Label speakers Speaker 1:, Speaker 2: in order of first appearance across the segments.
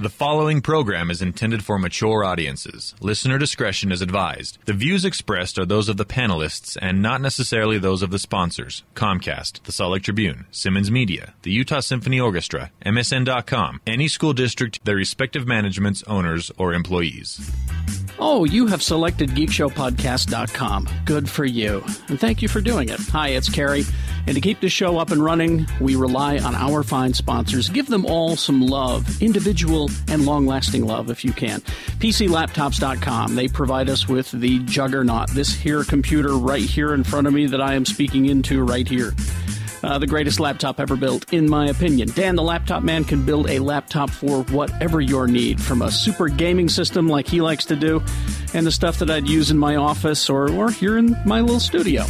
Speaker 1: The following program is intended for mature audiences. Listener discretion is advised. The views expressed are those of the panelists and not necessarily those of the sponsors Comcast, the Salt Lake Tribune, Simmons Media, the Utah Symphony Orchestra, MSN.com, any school district, their respective managements, owners, or employees.
Speaker 2: Oh, you have selected geekshowpodcast.com. Good for you. And thank you for doing it. Hi, it's Carrie. And to keep this show up and running, we rely on our fine sponsors. Give them all some love, individual and long lasting love if you can. PCLaptops.com. They provide us with the juggernaut, this here computer right here in front of me that I am speaking into right here. Uh, the greatest laptop ever built, in my opinion. Dan the Laptop Man can build a laptop for whatever your need, from a super gaming system like he likes to do, and the stuff that I'd use in my office or, or here in my little studio.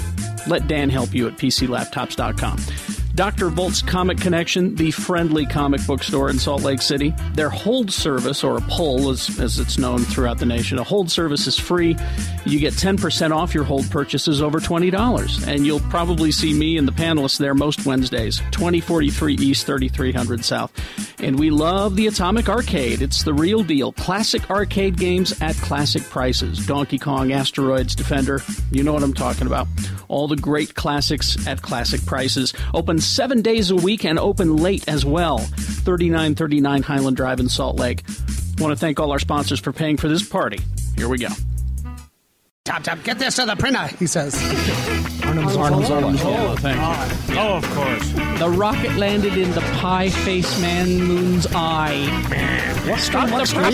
Speaker 2: Let Dan help you at PCLaptops.com. Dr. Volt's Comic Connection, the friendly comic book store in Salt Lake City. Their hold service, or a pull as, as it's known throughout the nation, a hold service is free. You get 10% off your hold purchases over $20. And you'll probably see me and the panelists there most Wednesdays, 2043 East, 3300 South. And we love the Atomic Arcade. It's the real deal. Classic arcade games at classic prices Donkey Kong, Asteroids, Defender. You know what I'm talking about. All the great classics at classic prices. Open seven days a week and open late as well. 3939 Highland Drive in Salt Lake. Want to thank all our sponsors for paying for this party. Here we go.
Speaker 3: Top, top, get this to the printer, he says.
Speaker 2: Oh, thank
Speaker 4: Oh, of course.
Speaker 5: The rocket landed in the pie face man moon's eye.
Speaker 3: What stream, what
Speaker 5: stream?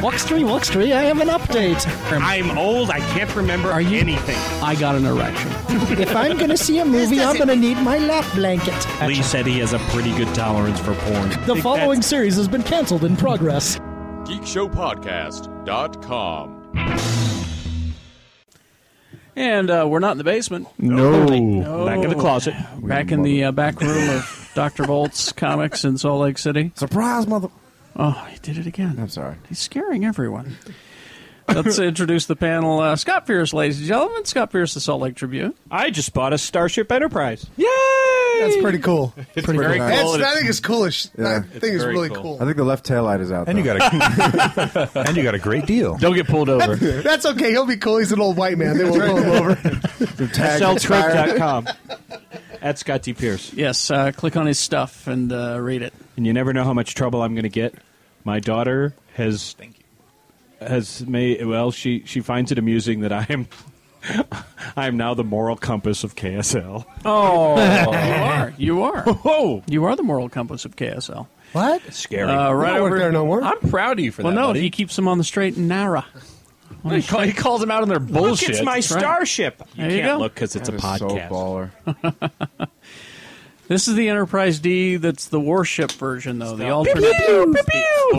Speaker 3: What stream, what stream? I have an update.
Speaker 4: I'm old. I can't remember
Speaker 5: Are you-
Speaker 4: anything.
Speaker 5: I got an erection.
Speaker 3: if I'm gonna see a movie, I'm gonna need my lap blanket.
Speaker 6: Lee said he has a pretty good tolerance for porn.
Speaker 3: The following series has been cancelled in progress.
Speaker 7: GeekShowPodcast.com.
Speaker 2: And uh, we're not in the basement.
Speaker 6: No.
Speaker 4: Back in the closet.
Speaker 2: Back in the uh, back room of Dr. Volt's Comics in Salt Lake City.
Speaker 8: Surprise, mother.
Speaker 2: Oh, he did it again.
Speaker 8: I'm sorry.
Speaker 2: He's scaring everyone. Let's introduce the panel. Uh, Scott Pierce, ladies and gentlemen. Scott Pierce, the Salt Lake Tribune.
Speaker 4: I just bought a Starship Enterprise.
Speaker 2: Yay!
Speaker 9: That's pretty cool.
Speaker 8: Pretty
Speaker 9: Very
Speaker 8: good.
Speaker 9: That's,
Speaker 8: I-
Speaker 9: I think it's coolish. I think it's,
Speaker 4: very
Speaker 9: really
Speaker 4: cool.
Speaker 9: cool.
Speaker 8: I think the left tail light is out.
Speaker 10: And you
Speaker 8: though.
Speaker 10: got a and you got a great deal.
Speaker 4: Don't get pulled over.
Speaker 9: That's okay. He'll be cool. He's an old white man. They won't pull him over.
Speaker 8: The tag expired.
Speaker 4: SellTrip.com. At Scott D. Pierce.
Speaker 2: Yes, uh, click on his stuff and uh, read it.
Speaker 6: And you never know how much trouble I'm going to get. My daughter has
Speaker 1: Thank you.
Speaker 6: has made well. She she finds it amusing that I am I am now the moral compass of KSL.
Speaker 2: Oh, you are. You are.
Speaker 6: Oh,
Speaker 2: You are the moral compass of KSL.
Speaker 9: What?
Speaker 6: scary!
Speaker 2: Uh,
Speaker 9: I
Speaker 2: right
Speaker 9: don't work
Speaker 2: over
Speaker 9: there no more.
Speaker 4: I'm proud of you for
Speaker 2: Well,
Speaker 4: that.
Speaker 2: no,
Speaker 4: buddy.
Speaker 2: he keeps them on the straight and narrow.
Speaker 4: he, call, he calls them out on their bullshit.
Speaker 6: Look, it's my
Speaker 2: right.
Speaker 6: starship. You
Speaker 2: There you
Speaker 6: can't
Speaker 2: go.
Speaker 6: look because it's
Speaker 8: That
Speaker 6: a
Speaker 8: is so
Speaker 6: podcast.
Speaker 8: baller.
Speaker 2: This is the Enterprise D. That's the warship version, though. The alternate.
Speaker 6: oh,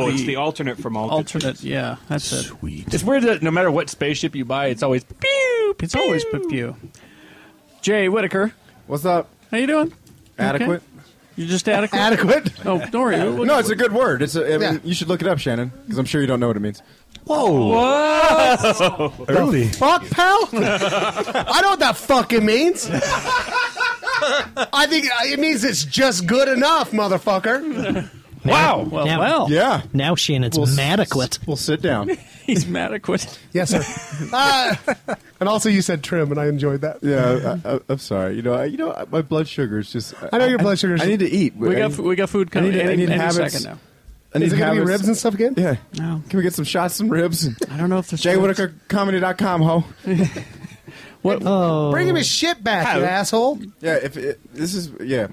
Speaker 6: it's the alternate from alternate.
Speaker 2: alternate. Yeah, that's it.
Speaker 4: it's weird that no matter what spaceship you buy, it's always pew.
Speaker 2: It's always Pew. Jay Whitaker,
Speaker 8: What's up?
Speaker 2: how you doing?
Speaker 8: Adequate.
Speaker 2: You just adequate.
Speaker 9: Adequate.
Speaker 2: Oh, don't worry. We'll-
Speaker 8: No, it's a good word. It's. A, I mean,
Speaker 9: Yeah.
Speaker 8: you should look it up, Shannon, because I'm sure you don't know what it means.
Speaker 10: Early.
Speaker 9: Fuck, pal. I know what that fucking means. I think it means it's just good enough, motherfucker.
Speaker 4: Wow.
Speaker 2: well,
Speaker 3: Now-
Speaker 2: well.
Speaker 8: Yeah.
Speaker 3: Now Shannon's
Speaker 8: Well, s-
Speaker 3: inadequate.
Speaker 8: Well, sit down.
Speaker 2: He's adequate.
Speaker 9: Yes, sir. Uh, and also, you said trim, and I enjoyed that.
Speaker 8: Yeah, uh, I, I, I'm sorry. You know, I, you know, I- my blood sugar's just.
Speaker 9: I know your blood sugar's-
Speaker 8: I need to eat.
Speaker 2: We
Speaker 8: I
Speaker 2: got
Speaker 8: need-
Speaker 2: we got food coming
Speaker 8: I need to- I
Speaker 2: any,
Speaker 8: need
Speaker 2: any
Speaker 8: habits.
Speaker 2: second now.
Speaker 8: I need
Speaker 9: Is it going to be
Speaker 8: have a-
Speaker 9: ribs and stuff again?
Speaker 8: Yeah.
Speaker 2: No.
Speaker 8: Can we get some shots, some ribs?
Speaker 2: I don't know if there's
Speaker 8: Jay Whitaker comedy.com, ho.
Speaker 9: Bring
Speaker 2: Oh.
Speaker 9: him his shit back, you asshole.
Speaker 8: Yeah, if it, this is yeah.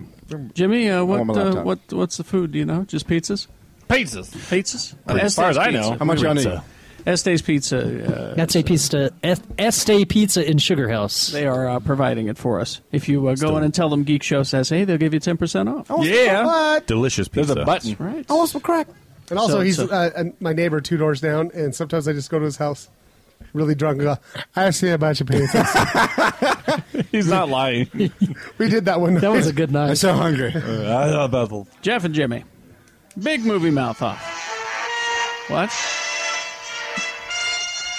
Speaker 2: Jimmy, uh,
Speaker 8: want
Speaker 2: what
Speaker 8: my
Speaker 2: uh,
Speaker 8: laptop.
Speaker 2: what what's the food? Do you know? Just pizzas?
Speaker 4: Pizzas.
Speaker 2: Pizzas?
Speaker 4: As far as I know,
Speaker 8: How much y'all need?
Speaker 4: Pizza.
Speaker 2: Este's Pizza. Uh,
Speaker 3: That's a pizza. F- Este Pizza in Sugar House.
Speaker 2: they are uh, providing it for us. If you uh, go in and tell them Geek Show says, hey, they'll give you 10% off.
Speaker 4: Yeah.
Speaker 10: Delicious
Speaker 4: There's
Speaker 10: pizza.
Speaker 4: a button.
Speaker 2: Right.
Speaker 8: I want some crack.
Speaker 9: And also,
Speaker 2: So-
Speaker 9: he's
Speaker 2: so-
Speaker 9: uh, and my neighbor two doors down, and sometimes I just go to his house really drunk and go, I see a bunch of pizzas.
Speaker 4: He's not lying.
Speaker 9: we did that one night.
Speaker 3: That was a good
Speaker 8: I'm
Speaker 3: night.
Speaker 8: so hungry.
Speaker 10: I don't know about the
Speaker 2: Jeff and Jimmy. Big movie mouth off. What?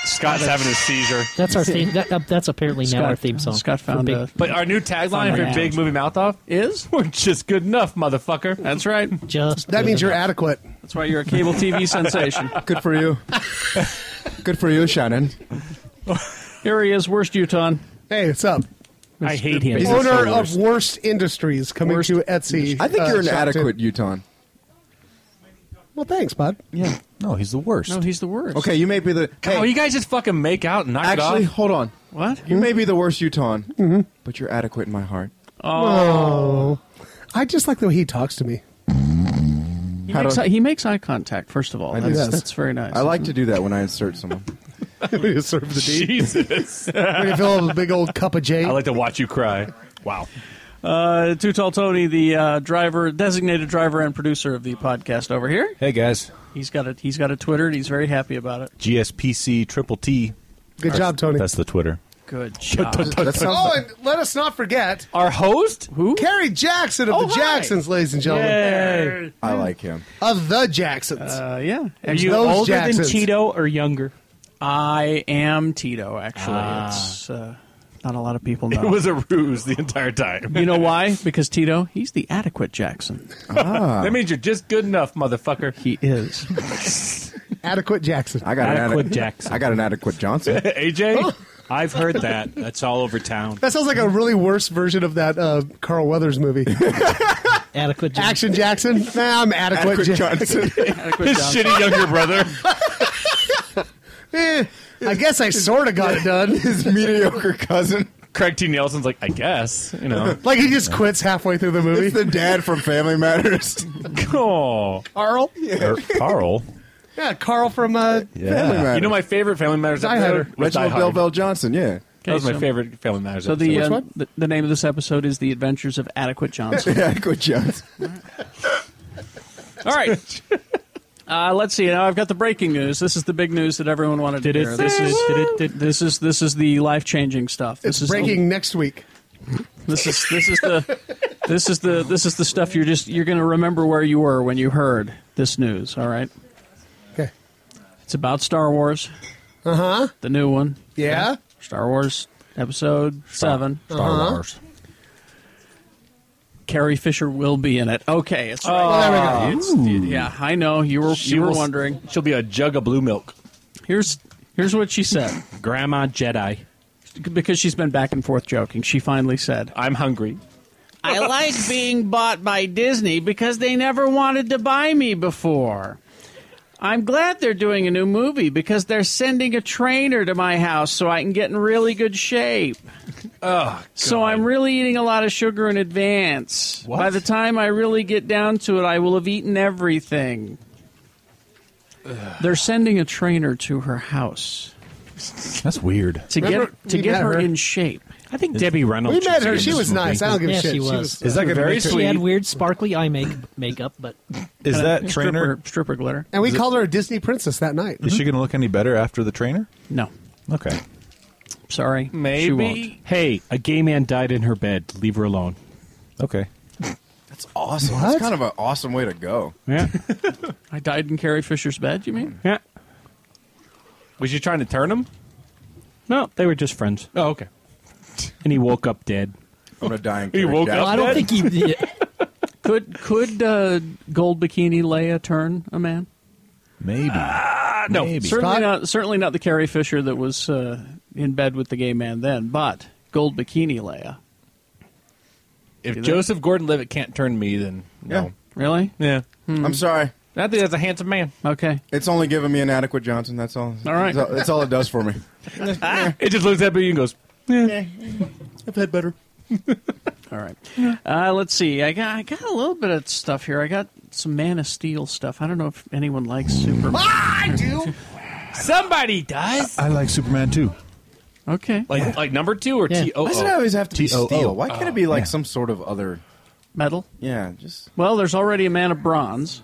Speaker 4: Scott's having a seizure.
Speaker 3: That's our theme. That, uh, that's apparently now our theme song.
Speaker 2: Scott
Speaker 3: For
Speaker 2: found
Speaker 3: big-
Speaker 2: a-
Speaker 4: But our new tagline for
Speaker 3: Fun
Speaker 4: Big Movie Mouth Off
Speaker 2: Is?
Speaker 4: We're just good enough, motherfucker.
Speaker 2: That's right.
Speaker 3: just
Speaker 9: That
Speaker 3: good
Speaker 9: means you're
Speaker 3: enough.
Speaker 9: adequate.
Speaker 2: That's why you're a cable TV sensation.
Speaker 8: Good for you. Good for you, Shannon.
Speaker 2: Here he is, worst Utah.
Speaker 9: Hey, what's up?
Speaker 4: I hate him.
Speaker 9: Owner of Worst Industries coming
Speaker 2: Worst
Speaker 9: to Etsy.
Speaker 8: I think
Speaker 9: uh,
Speaker 8: you're an
Speaker 9: shop
Speaker 8: adequate
Speaker 9: too.
Speaker 8: Utah.
Speaker 9: Well, thanks, bud.
Speaker 1: No, he's the worst.
Speaker 2: No, he's the worst.
Speaker 8: Okay, you may be the. Hey,
Speaker 4: Oh, you guys just fucking make out and knock
Speaker 8: actually,
Speaker 4: it off.
Speaker 8: hold on.
Speaker 2: What?
Speaker 8: You may be the worst Utah, but you're adequate in my heart.
Speaker 2: Oh.
Speaker 9: Oh. I just like the way he talks to me.
Speaker 2: He
Speaker 8: How
Speaker 2: makes,
Speaker 8: do-
Speaker 2: eye- he makes eye contact, first of all.
Speaker 8: do
Speaker 2: That's,
Speaker 8: that.
Speaker 2: that's very nice.
Speaker 8: I like to do that when I insert someone.
Speaker 9: You serve the deed.
Speaker 4: Jesus.
Speaker 9: We're gonna fill up a big old cup of J.
Speaker 4: I like to watch you cry. Wow.
Speaker 2: Uh, Too Tall Tony, the uh, driver, designated driver and producer of the podcast over here.
Speaker 1: Hey guys,
Speaker 2: He's got a, he's got a Twitter, and he's very happy about it.
Speaker 1: GSPC Triple T.
Speaker 9: Good job, Tony.
Speaker 1: That's the Twitter.
Speaker 2: Good job.
Speaker 8: That sounds
Speaker 9: Oh, and let us not forget
Speaker 4: Our host?
Speaker 2: Who?
Speaker 9: Carrie Jackson of
Speaker 2: Oh,
Speaker 9: the
Speaker 2: hi.
Speaker 9: Jacksons, ladies and gentlemen.
Speaker 4: Hey.
Speaker 8: I like him.
Speaker 9: Of the Jacksons.
Speaker 2: Uh, yeah.
Speaker 4: Are you
Speaker 9: Those
Speaker 4: older
Speaker 9: Jacksons.
Speaker 4: than Cheeto or younger?
Speaker 2: I am Tito, actually. It's uh, not a lot of people know.
Speaker 4: It was a ruse the entire time.
Speaker 2: you know why? Because Tito, he's the adequate Jackson.
Speaker 4: That means you're just good enough, motherfucker.
Speaker 2: He is.
Speaker 9: Adequate Jackson.
Speaker 8: I got
Speaker 6: Adequate
Speaker 8: an adequate
Speaker 6: Jackson.
Speaker 8: I got an adequate Johnson. Oh.
Speaker 4: AJ?
Speaker 6: I've heard that. That's all over town.
Speaker 9: that sounds like a really worse version of that uh, Carl Weathers movie.
Speaker 3: adequate. Jack-
Speaker 9: Action Jackson. Nah, I'm adequate,
Speaker 8: adequate
Speaker 9: Jackson.
Speaker 8: Johnson.
Speaker 2: adequate
Speaker 4: His
Speaker 2: Johnson.
Speaker 4: shitty younger brother.
Speaker 9: Eh, I guess I sort of got it done.
Speaker 8: His mediocre cousin.
Speaker 4: Craig T. Nelson's like, I guess, you know.
Speaker 9: Like he just quits halfway through the
Speaker 8: It's
Speaker 9: movie.
Speaker 8: the dad from Family Matters.
Speaker 4: oh.
Speaker 9: Carl?
Speaker 1: Er, Carl.
Speaker 9: Yeah, Carl from uh,
Speaker 8: Family Matters.
Speaker 4: You know my favorite Family Matters
Speaker 9: Die
Speaker 4: episode?
Speaker 9: Hard.
Speaker 4: was Die
Speaker 8: Reginald
Speaker 4: Hard.
Speaker 8: Belville Johnson. Yeah.
Speaker 4: That was my
Speaker 2: Okay, so-
Speaker 4: favorite Family Matters
Speaker 2: So the,
Speaker 4: episode.
Speaker 2: uh, the the name of this episode is "The Adventures of Adequate Johnson."
Speaker 8: adequate Johnson.
Speaker 2: All right. Uh, let's see. Now I've got the breaking news. This is the big news that everyone wanted to hear. This is this is this is the life changing stuff. This
Speaker 9: it's
Speaker 2: is
Speaker 9: breaking next week.
Speaker 2: This is this is the this is the this is the stuff you're just you're going to remember where you were when you heard this news. All right.
Speaker 9: Okay.
Speaker 2: It's about Star Wars,
Speaker 9: Uh huh.
Speaker 2: the new one,
Speaker 9: Yeah.
Speaker 2: Star Wars Episode Seven. Uh-huh.
Speaker 1: Star Wars.
Speaker 2: Carrie Fisher will be in it. Okay. It's right.
Speaker 9: Well, Oh, there we go.
Speaker 2: It's- yeah, I know you were you were
Speaker 4: will-
Speaker 2: wondering.
Speaker 4: She'll be a jug of blue milk.
Speaker 2: Here's here's what she said.
Speaker 6: Grandma Jedi.
Speaker 2: because she's been back and forth joking, she finally said,
Speaker 4: I'm hungry.
Speaker 2: I like being bought by Disney because they never wanted to buy me before. I'm glad they're doing a new movie because they're sending a trainer to my house so I can get in really good shape.
Speaker 1: Oh,
Speaker 2: so I'm really eating a lot of sugar in advance. By the time I really get down to it, I will have eaten everything. They're sending a trainer to her house
Speaker 1: That's weird.
Speaker 2: to
Speaker 9: Remember,
Speaker 2: get to
Speaker 9: we
Speaker 2: get
Speaker 9: met
Speaker 2: her,
Speaker 9: her.
Speaker 2: in shape.
Speaker 6: I think Debbie Reynolds.
Speaker 9: We met her.
Speaker 6: should be
Speaker 9: She
Speaker 6: in
Speaker 9: was
Speaker 6: this movie.
Speaker 9: nice. I don't give a
Speaker 3: Yeah,
Speaker 9: shit.
Speaker 3: she was.
Speaker 1: Is that
Speaker 4: Very
Speaker 1: very?
Speaker 3: She
Speaker 4: sweet.
Speaker 3: had weird sparkly eye make makeup, but
Speaker 1: Is that
Speaker 2: Stripper-
Speaker 1: trainer?
Speaker 2: stripper glitter?
Speaker 9: And we called her a Disney princess that night.
Speaker 1: Is she going to look any better after the trainer?
Speaker 2: No,
Speaker 1: Okay.
Speaker 2: sorry, she won't.
Speaker 4: Maybe.
Speaker 6: Hey, a gay man died in her bed. Leave her alone.
Speaker 1: Okay.
Speaker 8: That's awesome. That's kind of an awesome way to go.
Speaker 6: Yeah.
Speaker 2: I died in Carrie Fisher's bed. You mean?
Speaker 6: yeah.
Speaker 4: Was you trying to turn him?
Speaker 6: No, they were just friends.
Speaker 4: Oh, okay.
Speaker 6: And he woke up dead.
Speaker 8: I'm a dying.
Speaker 4: He
Speaker 8: Carrie
Speaker 4: woke
Speaker 8: Jackson.
Speaker 4: up.
Speaker 3: I don't
Speaker 4: Dead?
Speaker 3: think he.
Speaker 2: Could could uh, gold bikini Leia turn a man?
Speaker 1: Maybe.
Speaker 4: Uh, no.
Speaker 1: Maybe.
Speaker 2: Certainly
Speaker 9: Scott?
Speaker 2: not. Certainly not the Carrie Fisher that was uh, in bed with the gay man then. But gold bikini Leia.
Speaker 4: If
Speaker 2: that-
Speaker 4: Joseph Gordon-Levitt can't turn me, then no.
Speaker 2: Really?
Speaker 4: Yeah.
Speaker 8: Hmm.
Speaker 2: Hmm.
Speaker 8: I'm sorry.
Speaker 4: I think that's a handsome man.
Speaker 2: Okay.
Speaker 8: It's only giving me an adequate Johnson. That's all.
Speaker 2: All right.
Speaker 8: That's all, that's all it does for me.
Speaker 4: It just looks at me and goes,
Speaker 8: I've had better.
Speaker 2: All right. Uh, let's see. I got I got a little bit of stuff here. I got some Man of Steel stuff. I don't know if anyone likes Superman.
Speaker 9: I do.
Speaker 4: somebody does?
Speaker 1: I like Superman too.
Speaker 2: Okay.
Speaker 4: Like like number two or
Speaker 3: Yeah.
Speaker 4: T-O-O?
Speaker 8: Why does it always have to be
Speaker 1: T-O-O.
Speaker 8: steel? Oh, Why can't it be like
Speaker 1: yeah.
Speaker 8: some sort of other?
Speaker 2: Metal.
Speaker 8: Yeah, just
Speaker 2: Well, there's already a Man of Bronze.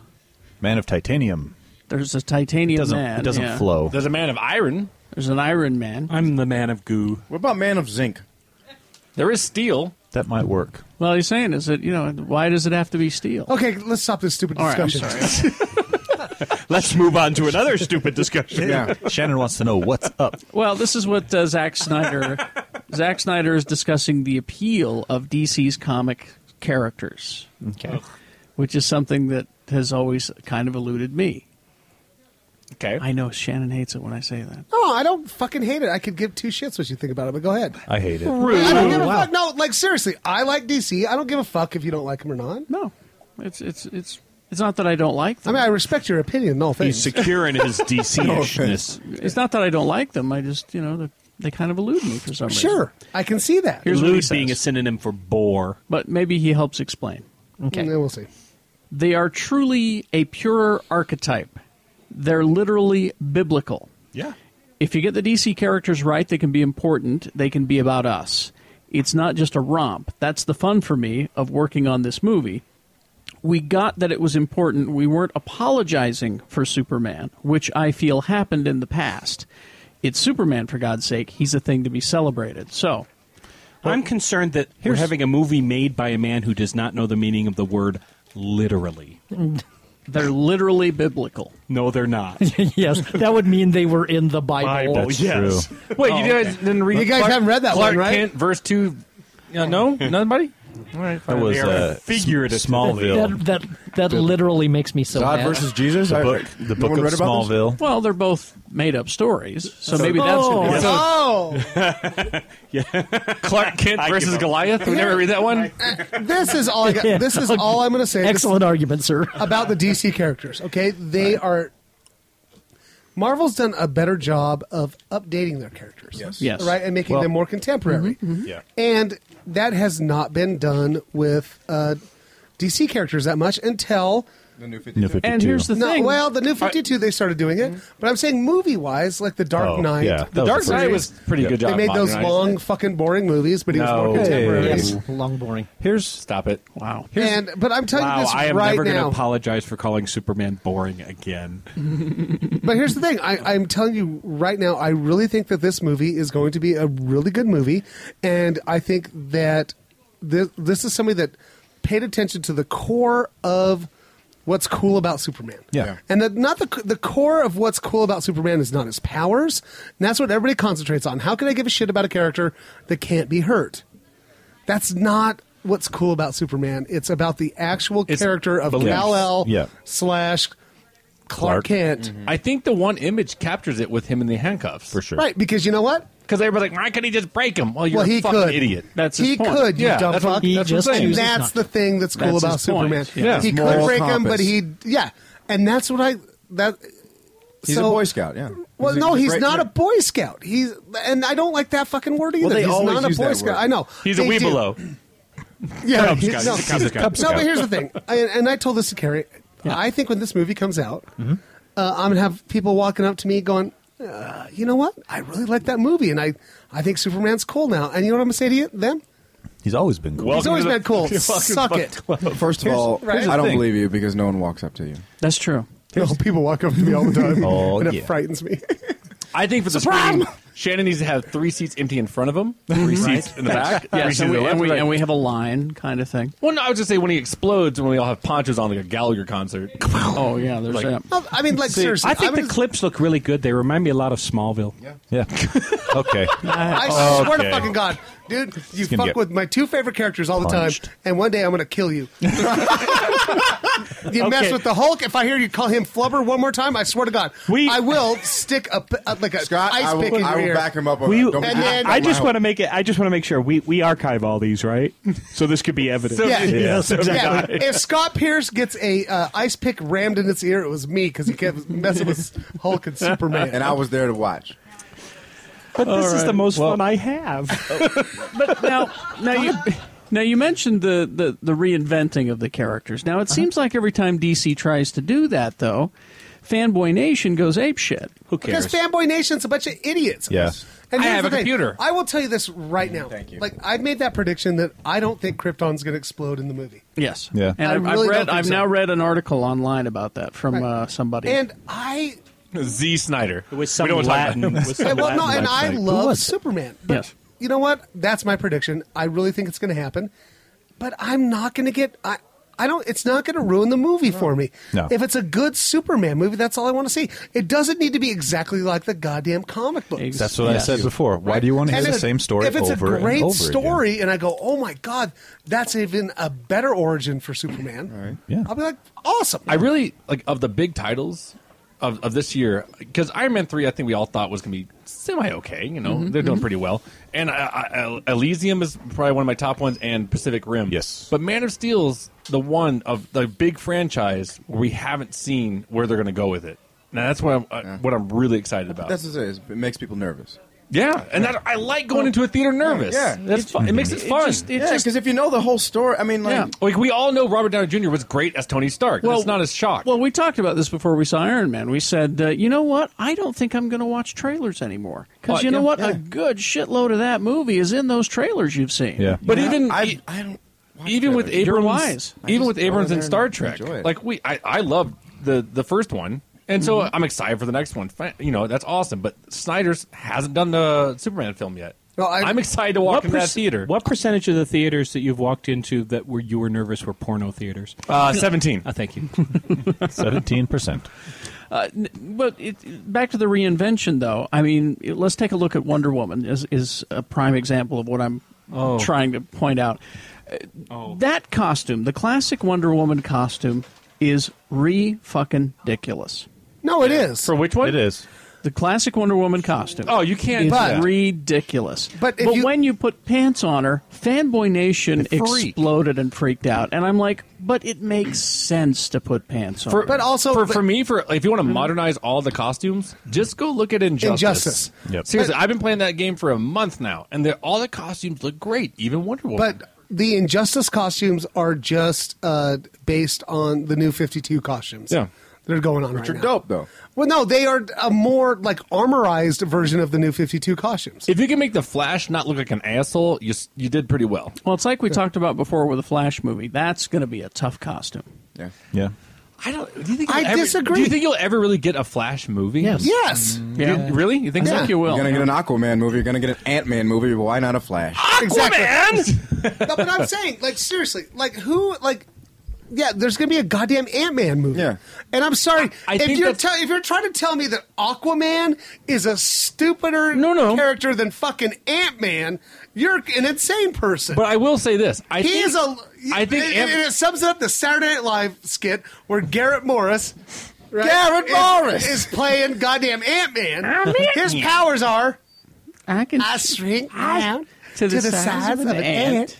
Speaker 1: Man of Titanium.
Speaker 2: There's a titanium
Speaker 1: It doesn't
Speaker 2: man.
Speaker 1: it doesn't
Speaker 2: yeah.
Speaker 1: flow.
Speaker 4: There's a man of iron.
Speaker 2: There's an Iron Man.
Speaker 6: I'm the man of goo.
Speaker 8: what about Man of Zinc?
Speaker 4: There is steel.
Speaker 1: That might work.
Speaker 2: Well, he's saying is that you know why does it have to be steel?
Speaker 9: Okay, let's stop this stupid
Speaker 2: All right, I'm
Speaker 9: discussion.
Speaker 2: sorry.
Speaker 6: Let's move on to another stupid discussion.
Speaker 1: Shannon wants to know what's up.
Speaker 2: Well, this is what uh, Zack Snyder. Zack Snyder is discussing the appeal of DC's comic characters, Oh.
Speaker 1: Okay.
Speaker 2: which is something that has always kind of eluded me.
Speaker 4: Okay.
Speaker 2: I know Shannon hates it when I say that.
Speaker 9: No, I don't fucking hate it. I could give two shits what you think about it, but go ahead.
Speaker 1: I hate it.
Speaker 9: I don't give a fuck. No, like seriously, I like DC. I don't give a fuck if you don't like them or not.
Speaker 2: No, it's it's it's it's not that I don't like
Speaker 9: I
Speaker 2: them.
Speaker 9: mean, I respect your opinion. No
Speaker 6: He's
Speaker 9: thanks.
Speaker 6: secure in his DC-ishness.
Speaker 2: it's not that I don't like them. I just you know they, they kind of elude me for some reason.
Speaker 9: sure, I can see that.
Speaker 2: Here's what he
Speaker 6: Lewd
Speaker 2: says.
Speaker 6: being a synonym for bore.
Speaker 2: but maybe he helps explain.
Speaker 9: And then we'll see.
Speaker 2: They are truly a pure archetype. They're literally biblical.
Speaker 6: Yeah.
Speaker 2: If you get the DC characters right, they can be important. They can be about us. It's not just a romp. That's the fun for me of working on this movie. We got that it was important. We weren't apologizing for Superman, which I feel happened in the past. It's Superman, for God's sake. He's a thing to be celebrated. So,
Speaker 6: I'm concerned that we're having a movie made by a man who does not know the meaning of the word literally.
Speaker 2: they're literally biblical.
Speaker 6: No, they're not.
Speaker 11: yes, that would mean they were in the Bible.
Speaker 6: Bible,
Speaker 1: That's
Speaker 6: yes.
Speaker 1: true.
Speaker 4: Wait,
Speaker 9: Oh,
Speaker 4: you guys didn't read?
Speaker 9: You guys
Speaker 4: Clark-
Speaker 9: haven't read that
Speaker 4: Clark
Speaker 9: one, right?
Speaker 4: Kent, verse two. Yeah, no, nobody. All right,
Speaker 1: That was uh,
Speaker 6: Figurative.
Speaker 1: S- Smallville.
Speaker 11: That that that literally makes me so
Speaker 1: God
Speaker 11: mad.
Speaker 1: versus Jesus. The
Speaker 12: I-
Speaker 1: book.
Speaker 12: no
Speaker 1: The book
Speaker 12: one
Speaker 1: of
Speaker 12: read about this?
Speaker 1: Smallville.
Speaker 2: Well, they're both made up stories, so maybe that's going to be
Speaker 9: Oh,
Speaker 4: Clark Kent versus Goliath. We never read that one.
Speaker 9: this is all. I got. This is all I'm going to say. This-
Speaker 11: Excellent argument, sir.
Speaker 9: about the DC characters. Okay, they are. Marvel's done a better job of updating their characters. Yes.
Speaker 2: Yes. mm-hmm.
Speaker 9: Right, and making them more contemporary.
Speaker 1: Yeah.
Speaker 9: And that has not been done with uh, DC characters that much until.
Speaker 12: The new 52.
Speaker 1: New 52.
Speaker 2: And here's the
Speaker 9: No,
Speaker 2: thing.
Speaker 9: well, the new 52, they started doing it. But I'm saying movie wise, like The Dark
Speaker 1: Oh,
Speaker 9: Knight.
Speaker 1: yeah.
Speaker 9: The Dark
Speaker 1: That was the first
Speaker 9: Knight
Speaker 4: It
Speaker 1: one.
Speaker 9: was.
Speaker 4: was pretty good
Speaker 9: They
Speaker 4: job.
Speaker 9: made those
Speaker 4: modernizing
Speaker 9: long,
Speaker 4: it.
Speaker 9: fucking boring movies, but he was more
Speaker 1: No.
Speaker 9: contemporary.
Speaker 1: Hey.
Speaker 11: Yes, long boring.
Speaker 1: here's
Speaker 4: Stop it.
Speaker 2: wow.
Speaker 9: And, but I'm telling you
Speaker 6: Wow,
Speaker 9: this
Speaker 6: I am
Speaker 9: right
Speaker 6: never going to
Speaker 9: now.
Speaker 6: apologize for calling Superman boring again.
Speaker 9: But here's the thing. I, I'm telling you right now, I really think that this movie is going to be a really good movie. And I think that this, this is somebody that paid attention to the core of what's cool about Superman.
Speaker 1: Yeah.
Speaker 9: And that not the, the core of what's cool about Superman is not his powers. And that's what everybody concentrates on. How can I give a shit about a character that can't be hurt? That's not what's cool about Superman. It's about the actual
Speaker 4: It's
Speaker 9: character of
Speaker 4: beliefs.
Speaker 9: Kal-El
Speaker 1: Yeah.
Speaker 9: slash
Speaker 1: Clark.
Speaker 9: Clark, Kent.
Speaker 4: Mm-hmm. I think the one image captures it with him in the handcuffs.
Speaker 1: for sure.
Speaker 9: Right, because you know what?
Speaker 4: Because everybody's like, why could he just break him? Well, you're
Speaker 9: Well,
Speaker 4: a
Speaker 9: he
Speaker 4: fucking
Speaker 9: could.
Speaker 4: idiot.
Speaker 2: That's his
Speaker 9: he
Speaker 2: point.
Speaker 9: could, you
Speaker 4: Yeah,
Speaker 9: dumb
Speaker 4: that's
Speaker 9: fuck.
Speaker 4: what- He
Speaker 9: that's
Speaker 11: just
Speaker 9: and
Speaker 11: chooses
Speaker 9: that's
Speaker 11: not
Speaker 9: the
Speaker 11: to.
Speaker 9: thing that's cool
Speaker 2: That's
Speaker 9: about
Speaker 2: his
Speaker 9: Superman.
Speaker 2: point. Yeah.
Speaker 9: he
Speaker 12: His
Speaker 9: could
Speaker 12: moral
Speaker 9: break him,
Speaker 12: compass.
Speaker 9: but he, yeah, and that's what I that.
Speaker 12: He's
Speaker 9: so,
Speaker 12: a Boy Scout, yeah.
Speaker 9: Well,
Speaker 12: He's a-
Speaker 9: no,
Speaker 12: he's a great-
Speaker 9: he's not a Boy Scout. He's and I don't like that fucking word either.
Speaker 12: they
Speaker 9: he's
Speaker 12: always
Speaker 9: not a
Speaker 12: use
Speaker 9: Boy
Speaker 12: that
Speaker 9: Scout.
Speaker 12: word.
Speaker 9: I know.
Speaker 6: He's a
Speaker 9: They do.
Speaker 6: weebelo.
Speaker 9: Yeah,
Speaker 6: Cub Scout.
Speaker 9: no,
Speaker 6: He's a Cub Scout.
Speaker 9: no, but here's the thing, and, and I told this to Carrie. I think when this movie comes out,
Speaker 3: Mm-hmm.
Speaker 9: uh, I'm gonna have people walking up to me going, uh, "You know what? I really like that movie, and I, I think Superman's cool now." And you know what I'm gonna say to you, them?
Speaker 1: He's always been cool.
Speaker 6: Well-
Speaker 9: He's always
Speaker 6: Welcome to the-
Speaker 9: been cool.
Speaker 6: You're welcome
Speaker 9: Suck
Speaker 6: to
Speaker 9: it.
Speaker 12: But first of all,
Speaker 9: right.
Speaker 12: I don't
Speaker 1: Here's the
Speaker 12: believe you because no one walks up to you.
Speaker 2: That's true.
Speaker 9: No, people walk up to me all the time,
Speaker 1: Oh,
Speaker 9: and it
Speaker 1: yeah.
Speaker 9: frightens me.
Speaker 4: I think for the
Speaker 9: Surprise! Mm-hmm.
Speaker 4: screen, Shannon needs to have three seats empty in front of him, three seats in the back, three
Speaker 2: Yes,
Speaker 4: seats
Speaker 2: and
Speaker 4: in
Speaker 2: we,
Speaker 4: the
Speaker 2: and,
Speaker 4: left,
Speaker 2: we,
Speaker 4: right.
Speaker 2: and we have a line kind of thing.
Speaker 4: Well, no, I was just say when he explodes, when we all have ponchos on like a Gallagher concert.
Speaker 2: Oh yeah, there's
Speaker 4: Like-
Speaker 2: that.
Speaker 9: No, I mean, like seriously,
Speaker 6: I think
Speaker 9: I'm
Speaker 6: the
Speaker 9: gonna-
Speaker 6: clips look really good. They remind me a lot of Smallville.
Speaker 1: yeah. okay.
Speaker 9: I swear to
Speaker 1: Okay.
Speaker 9: fucking God, dude, you
Speaker 1: gonna
Speaker 9: fuck
Speaker 1: get
Speaker 9: with my two favorite characters all the
Speaker 1: punched.
Speaker 9: time, and one day I'm gonna kill you. you mess with the Hulk. If I hear you call him Flubber one more time, I swear to God,
Speaker 6: We-
Speaker 9: I will stick a p- uh, like a
Speaker 12: Scott,
Speaker 9: ice
Speaker 12: I
Speaker 9: pick
Speaker 12: will,
Speaker 9: in
Speaker 12: I
Speaker 9: your
Speaker 12: will
Speaker 9: ear.
Speaker 12: back him up. on
Speaker 6: We,
Speaker 12: that. Don't-
Speaker 9: And then-
Speaker 12: don't
Speaker 6: I just
Speaker 12: mind.
Speaker 6: want to make it. I just want to make sure we, we archive all these, right? So this could be evidence.
Speaker 9: Yeah.
Speaker 1: Yes,
Speaker 9: Yeah. If Scott Pierce gets a uh, ice pick rammed in its ear, it was me because he kept messing with Hulk and Superman.
Speaker 12: And I was there to watch.
Speaker 6: But this is the most fun I have.
Speaker 2: But now, now you, now you mentioned the, the the reinventing of the characters. Now it seems like every time DC tries to do that, though, fanboy nation goes ape shit.
Speaker 6: Who
Speaker 9: Because
Speaker 6: cares?
Speaker 9: Fanboy Nation's a bunch of idiots.
Speaker 1: Yes.
Speaker 9: And
Speaker 4: I
Speaker 9: here's
Speaker 4: have
Speaker 9: the
Speaker 4: a
Speaker 9: thing.
Speaker 4: computer.
Speaker 9: I will tell you this right now.
Speaker 12: Thank you.
Speaker 9: Like I've made that prediction that I don't think Krypton's going to explode in the movie.
Speaker 2: Yes.
Speaker 1: Yeah.
Speaker 2: And
Speaker 9: I
Speaker 2: I've,
Speaker 9: really
Speaker 2: I've
Speaker 9: don't
Speaker 2: read.
Speaker 9: think
Speaker 2: I've
Speaker 9: so.
Speaker 2: now read an article online about that from uh, somebody.
Speaker 9: And I
Speaker 4: Z. E. Snyder.
Speaker 6: It was some
Speaker 4: we don't wanna talk about
Speaker 6: Latin. with some
Speaker 9: and, well, no,
Speaker 6: Latin
Speaker 9: and I
Speaker 6: website.
Speaker 9: love
Speaker 2: was it?
Speaker 9: Superman. But
Speaker 2: Yes.
Speaker 9: You know what? That's my prediction. I really think it's going to happen. But I'm not going to get I I don't. It's not going to ruin the movie for me.
Speaker 1: No.
Speaker 9: If it's a good Superman movie, that's all I want to see. It doesn't need to be exactly like the goddamn comic book.
Speaker 1: That's what I said before. Why do you want to hear
Speaker 9: And
Speaker 1: the
Speaker 9: if-
Speaker 1: same story
Speaker 9: If it's
Speaker 1: over
Speaker 9: a great
Speaker 1: and over
Speaker 9: story, and I go, "Oh my god, that's even a better origin for Superman,"
Speaker 1: Yeah.
Speaker 9: I'll be like, "Awesome!"
Speaker 4: I really like of the big titles of, of this year because Iron Man three. I think we all thought was going to be semi okay. You
Speaker 8: Mm-hmm,
Speaker 4: know, they're doing pretty well. And I, I, I- Elysium is probably one of my top ones, and Pacific Rim.
Speaker 1: Yes.
Speaker 4: but Man of Steel's the one of the big franchise where we haven't seen where they're going to go with it. Now that's what I'm uh, what I'm really excited about.
Speaker 8: That's what it is. It makes people nervous.
Speaker 4: yeah, and that, I like going into a theater nervous.
Speaker 8: Yeah.
Speaker 4: that's fun. It makes it fun.
Speaker 2: just- it
Speaker 8: Yeah,
Speaker 2: just-
Speaker 8: because if you know the whole story, I mean, like,
Speaker 4: yeah, like we all know Robert Downey Jr. was great as Tony Stark. Well,
Speaker 2: Well,
Speaker 4: that's not a shock.
Speaker 2: Well, we talked about this before we saw Iron Man. We said, uh, you know what? I don't think I'm going to watch trailers anymore because
Speaker 4: Well,
Speaker 2: you know
Speaker 4: yeah,
Speaker 2: what? A good shitload of that movie is in those trailers you've seen.
Speaker 1: Yeah.
Speaker 4: But even e-
Speaker 8: I, I don't. watch
Speaker 4: even with
Speaker 8: trailers.
Speaker 4: Abrams,
Speaker 2: You're wise.
Speaker 8: I
Speaker 4: even
Speaker 8: just
Speaker 4: with
Speaker 8: go in
Speaker 4: Abrams
Speaker 8: there
Speaker 4: and
Speaker 8: and
Speaker 4: Star Trek,
Speaker 8: enjoy it.
Speaker 4: like we, I, I love the the first one, and so
Speaker 8: Mm-hmm.
Speaker 4: I'm excited for the next one. Fa- You know, that's awesome. But Snyder's hasn't done the Superman film yet.
Speaker 9: Well, I-
Speaker 4: I'm excited to walk in that
Speaker 13: perc-
Speaker 4: theater.
Speaker 13: What percentage of the theaters that you've walked into that were you were nervous were porno theaters?
Speaker 4: Uh, Seventeen.
Speaker 13: Oh, thank you.
Speaker 1: Seventeen percent.
Speaker 2: Uh, But it, back to the reinvention, though. I mean, it- let's take a look at Wonder Woman. Is is a prime example of what I'm
Speaker 4: Oh.
Speaker 2: trying to point out. Uh, That costume, the classic Wonder Woman costume, is re fucking ridiculous.
Speaker 9: no, it is.
Speaker 4: For which one?
Speaker 1: It is.
Speaker 2: The classic Wonder Woman costume.
Speaker 4: Oh, you can't.
Speaker 2: It's
Speaker 9: But-
Speaker 2: ridiculous.
Speaker 9: But if you-
Speaker 2: when you put pants on her, Fanboy Nation exploded and freaked out. And I'm like, but it makes sense to put pants on.
Speaker 4: For,
Speaker 9: But also-
Speaker 4: for,
Speaker 9: but-
Speaker 4: for me, for if you
Speaker 8: Mm-hmm.
Speaker 4: want to modernize all the costumes, just go look at Injustice.
Speaker 9: Injustice.
Speaker 1: Yep.
Speaker 4: Seriously, I've been playing that game for a month now, and they're- all the costumes look great, even Wonder Woman.
Speaker 9: But the Injustice costumes are just uh, based on the new 52 costumes.
Speaker 4: Yeah.
Speaker 9: That are going on
Speaker 8: Which
Speaker 9: right
Speaker 8: are
Speaker 9: now.
Speaker 8: dope, though.
Speaker 9: Well, no, they are a more like armorized version of the new 52 costumes.
Speaker 4: if you can make the Flash not look like an asshole, you s- you did pretty well.
Speaker 2: well, it's like we talked about before with the Flash movie. That's going to be a tough costume.
Speaker 8: Yeah.
Speaker 1: Yeah.
Speaker 4: I don't. Do you think
Speaker 9: I
Speaker 4: you'll ever-
Speaker 9: disagree.
Speaker 4: Do you think you'll ever really get a Flash movie?
Speaker 2: Yes.
Speaker 9: yes.
Speaker 4: You- really? You think
Speaker 2: I
Speaker 4: so?
Speaker 2: think you will.
Speaker 8: You're gonna get an Aquaman movie. You're gonna get an Ant Man movie. But why not a Flash?
Speaker 4: Aquaman!
Speaker 9: no, but I'm saying, like, seriously, like, who, like, yeah, there's gonna be a goddamn Ant Man movie.
Speaker 8: Yeah.
Speaker 9: and I'm sorry
Speaker 4: I
Speaker 9: if
Speaker 4: think
Speaker 9: you're
Speaker 4: that's-
Speaker 9: tell if you're trying to tell me that Aquaman is a stupider
Speaker 4: No, no.
Speaker 9: character than fucking Ant Man, you're an insane person.
Speaker 4: But I will say this. I
Speaker 9: he
Speaker 4: think,
Speaker 9: is a.
Speaker 4: I think
Speaker 9: and,
Speaker 4: Ant-
Speaker 9: and it sums up the Saturday Night Live skit where Garrett Morris. right,
Speaker 8: Garrett
Speaker 9: is-
Speaker 8: Morris!
Speaker 9: is playing goddamn Ant Man. His powers are
Speaker 2: I can
Speaker 9: I shrink down
Speaker 2: to the, size, of an, ant.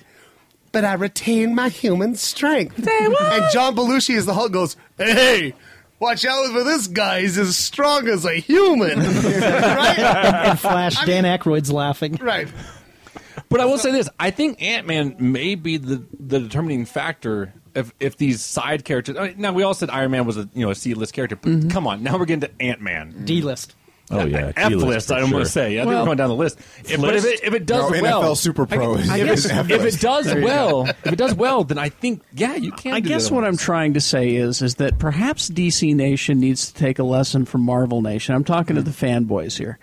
Speaker 9: but I retain my human strength. And John Belushi is the Hulk goes, hey, watch out for this guy. He's as strong as a human. right?
Speaker 11: And Flash,
Speaker 9: I mean-
Speaker 11: Dan Aykroyd's laughing.
Speaker 9: Right.
Speaker 4: but I will say this. I think Ant Man may be the, the determining factor if if these side characters. I mean, now we all said Iron Man was a you know a C list character, but come on, now we're getting to Ant Man.
Speaker 11: D list.
Speaker 1: Mm-hmm. Oh yeah.
Speaker 4: F
Speaker 1: D-list
Speaker 4: list.
Speaker 1: for
Speaker 4: I don't want
Speaker 1: sure.
Speaker 4: to say. I think
Speaker 2: Well-
Speaker 4: we're going down the list. If- but if it, if it does
Speaker 8: No,
Speaker 4: well,
Speaker 8: NFL Super Pro is-
Speaker 4: I
Speaker 8: is
Speaker 4: guess,
Speaker 8: F
Speaker 4: if it
Speaker 8: list.
Speaker 4: does well, if it does well, then I think yeah, you can.
Speaker 2: I
Speaker 4: do
Speaker 2: guess
Speaker 4: the
Speaker 2: what
Speaker 4: other
Speaker 2: I'm
Speaker 4: ones.
Speaker 2: trying to say is is that perhaps DC Nation needs to take a lesson from Marvel Nation. I'm talking to
Speaker 9: Hmm.
Speaker 2: the fanboys here.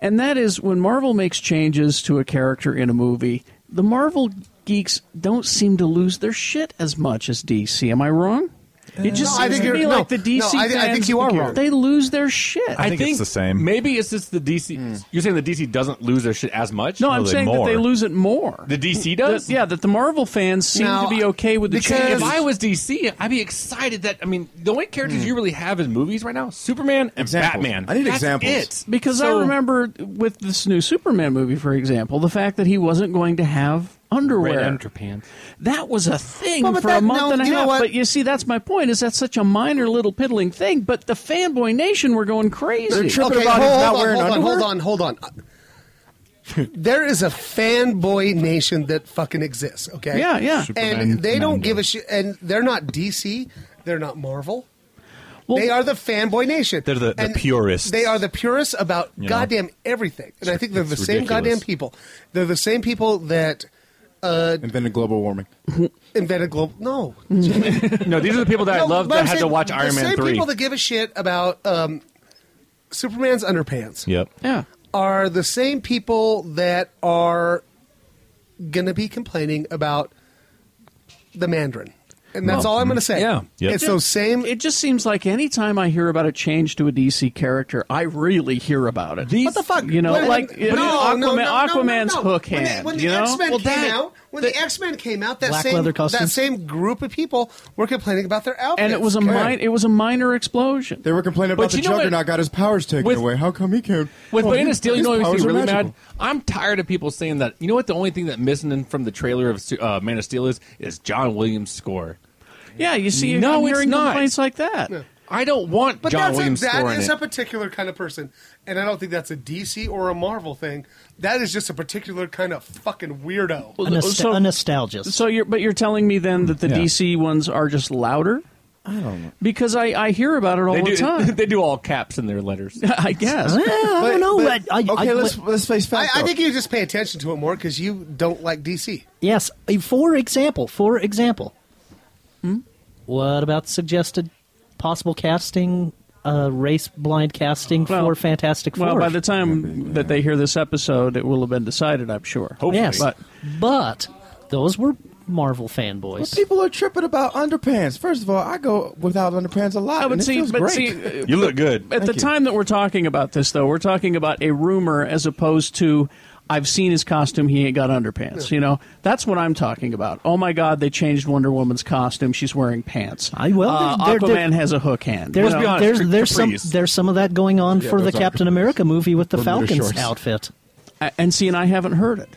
Speaker 2: And that is when Marvel makes changes to a character in a movie, the Marvel geeks don't seem to lose their shit as much as DC. Am I wrong? It just
Speaker 9: Uh, No, I
Speaker 2: seems
Speaker 9: think
Speaker 2: to me
Speaker 9: you're-
Speaker 2: like
Speaker 9: no,
Speaker 2: the DC
Speaker 9: no, I thi- I
Speaker 2: fans,
Speaker 9: think you are wrong.
Speaker 2: They lose their shit.
Speaker 1: I think it's the same.
Speaker 4: Maybe it's just the DC.
Speaker 8: Hmm.
Speaker 4: You're saying the DC doesn't lose their shit as much.
Speaker 2: no, I'm
Speaker 1: they
Speaker 2: saying
Speaker 1: more.
Speaker 2: that they lose it more.
Speaker 4: The DC does?
Speaker 2: That- yeah, that the Marvel fans seem
Speaker 9: No,
Speaker 2: to be okay with the
Speaker 9: because-
Speaker 2: changes.
Speaker 4: if I was DC, I'd be excited that I mean the only characters you really have in movies right now: Superman and
Speaker 8: Examples.
Speaker 4: Batman.
Speaker 8: I need
Speaker 4: That's
Speaker 8: examples.
Speaker 4: It.
Speaker 2: Because
Speaker 4: So-
Speaker 2: I remember with this new Superman movie, for example, the fact that he wasn't going to have underwear.
Speaker 13: Red underpants.
Speaker 2: That was a thing
Speaker 9: Well, but
Speaker 2: for a
Speaker 9: that-
Speaker 2: month
Speaker 9: no,
Speaker 2: and a
Speaker 9: you know
Speaker 2: half.
Speaker 9: what?
Speaker 2: But you see, that's my point. Is that's such a minor, little piddling thing? But the fanboy nation were going crazy.
Speaker 9: Okay,
Speaker 8: about
Speaker 9: hold,
Speaker 8: him not
Speaker 9: hold,
Speaker 8: wearing
Speaker 9: on,
Speaker 8: underwear?
Speaker 9: hold on, hold on, hold on. there is a fanboy nation that fucking exists, okay?
Speaker 2: Yeah, yeah.
Speaker 9: and they don't give a shit. And they're not DC. They're not Marvel.
Speaker 2: Well-
Speaker 9: they are the fanboy nation.
Speaker 1: They're the- the
Speaker 9: And
Speaker 1: purists.
Speaker 9: They are the purists about
Speaker 1: You know?
Speaker 9: goddamn everything. And I think they're the
Speaker 1: It's
Speaker 9: same
Speaker 1: ridiculous.
Speaker 9: goddamn people. They're the same people that
Speaker 8: Invented global warming.
Speaker 9: invented global. No,
Speaker 4: no, these are the people that I
Speaker 9: No,
Speaker 4: love
Speaker 9: but
Speaker 4: that
Speaker 9: I'm
Speaker 4: had to
Speaker 9: saying
Speaker 4: watch Iron
Speaker 9: the
Speaker 4: Man
Speaker 9: same
Speaker 4: three.
Speaker 9: people that give a shit about um, Superman's underpants
Speaker 1: Yep.
Speaker 2: yeah.
Speaker 9: are the same people that are going to be complaining about the Mandarin. And that's all I'm going to say.
Speaker 2: Yeah.
Speaker 9: Yep. It's those same.
Speaker 2: It just seems like anytime I hear about a change to a DC character, I really hear about it. what the fuck? You know,
Speaker 9: When-
Speaker 2: like you know,
Speaker 9: No,
Speaker 2: Aquaman,
Speaker 9: no, no, no, no,
Speaker 2: Aquaman's
Speaker 9: no.
Speaker 2: hook
Speaker 9: When the-
Speaker 2: hand.
Speaker 9: When
Speaker 2: you
Speaker 9: the
Speaker 2: know?
Speaker 9: X Men
Speaker 2: Well, damn
Speaker 9: came
Speaker 2: it.
Speaker 9: out, when the X Men came out, that
Speaker 2: Black
Speaker 9: same
Speaker 2: leather
Speaker 9: that
Speaker 2: costumes?
Speaker 9: same group of people were complaining about their outfits.
Speaker 2: and it was a mi- it was a minor explosion.
Speaker 8: They were complaining
Speaker 2: But
Speaker 8: about the
Speaker 2: you know what?
Speaker 8: Juggernaut got his powers taken
Speaker 4: With-
Speaker 8: away. How come he can't?
Speaker 4: With
Speaker 8: Well,
Speaker 4: Man
Speaker 8: his-
Speaker 4: of Steel, you know what
Speaker 8: his
Speaker 4: makes
Speaker 8: powers
Speaker 4: me
Speaker 8: are
Speaker 4: really
Speaker 8: magical.
Speaker 4: mad? I'm tired of people saying that. You know what the only thing that missing in- from the trailer of Su- uh, Man of Steel is? Is John Williams' score.
Speaker 2: Yeah, you see,
Speaker 4: No,
Speaker 2: I'm
Speaker 4: it's
Speaker 2: hearing
Speaker 4: not.
Speaker 2: complaints like that.
Speaker 4: I don't want
Speaker 9: But
Speaker 4: John
Speaker 9: that's
Speaker 4: Williams'
Speaker 9: a, that
Speaker 4: score in
Speaker 9: is
Speaker 4: it.
Speaker 9: a particular kind of person, and I don't think that's a DC or a Marvel thing. That is just a particular kind of fucking weirdo.
Speaker 2: Well, so- So you're, but you're telling me then that the
Speaker 9: Yeah.
Speaker 2: DC ones are just louder? I don't know. Because I, I hear about it all
Speaker 4: They
Speaker 2: the
Speaker 4: do,
Speaker 2: time.
Speaker 4: they do all caps in their letters.
Speaker 2: I guess.
Speaker 9: But- but-
Speaker 11: okay, let's-
Speaker 8: let's face
Speaker 11: fact,
Speaker 9: I, I
Speaker 11: though.
Speaker 9: think you just pay attention to it more because you don't like DC.
Speaker 11: Yes. uh, For example, for example,
Speaker 2: Hmm?
Speaker 11: what about suggested possible casting, uh, race blind casting for Fantastic Four?
Speaker 2: Well, by the time that they hear this episode, it will have been decided, I'm sure.
Speaker 11: Yes,
Speaker 2: But
Speaker 11: but, those were Marvel fanboys.
Speaker 8: People are tripping about underpants. First of all, I go without underpants a lot.
Speaker 2: I would
Speaker 8: and it
Speaker 2: see,
Speaker 8: feels
Speaker 2: but
Speaker 8: great.
Speaker 2: see, uh,
Speaker 1: You look good.
Speaker 2: At the
Speaker 8: Thank you.
Speaker 2: time that we're talking about this, though, we're talking about a rumor as opposed to I've seen his costume. He ain't got underpants. You know, that's what I'm talking about. Oh my God, they changed Wonder Woman's costume. She's wearing pants. I
Speaker 11: well,
Speaker 2: uh,
Speaker 11: they're- they're-
Speaker 2: Aquaman has a hook hand.
Speaker 11: There's,
Speaker 2: you know?
Speaker 11: there's, there's some there's some of that going on
Speaker 2: Yeah,
Speaker 11: for the
Speaker 2: those are
Speaker 11: Captain America movie with the
Speaker 2: Bermuda
Speaker 11: Falcons
Speaker 2: shorts.
Speaker 11: outfit.
Speaker 2: I- and see, and I haven't heard it.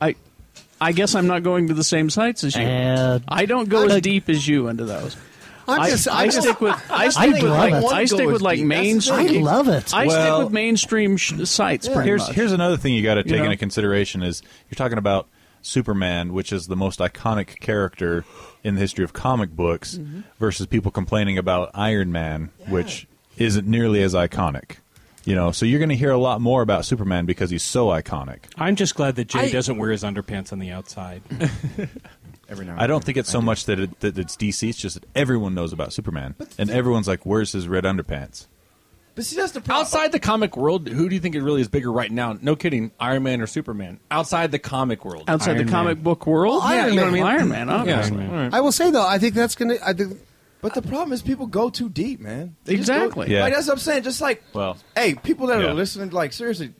Speaker 2: I, I guess I'm not going to the same sites as you. I don't go as deep as you into those.
Speaker 9: I'm
Speaker 2: I-
Speaker 9: just-
Speaker 2: I,
Speaker 9: I'm just-
Speaker 2: stick with I
Speaker 9: I
Speaker 2: stick with
Speaker 9: love
Speaker 2: like,
Speaker 9: it.
Speaker 2: I stick with like
Speaker 9: That's the thing.
Speaker 2: mainstream.
Speaker 9: I love it.
Speaker 2: I
Speaker 1: Well-
Speaker 2: stick with mainstream sh- sites. Pretty
Speaker 1: Here's
Speaker 2: much.
Speaker 1: here's another thing you got to
Speaker 2: You
Speaker 1: take
Speaker 2: know?
Speaker 1: into consideration is you're talking about Superman, which is the most iconic character in the history of comic books,
Speaker 2: Mm-hmm.
Speaker 1: versus people complaining about Iron Man, which isn't nearly as iconic. You know, so you're going to hear a lot more about Superman because he's so iconic.
Speaker 13: I'm just glad that Jay
Speaker 1: I-
Speaker 13: doesn't wear his underpants on the outside. Every now
Speaker 1: I don't think it's so much that, it, that it's DC; it's just that everyone knows about Superman, and everyone's like, "Where's his red underpants?"
Speaker 8: But see, that's the
Speaker 4: Outside the comic world, who do you think it really is bigger right now? No kidding, Iron Man or Superman? Outside the comic world,
Speaker 2: Outside the comic book world,
Speaker 4: Well,
Speaker 2: yeah,
Speaker 4: Iron
Speaker 2: you know what I
Speaker 4: Man.
Speaker 2: mean. Iron Man,
Speaker 4: Yeah.
Speaker 2: obviously.
Speaker 4: Iron Man.
Speaker 9: I will say though, I think that's gonna. I think,
Speaker 8: but the problem is people go too deep, man. They just
Speaker 2: Exactly.
Speaker 8: go-
Speaker 2: Yeah.
Speaker 8: Like, that's what I'm saying. Just like,
Speaker 1: Well,
Speaker 8: hey, people that
Speaker 1: Yeah.
Speaker 8: are listening, like seriously,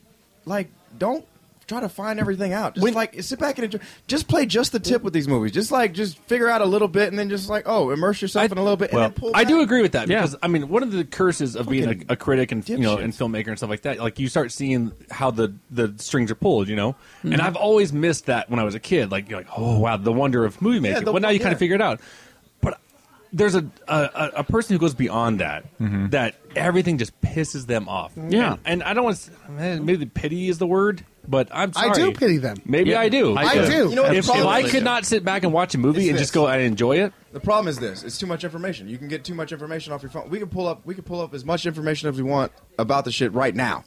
Speaker 8: like don't try to find everything out. Just like sit back and enjoy. Just play just the tip with these movies. Just like just figure out a little bit and then just like oh, immerse yourself in a little bit.
Speaker 4: Well,
Speaker 8: and then pull
Speaker 4: I
Speaker 8: back.
Speaker 4: do agree with that because I mean one of the curses of being a, a critic and you know
Speaker 8: dipshits.
Speaker 4: and filmmaker and stuff like that, like you start seeing how the the strings are pulled, you know.
Speaker 9: Mm-hmm.
Speaker 4: And I've always missed that when I was a kid. Like you're like, oh wow, the wonder of movie making.
Speaker 1: the-
Speaker 4: well, now you kind
Speaker 1: yeah.
Speaker 4: of figure it out. But there's a a, a- a person who goes beyond that.
Speaker 9: Mm-hmm.
Speaker 4: That everything just pisses them off.
Speaker 2: Yeah.
Speaker 4: and, and I don't want to. Maybe pity is the word, but I'm sorry.
Speaker 9: I do pity them.
Speaker 4: Maybe
Speaker 9: Yeah.
Speaker 4: I do.
Speaker 9: I do. You know what the
Speaker 4: if, if
Speaker 9: problem
Speaker 4: I
Speaker 9: is?
Speaker 4: could not sit back and watch a movie
Speaker 8: It's
Speaker 4: and
Speaker 8: this.
Speaker 4: just go, I enjoy it.
Speaker 8: The problem is this: it's too much information. You can get too much information off your phone. We can pull up. We can pull up as much information as we want about the shit right now.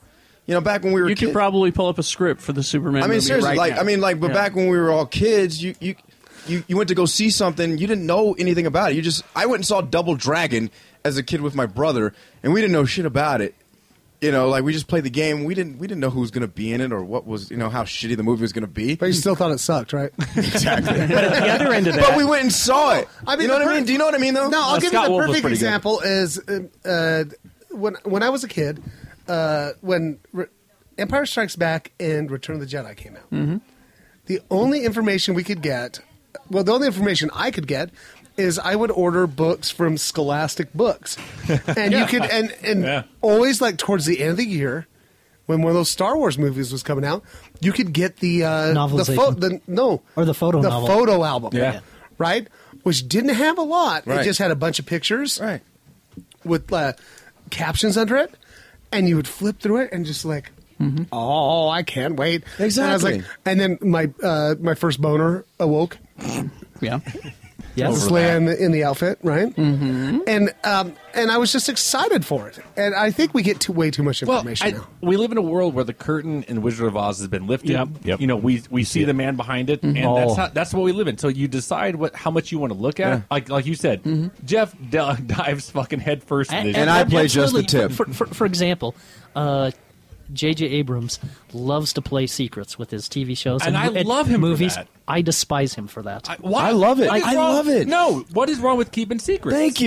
Speaker 8: You know, back when we were
Speaker 2: You could
Speaker 8: kids-
Speaker 2: probably pull up a script for the Superman.
Speaker 8: I mean,
Speaker 2: movie
Speaker 8: seriously,
Speaker 2: right
Speaker 8: like
Speaker 2: now.
Speaker 8: I mean, like, but
Speaker 2: Yeah.
Speaker 8: back when we were all kids, you you. You, you went to go see something you didn't know anything about it. You just I went and saw Double Dragon as a kid with my brother, and we didn't know shit about it. You know, like we just played the game. We didn't we didn't know who was going to be in it or what was you know how shitty the movie was going to be.
Speaker 9: but you still thought it sucked, right?
Speaker 8: but at the other end of But
Speaker 9: that-
Speaker 8: we went and saw it. I mean, you know
Speaker 9: the
Speaker 8: what I
Speaker 9: per-
Speaker 8: mean? Do you know what I mean? Though.
Speaker 9: No,
Speaker 11: Uh,
Speaker 9: I'll give you the perfect example is um, uh, when when I was a kid, uh, when Re- Empire Strikes Back and Return of the Jedi came out.
Speaker 11: Mm-hmm.
Speaker 9: The only information we could get, well, the only information I could get is I would order books from Scholastic Books, and you could and and
Speaker 4: Yeah.
Speaker 9: always like towards the end of the year. When one of those Star Wars movies was coming out, you could get the uh, the,
Speaker 11: Novelization.
Speaker 9: pho- the no
Speaker 11: Or the photo
Speaker 9: the
Speaker 11: novel.
Speaker 9: photo album,
Speaker 11: Yeah.
Speaker 9: right? Which didn't have a lot. It
Speaker 11: Right.
Speaker 9: just had a bunch of pictures, right? With uh, captions under it, and you would flip through it and just like, oh, I can't wait. And, I was like-
Speaker 11: Exactly.
Speaker 9: and then my uh, my first boner awoke.
Speaker 2: yeah,
Speaker 9: Yes.
Speaker 2: Over
Speaker 9: Leia in the, in the outfit, right? Mm-hmm. And um, and I was just excited for it. And I think we get too, way too much
Speaker 4: Well,
Speaker 9: information
Speaker 4: I,
Speaker 9: now.
Speaker 4: we live in a world where the curtain in Wizard of Oz has been lifted.
Speaker 9: Yep.
Speaker 4: You know, we we see the man behind it, and
Speaker 9: Mhm.
Speaker 4: that's
Speaker 9: Oh.
Speaker 4: how, that's what we live in. So you decide what how much you want to look at.
Speaker 9: Yeah.
Speaker 4: Like like you said, Jeff d- dives fucking head first. in this shit.
Speaker 11: absolutely. For, for, for example, uh,
Speaker 3: J.J. Abrams loves to play secrets with his TV shows
Speaker 4: And I love him for
Speaker 3: movies.
Speaker 4: that.
Speaker 3: I despise him for that. I,
Speaker 4: Why- what is wrong- No, what is wrong with keeping secrets?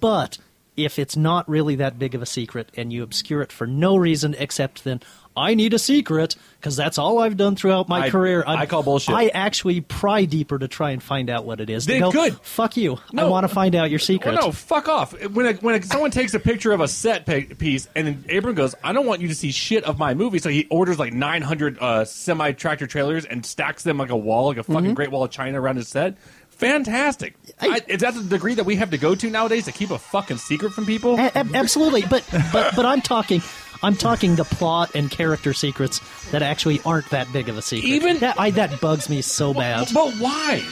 Speaker 3: But if it's not really that big of a secret and you obscure it for no reason except then I need a secret because that's all I've done throughout my
Speaker 4: I-
Speaker 3: career.
Speaker 4: I call bullshit.
Speaker 3: I actually pry deeper to try and find out what it is. To
Speaker 4: Then
Speaker 3: go,
Speaker 4: good.
Speaker 3: Fuck you. I want to find out your secret.
Speaker 4: Well, no, fuck off. When a, when a, someone takes a picture of a set pe- piece and then Abram goes, I don't want you to see shit of my movie, so he orders like 900 uh, semi tractor trailers and stacks them like a wall, like a fucking
Speaker 3: Mm-hmm.
Speaker 4: Great Wall of China around his set. Fantastic. I, is that the degree that we have to go to nowadays to keep a fucking secret from people?
Speaker 3: A- ab- absolutely, but but but I'm talking, I'm talking the plot and character secrets that actually aren't that big of a secret. Even that, I, that bugs me so bad.
Speaker 4: But why?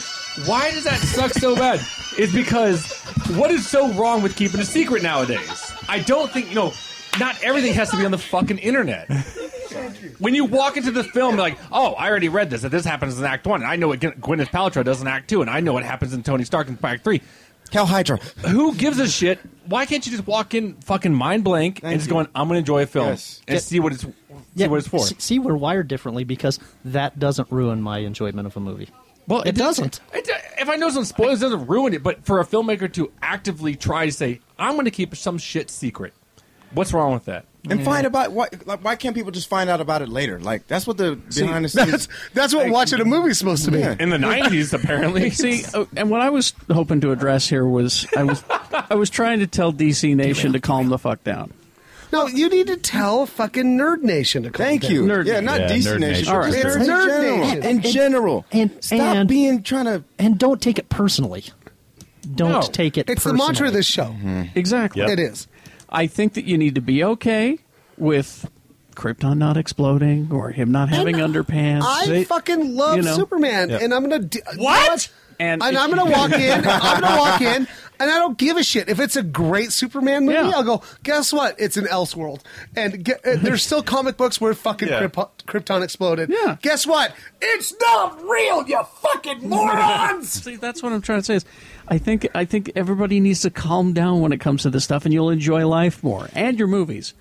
Speaker 4: Why does that suck so bad? Is because what is so wrong with keeping a secret nowadays? I don't think you know. Not everything has to be on the fucking internet. When you walk into the film, like, oh, I already read this. That this happens in Act One, and I know what Gwyn- Gwyneth Paltrow does in Act Two, and I know what happens in Tony Stark in Act Three.
Speaker 8: Cal Hydra.
Speaker 4: Who gives a shit? Why can't you just walk in, fucking mind blank, and just
Speaker 3: you.
Speaker 4: going, I'm going to enjoy a film
Speaker 3: Yes.
Speaker 4: and
Speaker 3: Get-
Speaker 4: see what it's see what it's for.
Speaker 3: s- See, we're wired differently because that doesn't ruin my enjoyment of a movie.
Speaker 4: Well,
Speaker 3: it, doesn't.
Speaker 4: It, if I know some spoilers, it doesn't ruin it. But for a filmmaker to actively try to say, "I'm going to keep some shit secret," what's wrong with that?
Speaker 8: And find about why like why can't people just find out about it later? Like that's what the
Speaker 4: See,
Speaker 8: behind the scenes.
Speaker 4: that's-
Speaker 9: that's what watching a movie's supposed to be.
Speaker 8: Yeah.
Speaker 4: In the '90s, apparently.
Speaker 2: See, uh, and what I was hoping to address here was I was I was trying to tell DC Nation to calm the fuck down.
Speaker 9: No, you need to tell fucking Nerd Nation to come.
Speaker 8: Thank
Speaker 9: down.
Speaker 8: you. yeah, not decent nation.
Speaker 2: All
Speaker 8: but
Speaker 2: right.
Speaker 8: just
Speaker 2: Nerd
Speaker 8: in general.
Speaker 9: Nation.
Speaker 8: In general.
Speaker 3: And
Speaker 8: Stop
Speaker 3: and,
Speaker 8: being trying to
Speaker 3: and don't take it personally. Don't
Speaker 2: No.
Speaker 3: take it.
Speaker 9: It's the
Speaker 3: personally.
Speaker 9: mantra of this show.
Speaker 2: Exactly.
Speaker 9: Yep. It is.
Speaker 2: I think that you need to be okay with Krypton not exploding or him not having underpants.
Speaker 9: I fucking love
Speaker 2: you know?
Speaker 9: Superman,
Speaker 2: Yep.
Speaker 9: and I'm gonna d-
Speaker 4: what?
Speaker 9: And, I'm gonna walk in. I'm gonna walk in, and I don't give a shit if it's a great Superman movie. I'll go. Guess what? It's an Elseworld, and ge- uh, there's still comic books where fucking
Speaker 8: Yeah.
Speaker 9: Kryp- Krypton exploded. Yeah. Guess what? It's not real, you fucking morons.
Speaker 2: See, that's what I'm trying to say. Is I think I think everybody needs to calm down when it comes to this stuff, and you'll enjoy life more and your movies.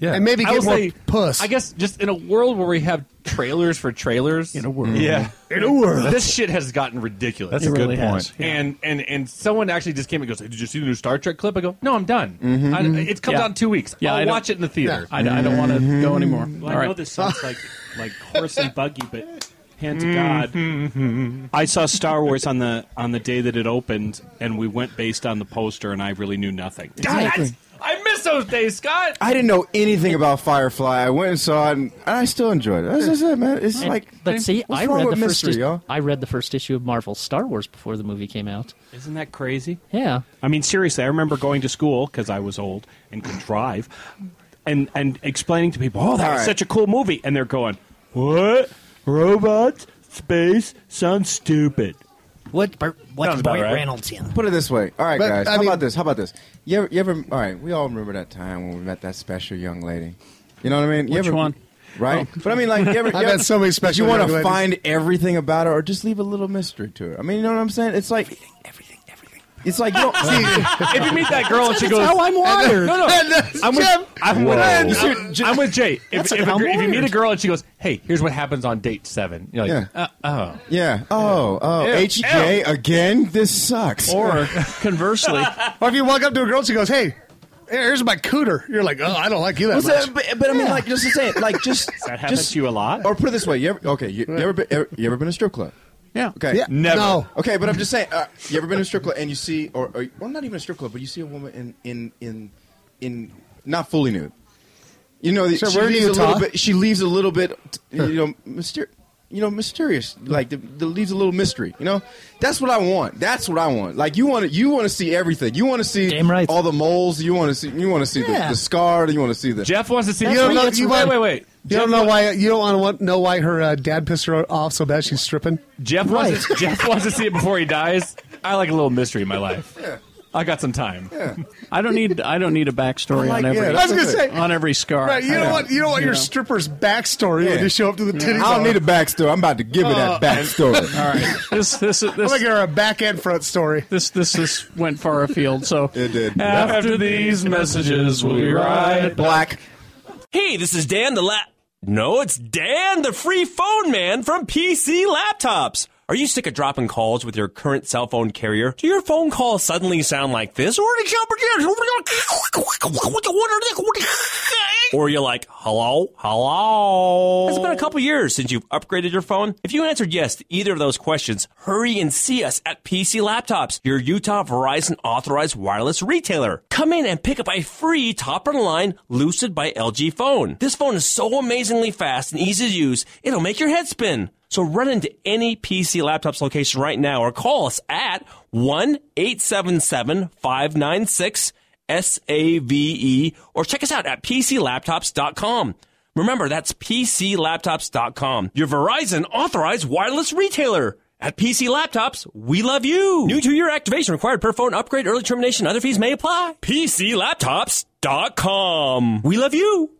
Speaker 1: Yeah,
Speaker 4: I will say, I guess just in a world where we have trailers for trailers. In a world,
Speaker 1: Yeah.
Speaker 4: in a world, this shit has gotten ridiculous.
Speaker 1: That's a It good really has, point.
Speaker 4: And and and someone actually just came and goes, "Did you see the new Star Trek clip?" I go, "No, I'm done. I, it's comes
Speaker 2: Yeah.
Speaker 4: out in two weeks.
Speaker 2: Yeah, I
Speaker 4: I'll
Speaker 2: don't-
Speaker 4: watch it in the theater.
Speaker 2: Yeah. I don't- I don't wanna go anymore.
Speaker 13: Well, I
Speaker 2: All
Speaker 13: know
Speaker 2: right.
Speaker 13: this sounds like like horse and buggy, but hand to God, I saw Star Wars on the on the day that it opened, and we went based on the poster, and I really knew nothing.
Speaker 4: God, I, I miss those days, Scott.
Speaker 8: I didn't know anything about Firefly. I went and saw it, and I still enjoyed it. That's just it, man. It's
Speaker 3: And-
Speaker 8: like,
Speaker 3: but see,
Speaker 8: what's
Speaker 3: I
Speaker 8: wrong
Speaker 3: read the
Speaker 8: with
Speaker 3: first.
Speaker 8: mystery,
Speaker 3: is-
Speaker 8: y'all?
Speaker 3: I read the first issue of Marvel Star Wars before the movie came out.
Speaker 13: Isn't that crazy?
Speaker 3: Yeah.
Speaker 13: I mean, seriously, I remember going to school because I was old and could drive, and and explaining to people, "Oh, that was
Speaker 1: Alright.
Speaker 13: such a cool movie," and they're going, "What? Robots? Space? Sounds stupid."
Speaker 3: What?
Speaker 8: Sounds about Burt right.
Speaker 3: Reynolds in?
Speaker 8: Put it this way. All right,
Speaker 9: But,
Speaker 8: guys.
Speaker 9: I
Speaker 8: how
Speaker 9: mean-
Speaker 8: about this? How about this? You ever, you ever? All right. We all remember that time when we met that special young lady. You know what I mean? You
Speaker 2: Which
Speaker 8: ever-
Speaker 2: one?
Speaker 8: Right.
Speaker 2: Oh.
Speaker 8: But I mean, like, you ever,
Speaker 9: I've
Speaker 8: you
Speaker 9: had
Speaker 8: ever-
Speaker 9: so many
Speaker 8: did
Speaker 9: special
Speaker 8: You want
Speaker 9: young
Speaker 8: to
Speaker 9: ladies.
Speaker 8: find everything about her, or just leave a little mystery to her? I mean, you know what I'm saying? It's like everything, everything, everything. It's like you don't see
Speaker 4: if you meet that girl and she
Speaker 8: That's
Speaker 4: goes,
Speaker 8: how I'm wired.
Speaker 4: No, no,
Speaker 8: And that's
Speaker 4: I'm with,
Speaker 8: Jim.
Speaker 4: I'm, with,
Speaker 8: Whoa.
Speaker 4: I'm-
Speaker 8: Dude,
Speaker 4: I'm with Jay. If,
Speaker 8: That's
Speaker 4: if,
Speaker 8: how
Speaker 4: a,
Speaker 8: I'm
Speaker 4: gr- if you meet a
Speaker 8: wired.
Speaker 4: girl and she goes, "Hey, here's what happens on date seven. You're like,
Speaker 8: Yeah.
Speaker 4: uh, oh,
Speaker 8: Yeah. Oh, oh,
Speaker 4: Ew.
Speaker 8: HJ again? This sucks.
Speaker 2: Or conversely,
Speaker 9: Or if you walk up to a girl, she goes, "Hey, here's my cooter." You're like, "Oh, I don't like you that
Speaker 8: What's
Speaker 9: much."
Speaker 8: that? But, but I mean, like, just to say, it, like, just
Speaker 13: That happens
Speaker 8: just
Speaker 13: to you a lot.
Speaker 8: Or put it this way, you ever, okay, you, you ever, been, ever you ever been to a strip club?
Speaker 2: yeah.
Speaker 8: Okay,
Speaker 9: Yeah. Never. No.
Speaker 8: Okay, but I'm just saying, uh, you ever been to a strip club and you see, or, or well, not even a strip club, but you see a woman in in in in not fully nude. You know,
Speaker 9: So
Speaker 8: she
Speaker 9: where in
Speaker 8: leaves a
Speaker 9: Utah?
Speaker 8: little bit. She leaves a little bit, you know, myster- you know, mysterious. Like the, the leaves a little mystery. You know, that's what I want. That's what I want. Like you want to, you want to see everything. You want to see
Speaker 3: Damn right.
Speaker 8: all the moles. You want to see, you want to see
Speaker 3: Yeah.
Speaker 8: the, the scar. You want to see the
Speaker 4: Jeff wants to see.
Speaker 9: You don't know.
Speaker 4: Wait,
Speaker 9: You
Speaker 4: wait,
Speaker 9: want-
Speaker 4: wait, wait.
Speaker 9: You don't know why. You don't want to want, know why her uh, dad pissed her off so bad. She's stripping.
Speaker 4: Jeff wants to, Jeff wants to see it before he dies. I like a little mystery in my life. I got some time.
Speaker 2: I don't need I don't need a backstory
Speaker 8: Like,
Speaker 2: on every
Speaker 8: yeah,
Speaker 9: I was gonna say.
Speaker 2: on every scar.
Speaker 9: Right, you
Speaker 2: I
Speaker 9: don't
Speaker 2: know.
Speaker 9: want you don't want your
Speaker 2: know.
Speaker 9: stripper's backstory when
Speaker 8: Yeah.
Speaker 9: you show up to the titties.
Speaker 8: I don't
Speaker 9: hour.
Speaker 8: need a backstory. I'm about to give you
Speaker 9: uh,
Speaker 8: that backstory.
Speaker 2: All right. This this this
Speaker 9: I'm like
Speaker 2: this,
Speaker 9: you're a back and front story.
Speaker 2: this this went far afield. So
Speaker 8: It did.
Speaker 2: after these messages, we'll be right
Speaker 8: Black.
Speaker 14: Hey, this is Dan the lap. No, it's Dan the free phone man from PC Laptops. Are you sick of dropping calls with your current cell phone carrier? Do your phone calls suddenly sound like this? Or you're like, hello, hello. It's been a couple years since you've upgraded your phone. If you answered yes to either of those questions, hurry and see us at PC Laptops, your Utah Verizon authorized wireless retailer. Come in and pick up a free topper line Lucid by LG phone. This phone is so amazingly fast and easy to use, it'll make your head spin. So run into any PC Laptops location right now or call us at 1 877 596 S-A-V-E, E, or check us out at PCLaptops.com. Remember, that's PCLaptops.com, your Verizon authorized wireless retailer. At PC Laptops, we love you. New two-year activation required per phone upgrade, early termination, other fees may apply. PCLaptops.com. We love you.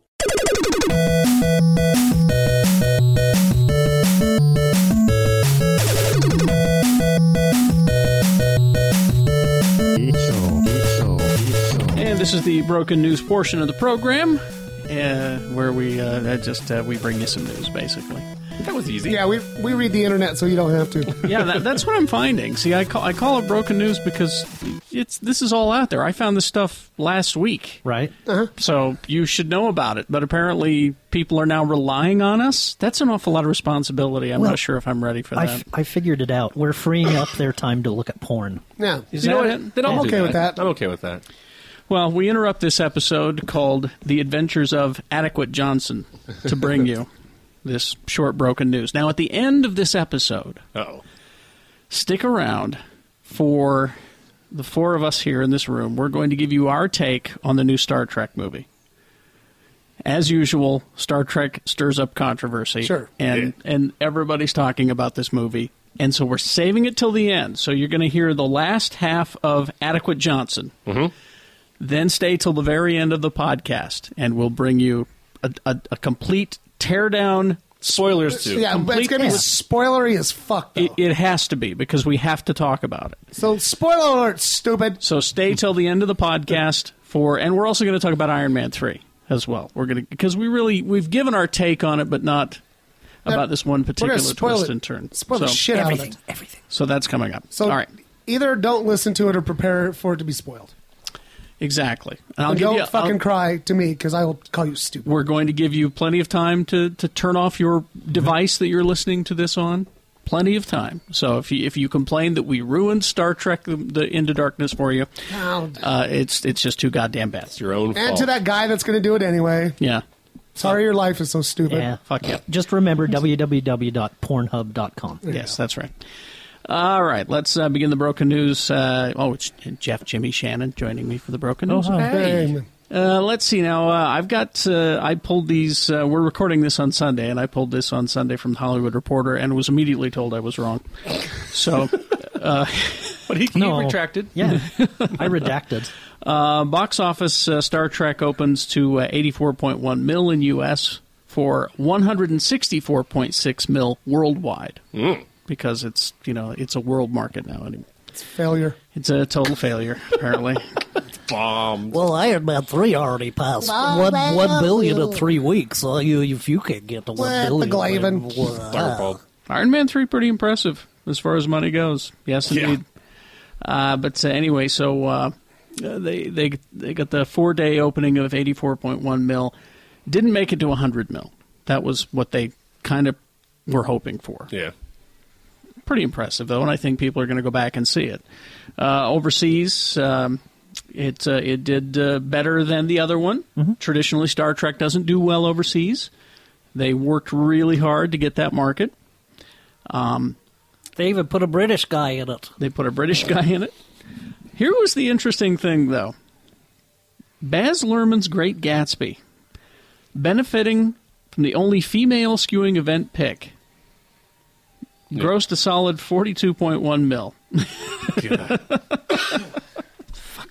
Speaker 2: And this is the broken news portion of the program, uh, where we uh, uh, just uh, we bring you some news, basically.
Speaker 4: That was easy.
Speaker 9: Yeah, we, we read the internet, so you don't have to.
Speaker 2: yeah, that, that's what I'm finding. See, I call I call it broken news because it's this is all out there. I found this stuff last week,
Speaker 3: right?
Speaker 2: So you should know about it. But apparently, people are now relying on us. That's an awful lot of responsibility. I'm
Speaker 3: Well,
Speaker 2: not sure if I'm ready for
Speaker 3: I,
Speaker 2: that.
Speaker 3: f- I figured it out. We're freeing up their time to look at porn.
Speaker 9: Yeah,
Speaker 2: Is You know that what? it? Then I'm
Speaker 9: I'm
Speaker 2: okay
Speaker 9: okay
Speaker 2: with
Speaker 9: with that.
Speaker 4: I'm okay with that.
Speaker 2: Well, we interrupt this episode called The Adventures of Adequate Johnson to bring you this short broken news. Now, at the end of this episode,
Speaker 4: oh
Speaker 2: stick around for the four of us here in this room. We're going to give you our take on the new Star Trek movie. As usual, Star Trek stirs up controversy.
Speaker 9: Sure.
Speaker 2: And and everybody's talking about this movie. And so we're saving it till the end. So you're going to hear the last half of Adequate Johnson. Mm-hmm. Then stay till the very end of the podcast, and we'll bring you a, a, a complete teardown.
Speaker 4: Spoilers
Speaker 9: Yeah, but it's gonna be spoilery as fuck.
Speaker 2: It, it has to be because we have to talk about it.
Speaker 9: So spoiler alert, stupid.
Speaker 2: So stay till the end of the podcast for, and we're also going to talk about Iron Man three as well. We're going to because we really we've given our take on it, but not
Speaker 9: Yeah,
Speaker 2: about this one
Speaker 9: we're gonna
Speaker 2: particular
Speaker 9: spoil
Speaker 2: twist
Speaker 9: it-
Speaker 2: and turn.
Speaker 9: spoil the shit out of Everything, it.
Speaker 2: Everything. So that's coming up.
Speaker 9: So
Speaker 2: all right,
Speaker 9: either don't listen to it or prepare for it to be spoiled.
Speaker 2: exactly. And I'll
Speaker 9: And
Speaker 2: give
Speaker 9: don't
Speaker 2: you. I'll-
Speaker 9: fucking cry to me because I will call you stupid.
Speaker 2: we're going to give you plenty of time to, to turn off your device that you're listening to this on. Plenty of time. So if you, if you complain that we ruined Star Trek the, the Into Darkness for you,
Speaker 9: No.
Speaker 2: uh, it's it's just too goddamn bad. It's
Speaker 4: your own
Speaker 9: And to that guy that's going to do it anyway.
Speaker 2: Yeah.
Speaker 9: Sorry, your life is so stupid.
Speaker 3: Yeah.
Speaker 2: Fuck yeah.
Speaker 3: Just remember www.pornhub.com.
Speaker 2: Yes, that's right. All right, let's uh, begin the broken news. Uh, oh, it's Jeff, Jimmy, Shannon joining me for the broken
Speaker 3: Oh,
Speaker 2: news.
Speaker 3: hi.
Speaker 2: Hey. Uh, let's see now. Uh, I've got. Uh, I pulled these. Uh, we're recording this on Sunday, and I pulled this on Sunday from the Hollywood Reporter, and was immediately told I was wrong. So, uh,
Speaker 4: but he,
Speaker 3: No. retracted. Yeah. I redacted.
Speaker 2: Uh, box office uh, Star Trek opens to uh, 84.1 mil in US for 164.6 mil worldwide because it's you know it's a world market now anyway.
Speaker 9: It's failure.
Speaker 2: It's a total failure apparently.
Speaker 4: Bomb.
Speaker 3: Well, Iron Man 3 already passed
Speaker 9: Well,
Speaker 3: one,
Speaker 9: well,
Speaker 3: one billion in
Speaker 9: well.
Speaker 3: three weeks. So you, if you can't get to one
Speaker 9: Well, the
Speaker 3: billion,
Speaker 9: Glaven.
Speaker 3: then, well,
Speaker 2: Iron Man 3 pretty impressive as far as money goes. Yes, indeed. Uh, but uh, anyway, so uh, uh, they they they got the four day opening of 84.1 mil. Didn't make it to 100 mil. That was what they kind of were hoping for.
Speaker 4: Yeah.
Speaker 2: Pretty impressive though, and I think people are going to go back and see it. Uh, overseas, um, it uh, it did uh, better than the other one. Traditionally, Star Trek doesn't do well overseas. They worked really hard to get that market. Um,
Speaker 3: they even put a British guy in it.
Speaker 2: They put a British guy in it. Here was the interesting thing, though. Baz Luhrmann's Great Gatsby, benefiting from the only female skewing event pick, grossed a solid forty-two point one mil.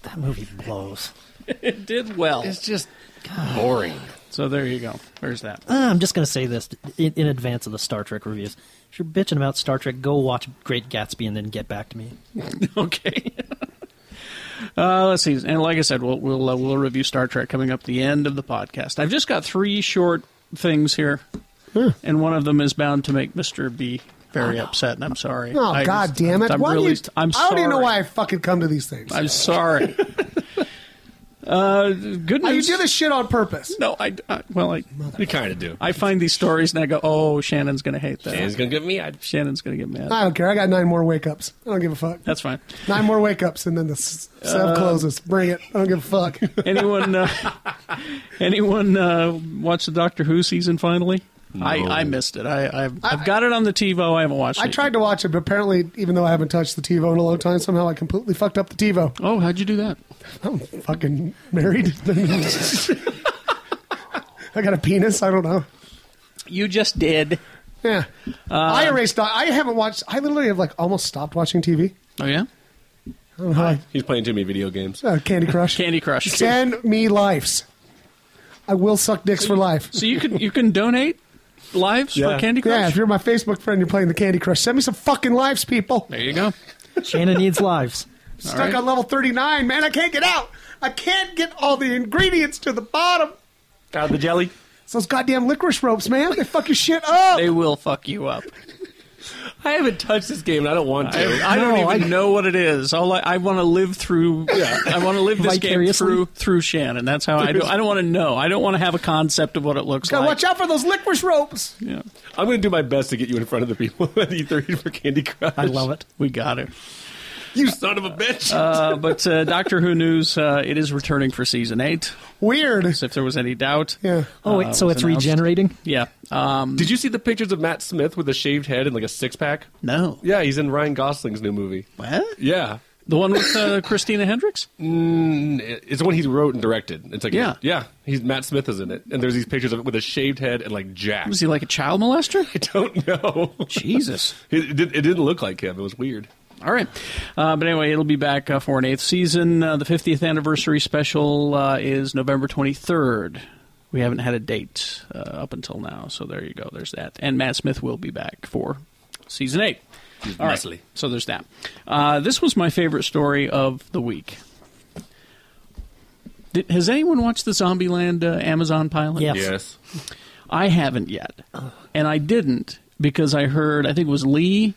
Speaker 3: That movie blows.
Speaker 2: it did well. It's
Speaker 4: just boring.
Speaker 2: So there you go. There's that.
Speaker 3: Uh, I'm just going to say this in, in advance of the Star Trek reviews. If you're bitching about Star Trek, go watch Great Gatsby and then get back to me.
Speaker 2: okay. Uh, let's see. And like I said, we'll we'll uh, we'll review Star Trek coming up at the end of the podcast. I've just got three short things here,
Speaker 9: Hmm.
Speaker 2: and one of them is bound to make Mister B very upset, and I'm sorry.
Speaker 9: Oh
Speaker 2: I-
Speaker 9: God damn it!
Speaker 2: I'm
Speaker 9: why do
Speaker 2: really.
Speaker 9: you,
Speaker 2: I'm
Speaker 9: I
Speaker 2: sorry.
Speaker 9: don't even know why I fucking come to these things.
Speaker 2: I'm sorry. uh, good
Speaker 9: Oh, you
Speaker 2: news.
Speaker 9: do this shit on purpose.
Speaker 2: No, I, I well, I
Speaker 4: You kind of do.
Speaker 2: I find these stories and I go, oh, Shannon's going to hate that.
Speaker 4: Shannon's gonna get mad.
Speaker 2: Shannon's going to get mad.
Speaker 9: I don't care. I got nine more wake ups. I don't give a fuck.
Speaker 2: That's fine.
Speaker 9: Nine more wake ups, and then the s- stuff
Speaker 2: Uh,
Speaker 9: closes. Bring it. I don't give a fuck.
Speaker 2: Anyone, uh, anyone uh, watch the Doctor Who season finally?
Speaker 9: No.
Speaker 2: I, I missed it. I, I've, I've got it on the TiVo. I haven't watched
Speaker 9: I
Speaker 2: it.
Speaker 9: tried to watch it, but apparently, even though I haven't touched the TiVo in a long time, somehow I completely fucked up the TiVo.
Speaker 2: Oh, how'd you do that?
Speaker 9: I'm fucking married. I got a penis. I don't know.
Speaker 2: You just did. Uh,
Speaker 9: Yeah. I erased. I haven't watched. I literally have like almost stopped watching TV.
Speaker 2: Oh yeah.
Speaker 9: I
Speaker 2: Oh,
Speaker 9: don't know. how I-
Speaker 4: He's playing too many video games.
Speaker 9: Uh, Candy Crush.
Speaker 2: Candy Crush.
Speaker 9: Send me lives. I will suck dicks for life.
Speaker 2: So you can you can donate lives for Candy Crush.
Speaker 9: Yeah, if you're my Facebook friend, you're playing the Candy Crush. Send me some fucking lives, people.
Speaker 2: There you go.
Speaker 9: Shannon needs lives. Stuck
Speaker 2: All right.
Speaker 9: on level 39, man. I can't get out. I can't get all the ingredients to the bottom.
Speaker 4: Out of the jelly.
Speaker 9: It's those goddamn licorice ropes, man. They fuck your shit up.
Speaker 2: They will fuck you up.
Speaker 4: I haven't touched this game, and I don't want to.
Speaker 2: I, I don't
Speaker 4: No,
Speaker 2: even know what it is. All I, I want to live through. I want to live this game
Speaker 9: Vicariously?
Speaker 2: through through Shannon. That's how I do. I don't want to know. I don't want to have a concept of what it looks
Speaker 9: Gotta
Speaker 2: like.
Speaker 9: watch out for those licorice ropes.
Speaker 2: Yeah.
Speaker 4: I'm going to do my best to get you in front of the people at E3 for Candy Crush.
Speaker 2: I love it. We got it.
Speaker 4: You son of a bitch.
Speaker 2: Uh, but uh, Doctor Who news, uh, it is returning for season eight.
Speaker 9: Weird.
Speaker 2: As if there was any doubt. Uh,
Speaker 9: Yeah.
Speaker 4: Oh, wait, so it's
Speaker 2: regenerating. Yeah. Um,
Speaker 4: Did you see the pictures of Matt Smith with a shaved head and like a six pack?
Speaker 2: No.
Speaker 4: Yeah, he's in Ryan Gosling's new movie.
Speaker 2: What?
Speaker 4: Yeah.
Speaker 2: The one with uh, Christina Hendricks?
Speaker 4: Mm, it's the one he wrote and directed. It's like
Speaker 2: Yeah.
Speaker 4: yeah. He's Matt Smith is in it, and there's these pictures of it with a shaved head and like Jack.
Speaker 2: Was he like a child molester?
Speaker 4: I don't know.
Speaker 2: Jesus.
Speaker 4: it, it, did- it didn't look like him. It was weird.
Speaker 2: All right. Uh, but anyway, it'll be back uh, for an eighth season. Uh, the 50th anniversary special uh, is November 23rd. We haven't had a date uh, up until now, so there you go. There's that. And Matt Smith will be back for season eight.
Speaker 4: He's
Speaker 2: All right.
Speaker 4: muscly.
Speaker 2: So there's that. Uh, this was my favorite story of the week. Did, has anyone watched the Zombieland uh, Amazon pilot?
Speaker 4: Yes.
Speaker 2: I haven't yet, and I didn't because I heard I think it was Lee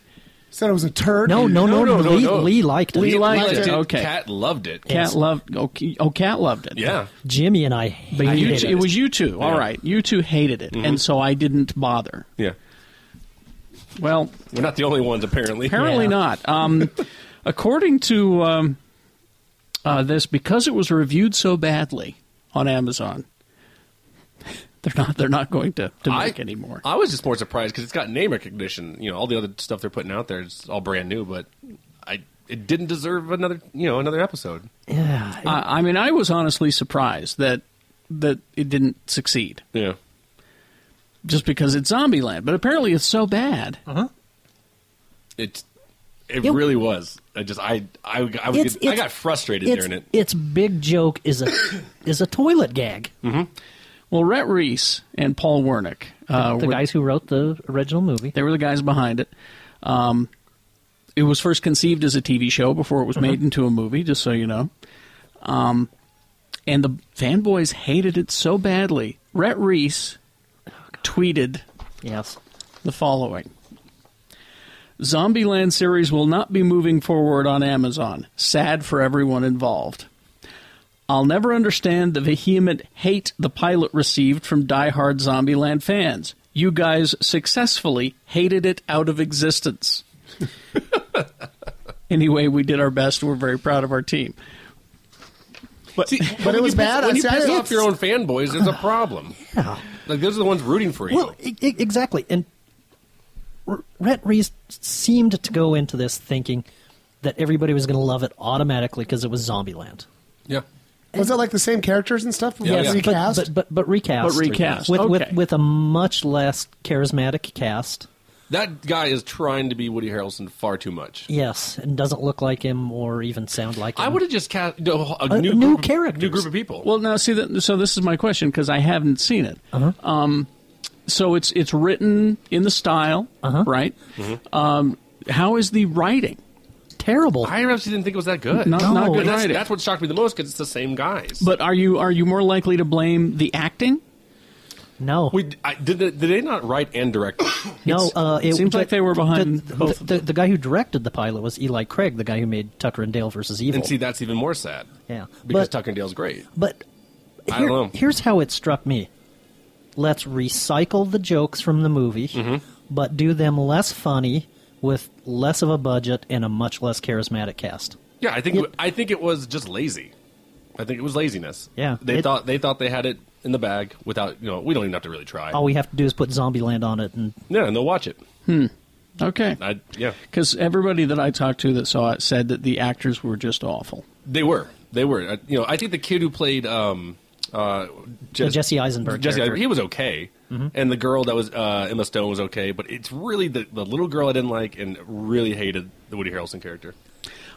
Speaker 9: Said it was a turd.
Speaker 2: No, no, no,
Speaker 4: no, no, Lee- no. Lee liked it.
Speaker 2: Lee
Speaker 4: Lee
Speaker 2: liked
Speaker 4: liked
Speaker 2: it.
Speaker 4: it.
Speaker 2: Okay,
Speaker 4: Kat loved it.
Speaker 2: Cat
Speaker 4: Yes.
Speaker 2: loved. Oh, K- oh, Cat loved it.
Speaker 4: Yeah.
Speaker 2: Jimmy and I. But
Speaker 4: hated
Speaker 2: you,
Speaker 4: it.
Speaker 2: it was you two. All
Speaker 4: Yeah.
Speaker 2: right, you two hated it, and
Speaker 4: Mhm.
Speaker 2: so I didn't bother.
Speaker 4: Yeah.
Speaker 2: Well,
Speaker 4: We're not the only ones, apparently.
Speaker 2: Apparently not. Um, according to um, uh, this, because it was reviewed so badly on Amazon, they're not they're not going to, to make anymore.
Speaker 4: I was just more surprised because it's got name recognition. You know, all the other stuff they're putting out there is all brand new, but I it didn't deserve another you know another episode.
Speaker 2: Yeah. I, I mean, I was honestly surprised that that it didn't succeed.
Speaker 4: Yeah.
Speaker 2: Just because it's Zombieland, but apparently it's so bad. Uh-huh.
Speaker 4: It it
Speaker 2: It-
Speaker 4: really was. I just I I I, would
Speaker 3: It's-
Speaker 4: get- I
Speaker 3: it's-
Speaker 4: got frustrated
Speaker 3: It's,
Speaker 4: during it.
Speaker 3: its big joke is a is a toilet gag.
Speaker 2: Mm-hmm. Well, Rhett Reese and Paul Wernick, uh,
Speaker 3: The guys
Speaker 2: who wrote the original movie, they were the guys behind it. Um, it was first conceived as a TV show before it was made into a movie. Just so you know, um, and the fanboys hated it so badly. Rhett Reese tweeted, "Yes, the following." Zombieland series will not be moving forward on Amazon. Sad for everyone involved. I'll never understand the vehement hate the pilot received from diehard Zombieland fans. You guys successfully hated it out of existence. anyway, we did our best. We're very proud of our team.
Speaker 4: But,
Speaker 9: but it was bad.
Speaker 4: When
Speaker 9: I
Speaker 4: you
Speaker 9: said
Speaker 4: piss
Speaker 9: it.
Speaker 4: off your own fanboys, there's a problem. yeah. Like those are the ones rooting for you.
Speaker 3: Well, e- e- exactly. And R- Rhett Reese seemed to go into this thinking that everybody was going to love it automatically because it was Zombieland.
Speaker 4: Yeah.
Speaker 9: Was it like the same characters and stuff?
Speaker 3: Yes, but-
Speaker 9: recast?
Speaker 3: But, but, but recast.
Speaker 4: But recast,
Speaker 3: With, with,
Speaker 4: okay.
Speaker 3: with a much less charismatic cast.
Speaker 4: That guy is trying to be Woody Harrelson far too much.
Speaker 3: Yes, and doesn't look like him or even sound like him.
Speaker 4: I would have just cast a, a
Speaker 3: A-
Speaker 4: new,
Speaker 3: a new
Speaker 4: group, character, new group of people.
Speaker 2: Well, now see that. So this is my question because I haven't seen it.
Speaker 3: Uh-huh.
Speaker 2: Um, so it's it's
Speaker 3: Uh-huh.
Speaker 4: Mm-hmm.
Speaker 2: written in the style, right? Um, how is the writing?
Speaker 3: terrible.
Speaker 4: I actually didn't think it was that good.
Speaker 2: Not- No. not good
Speaker 4: But that's,
Speaker 2: writing.
Speaker 4: that's what shocked me the most because it's the same guys.
Speaker 2: But are you are you more likely to blame the acting?
Speaker 3: No.
Speaker 4: We I, did. They, did they not write and direct?
Speaker 3: No, uh,
Speaker 2: it seems
Speaker 3: but
Speaker 2: like they were behind
Speaker 3: the,
Speaker 2: both
Speaker 3: The, the, the guy who directed the pilot was Eli Craig, the guy who made Tucker and Dale versus Evil.
Speaker 4: And see, that's even more sad.
Speaker 3: Yeah,
Speaker 4: because
Speaker 3: but-
Speaker 4: Tuck and Dale's great.
Speaker 3: But
Speaker 4: I
Speaker 3: here-
Speaker 4: don't know.
Speaker 3: here's how it struck me. Let's recycle the jokes from the movie,
Speaker 4: Mm-hmm.
Speaker 3: but do them less funny with less of a budget and a much less charismatic cast.
Speaker 4: Yeah, I think I think it was just lazy. I think it was laziness.
Speaker 3: Yeah,
Speaker 4: they
Speaker 3: it-
Speaker 4: thought they thought they had it in the bag without you know we don't even have to really try.
Speaker 3: All Oh, we have to do is put Zombieland on it, and
Speaker 4: yeah, and they'll watch it.
Speaker 2: Hmm. Okay.
Speaker 4: I, yeah,
Speaker 2: Because everybody that I talked to that saw it said that the actors were just awful.
Speaker 4: they were they were. I, you know, I think the kid who played um uh
Speaker 3: The Jesse Eisenberg
Speaker 4: Jesse
Speaker 3: character.
Speaker 4: he was okay,
Speaker 3: Mhm.
Speaker 4: and the girl that was uh, Emma Stone was okay, but it's really the the little girl I didn't like and really hated the Woody Harrelson character.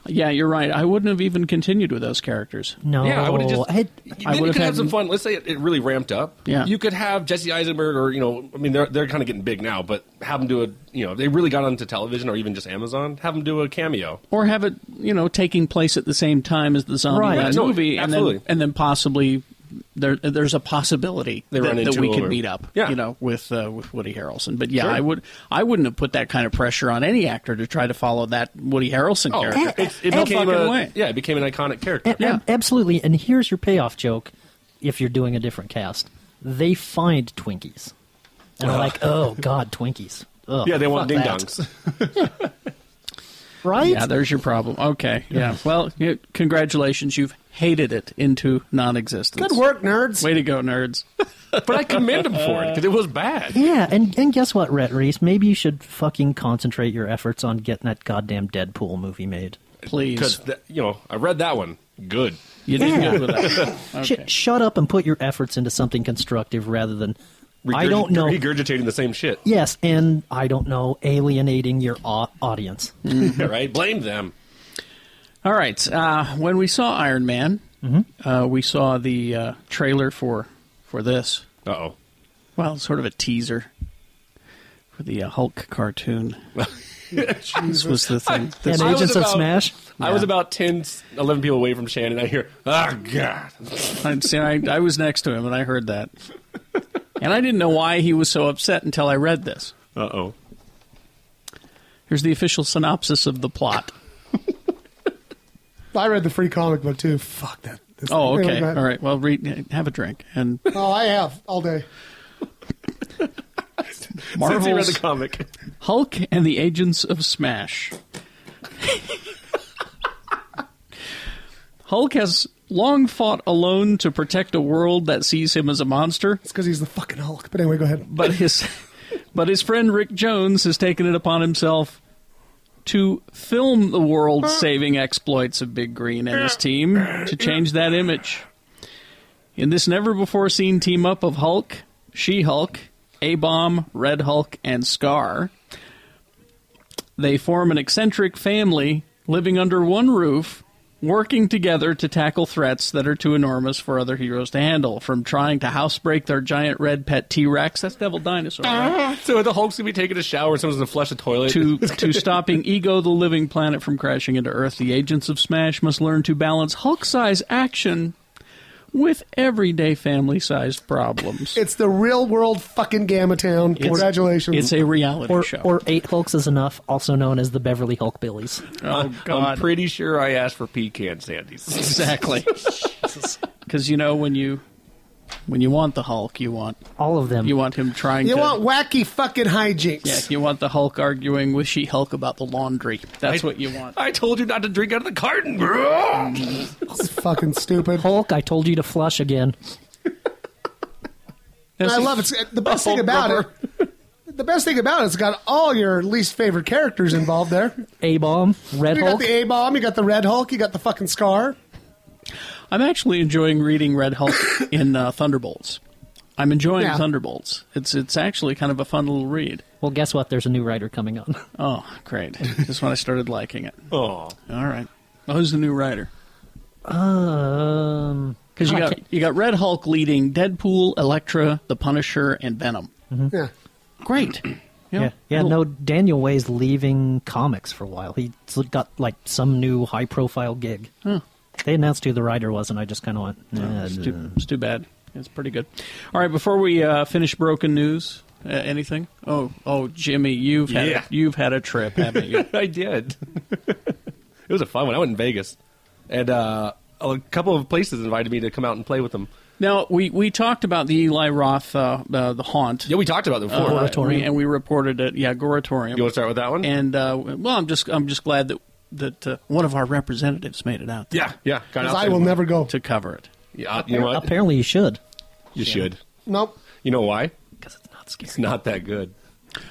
Speaker 2: Yeah, you're right. I wouldn't have even continued with those characters.
Speaker 3: No,
Speaker 4: Yeah, I would've just- I-
Speaker 2: I
Speaker 4: then you
Speaker 2: would have
Speaker 4: could have
Speaker 2: had
Speaker 4: some fun. Let's say it, it really ramped up.
Speaker 2: Yeah.
Speaker 4: You could have Jesse Eisenberg or, you know, I mean, they're, they're kind of getting big now, but have them do a, you know, if they really got onto television or even just Amazon, have them do a cameo.
Speaker 2: or have it, you know, taking place at the same time as the zombie
Speaker 4: Right.
Speaker 2: Land
Speaker 4: No,
Speaker 2: movie, and then
Speaker 4: absolutely.
Speaker 2: and then possibly there, there's a possibility
Speaker 4: They
Speaker 2: that,
Speaker 4: run
Speaker 2: that
Speaker 4: into
Speaker 2: we could
Speaker 4: or-
Speaker 2: meet up,
Speaker 4: Yeah.
Speaker 2: you know, with uh, with Woody Harrelson. But yeah,
Speaker 4: Sure.
Speaker 2: I would I wouldn't have put that kind of pressure on any actor to try to follow that Woody Harrelson
Speaker 4: Oh,
Speaker 2: character.
Speaker 4: it, it
Speaker 2: no
Speaker 4: became
Speaker 2: fucking
Speaker 4: a,
Speaker 2: way.
Speaker 4: Yeah, it became an iconic character.
Speaker 3: A- ab- absolutely. And here's your payoff joke if you're doing a different cast. They find Twinkies. And I'm like, oh, God, Twinkies. Ugh,
Speaker 4: yeah, they want
Speaker 3: fuck
Speaker 4: ding
Speaker 3: that.
Speaker 4: dongs.
Speaker 3: Right?
Speaker 2: Yeah, there's your problem. Okay, yeah. Well, yeah, congratulations, you've hated it into non-existence. Good work,
Speaker 3: nerds.
Speaker 2: Way to go, nerds.
Speaker 4: but I commend them for it because it was bad.
Speaker 3: Yeah, and, and guess what, Rhett Reese? Maybe you should fucking concentrate your efforts on getting that goddamn Deadpool movie made.
Speaker 4: Because, you know, I read that one. Good.
Speaker 2: You
Speaker 3: did Yeah. good with Sh- shut up and put your efforts into something constructive rather than, I don't know.
Speaker 4: Regurgitating the same shit.
Speaker 3: Yes, and I don't know, alienating your au- audience.
Speaker 2: Mm-hmm.
Speaker 4: right? Blame them.
Speaker 2: All right. Uh, when we saw Iron Man, uh, we saw the uh, trailer for for this.
Speaker 4: Uh oh.
Speaker 2: Well, sort of a teaser for the uh, Hulk cartoon. this was the thing.
Speaker 4: I-
Speaker 2: This
Speaker 4: I was
Speaker 2: Agents of
Speaker 4: about-
Speaker 2: Smash.
Speaker 4: I was about 10, 11 people away from Shannon. I hear, oh, God.
Speaker 2: I, see, I, I was next to him and I heard that, and I didn't know why he was so upset until I read this.
Speaker 4: Uh oh.
Speaker 2: Here's the official synopsis of the plot.
Speaker 9: I read the free comic book too. Fuck that. This-
Speaker 2: Oh,
Speaker 9: Anyway,
Speaker 2: okay.
Speaker 9: go ahead.
Speaker 2: All right. Well, read, have a drink, and
Speaker 9: Oh, I have all day.
Speaker 2: Marvel's
Speaker 4: Since he read the comic.
Speaker 2: Hulk and the Agents of Smash. Hulk has long fought alone to protect a world that sees him as a monster. It's
Speaker 9: because he's the fucking Hulk. But anyway, go ahead.
Speaker 2: But his, but his friend Rick Jones has taken it upon himself to film the world-saving exploits of Big Green and his team to change that image. In this never-before-seen team-up of Hulk, She-Hulk, A-Bomb, Red Hulk, and Scar, they form an eccentric family living under one roof, working together to tackle threats that are too enormous for other heroes to handle. From trying to housebreak their giant red pet T Rex, that's Devil Dinosaur, right?
Speaker 4: so the Hulk's going to be taking a shower and someone's going to flush the toilet.
Speaker 2: to, to stopping Ego, the living planet, from crashing into Earth, the agents of Smash must learn to balance Hulk size action with everyday family sized problems.
Speaker 9: It's the real world fucking Gamma Town.
Speaker 2: It's-
Speaker 9: Congratulations.
Speaker 2: it's a reality
Speaker 3: or,
Speaker 2: show.
Speaker 3: Or Eight Hulks is Enough, also known as the Beverly Hulkbillies.
Speaker 2: Oh,
Speaker 4: I'm
Speaker 2: God.
Speaker 4: pretty sure I asked for pecan sandies.
Speaker 2: Exactly. Because, you know, when you. When you want the Hulk, you want
Speaker 3: all of them.
Speaker 2: You want him trying
Speaker 9: You
Speaker 2: to
Speaker 9: want wacky fucking hijinks.
Speaker 2: Yeah, you want the Hulk arguing with She Hulk about the laundry. That's
Speaker 4: I-
Speaker 2: what you want.
Speaker 4: I told you not to drink out of the carton. bro.
Speaker 9: It's fucking stupid.
Speaker 3: Hulk, I told you to flush again.
Speaker 9: And I love it. The best
Speaker 2: Oh,
Speaker 9: thing about it. The best thing about it, it's got all your least favorite characters involved there.
Speaker 3: A bomb, Red
Speaker 9: you
Speaker 3: Hulk.
Speaker 9: got the A bomb. You got the Red Hulk. You got the fucking Scar.
Speaker 2: I'm actually enjoying reading Red Hulk in uh, Thunderbolts. I'm enjoying
Speaker 3: Yeah.
Speaker 2: Thunderbolts. It's it's actually kind of a fun little read.
Speaker 3: Well, guess what? There's a new writer coming on.
Speaker 2: Oh, great! Just when I started liking it.
Speaker 4: Oh, all
Speaker 2: right. Well, who's the new writer?
Speaker 3: Um,
Speaker 2: Because you
Speaker 3: God, I
Speaker 2: got
Speaker 3: can't-
Speaker 2: you got Red Hulk leading Deadpool, Elektra, the Punisher, and Venom.
Speaker 9: Yeah.
Speaker 2: Great. Yeah.
Speaker 3: Mm-hmm. yeah, yeah, No, Daniel Way's leaving comics for a while. He got like some new high-profile gig.
Speaker 2: Huh.
Speaker 3: They announced who the writer was, and I just kind of went,
Speaker 2: Yeah,
Speaker 3: "Nah,
Speaker 2: it's,
Speaker 3: nah."
Speaker 2: too, it's too bad. It's pretty good. All right, before we uh, finish broken news, uh, anything? Oh, oh, Jimmy, you've had
Speaker 4: Yeah.
Speaker 2: a, you've had a trip, haven't you?
Speaker 4: I did. it was a fun one. I went in Vegas, and uh, a couple of places invited me to come out and play with them.
Speaker 2: Now we, we talked about the Eli Roth uh, uh, the haunt. Yeah,
Speaker 4: we talked about that before.
Speaker 2: and, we, and we reported it. Yeah, Goratorium.
Speaker 4: You want to start with that one?
Speaker 2: And uh, well, I'm just I'm just glad that that uh, one of our representatives made it out. There
Speaker 4: Yeah, yeah. got
Speaker 2: Because
Speaker 4: out
Speaker 2: I
Speaker 4: there.
Speaker 2: will
Speaker 9: never go
Speaker 2: to cover it.
Speaker 4: Yeah, uh, you know what?
Speaker 3: Apparently, you should.
Speaker 4: You should.
Speaker 9: Nope.
Speaker 4: You know why? Because it's not scary. It's not that good.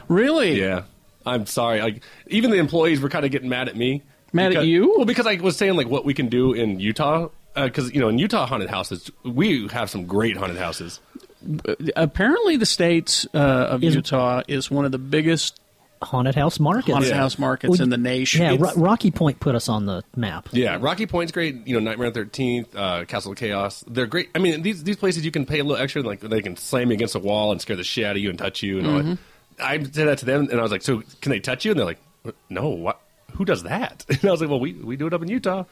Speaker 2: Really?
Speaker 4: Yeah. I'm sorry. Like even the employees were kind of getting mad at me.
Speaker 2: Mad
Speaker 4: Because-
Speaker 2: at you?
Speaker 4: Well, because I was saying like what we can do in Utah, because you know in Utah haunted houses we have some great haunted houses.
Speaker 2: Uh, Apparently, the states uh, of Utah is one of the biggest
Speaker 3: haunted house markets.
Speaker 2: Haunted house markets
Speaker 3: Well,
Speaker 2: in the nation.
Speaker 3: Yeah, Ro-
Speaker 2: It's-
Speaker 3: Rocky Point put us on the map.
Speaker 4: Yeah, Rocky Point's great. You know, Nightmare on Thirteenth, uh, Castle of Chaos. They're great. I mean, these these places you can pay a little extra. Like they can slam you against a wall and scare the shit out of you and touch you and all
Speaker 13: Mhm.
Speaker 4: that. I said that to them, and I was like, "So can they touch you?" And they're like, "No, what? Who does that?" And I was like, "Well, we we do it up in Utah."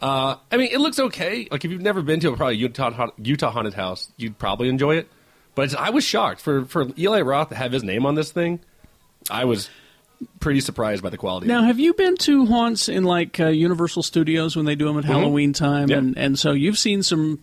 Speaker 4: Uh, I mean, it looks okay. Like if you've never been to a probably Utah haunt- Utah haunted house, you'd probably enjoy it. But it's, I was shocked for for Eli Roth to have his name on this thing. I was pretty surprised by the quality.
Speaker 2: Now, have you been to haunts in like uh, Universal Studios when they do them at
Speaker 4: Mhm.
Speaker 2: Halloween time?
Speaker 4: Yeah.
Speaker 2: And, and so you've seen some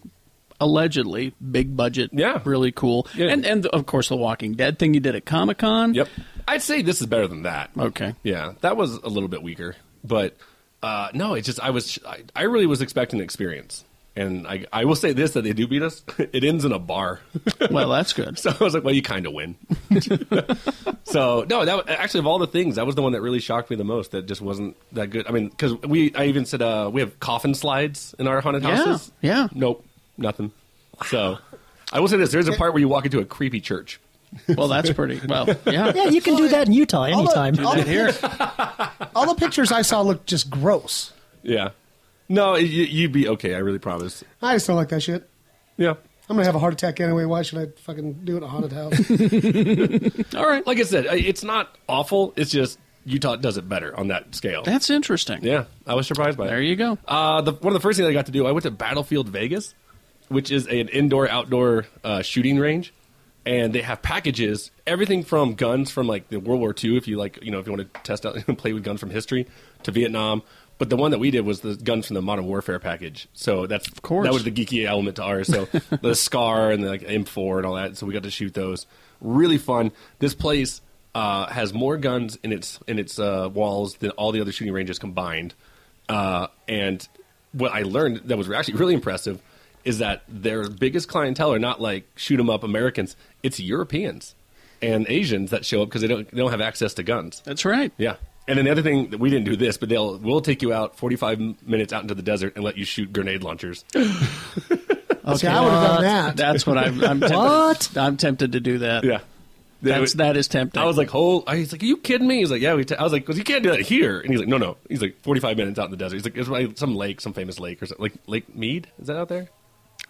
Speaker 2: allegedly big budget, yeah. really cool. And, and of course, The Walking Dead thing you did at Comic Con.
Speaker 4: Yep. I'd say this is better than that.
Speaker 2: Okay.
Speaker 4: Yeah, that was a little bit weaker, but uh, no, it's just I was I, I really was expecting an experience, and I I will say this that they do beat us. It ends in a bar.
Speaker 2: well, that's good.
Speaker 4: So I was like, well, you kind of win. so no, that was- actually of all the things, that was the one that really shocked me the most. That just wasn't that good. I mean, because we I even said uh, we have coffin slides in our haunted
Speaker 2: Yeah,
Speaker 4: houses.
Speaker 2: yeah.
Speaker 4: Nope. Nothing. So I will say this: there's a part where you walk into a creepy church.
Speaker 2: Well, Oh, that's pretty. Well, yeah.
Speaker 3: yeah, you can do that in Utah anytime.
Speaker 9: All the pictures I saw looked just gross.
Speaker 4: Yeah. No, you, you'd be okay. I really promise.
Speaker 9: I just don't like that shit.
Speaker 4: Yeah.
Speaker 9: I'm gonna have a heart attack anyway. Why should I fucking do it in a haunted house?
Speaker 2: All right.
Speaker 4: Like I said, I- it's not awful. It's just Utah does it better on that scale.
Speaker 2: That's interesting.
Speaker 4: Yeah, I was surprised by it. There
Speaker 2: you go.
Speaker 4: Uh, the, one of the first things I got to do, I went to Battlefield Vegas, which is an indoor outdoor uh, shooting range, and they have packages, everything from guns from like the World War II, if you like, you know, if you want to test out and play with guns from history, to Vietnam. But the one that we did was the guns from the Modern Warfare package. So that's of
Speaker 2: course.
Speaker 4: that was the geeky element to ours. So the Scar and the like, M4 and all that. So we got to shoot those. Really fun. This place uh, has more guns in its in its uh, walls than all the other shooting ranges combined. Uh, and what I learned that was actually really impressive is that their biggest clientele are not like shoot 'em up Americans. It's Europeans and Asians that show up because they don't they don't have access to guns.
Speaker 2: That's right.
Speaker 4: Yeah. And then the other thing that we didn't do this, but they'll we'll take you out 45 minutes out into the desert and let you shoot grenade launchers.
Speaker 9: See, I would have done that.
Speaker 2: That's what I'm. I'm tempted,
Speaker 9: What?
Speaker 2: I'm tempted to do that.
Speaker 4: Yeah.
Speaker 2: That's that is tempting.
Speaker 4: I was like, "Whole," he's like, "Are you kidding me?" He's like, "Yeah." We t-. I was like, "Cause you can't do that here." And he's like, "No, no." He's like, "45 minutes out in the desert." He's like, "It's like some lake, some famous lake, or something. like Lake Mead. Is that out there?"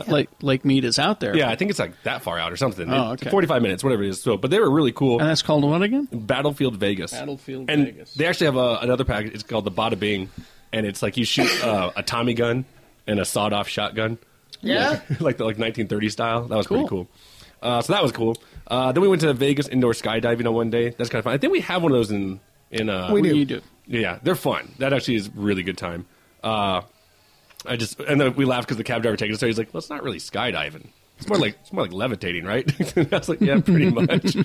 Speaker 2: Lake Lake Mead is out there.
Speaker 4: Yeah, I think it's like that far out or something.
Speaker 2: Oh,
Speaker 4: It-
Speaker 2: okay.
Speaker 4: 45 minutes, whatever it is. So, but they were really cool.
Speaker 2: And that's called what again?
Speaker 4: Battlefield Vegas.
Speaker 2: Battlefield
Speaker 4: and
Speaker 2: Vegas.
Speaker 4: They actually have a, another package. It's called the Bada Bing, and it's like you shoot uh, a Tommy gun and a sawed-off shotgun.
Speaker 2: Yeah.
Speaker 4: like, like the like 1930 style. That was pretty cool. Uh, so that was cool. Uh, then we went to Vegas indoor skydiving on one day. That's kind of fun. I think we have one of those in in uh,
Speaker 2: We do. We do.
Speaker 4: Yeah, they're fun. That actually is a really good time. Uh, I just and then we laughed because the cab driver taking us there. He's like, "Well, it's not really skydiving. It's more like it's more like levitating, right?" I was like, "Yeah, pretty much."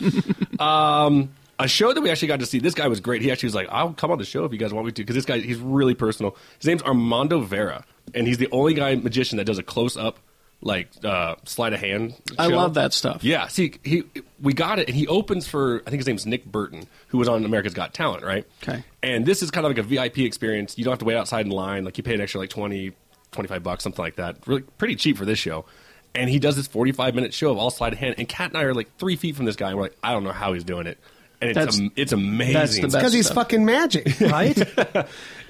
Speaker 4: um, a show that we actually got to see. This guy was great. He actually was like, "I'll come on the show if you guys want me to," because this guy he's really personal. His name's Armando Vera, and he's the only guy magician that does a close up like uh, sleight of hand.
Speaker 2: I
Speaker 4: show.
Speaker 2: love that stuff.
Speaker 4: Yeah, see, he we got it, and he opens for I think his name's Nick Burton, who was on America's Got Talent, right?
Speaker 2: Okay.
Speaker 4: And this is kind of like a VIP experience. You don't have to wait outside in line. Like you pay an extra like 20, 25 bucks, something like that. Really pretty cheap for this show. And he does this 45 minute show of all sleight of hand. And Kat and I are like three feet from this guy. And we're like, I don't know how he's doing it. And it's,
Speaker 9: That's-
Speaker 4: am- it's amazing.
Speaker 9: because he's fucking magic, right?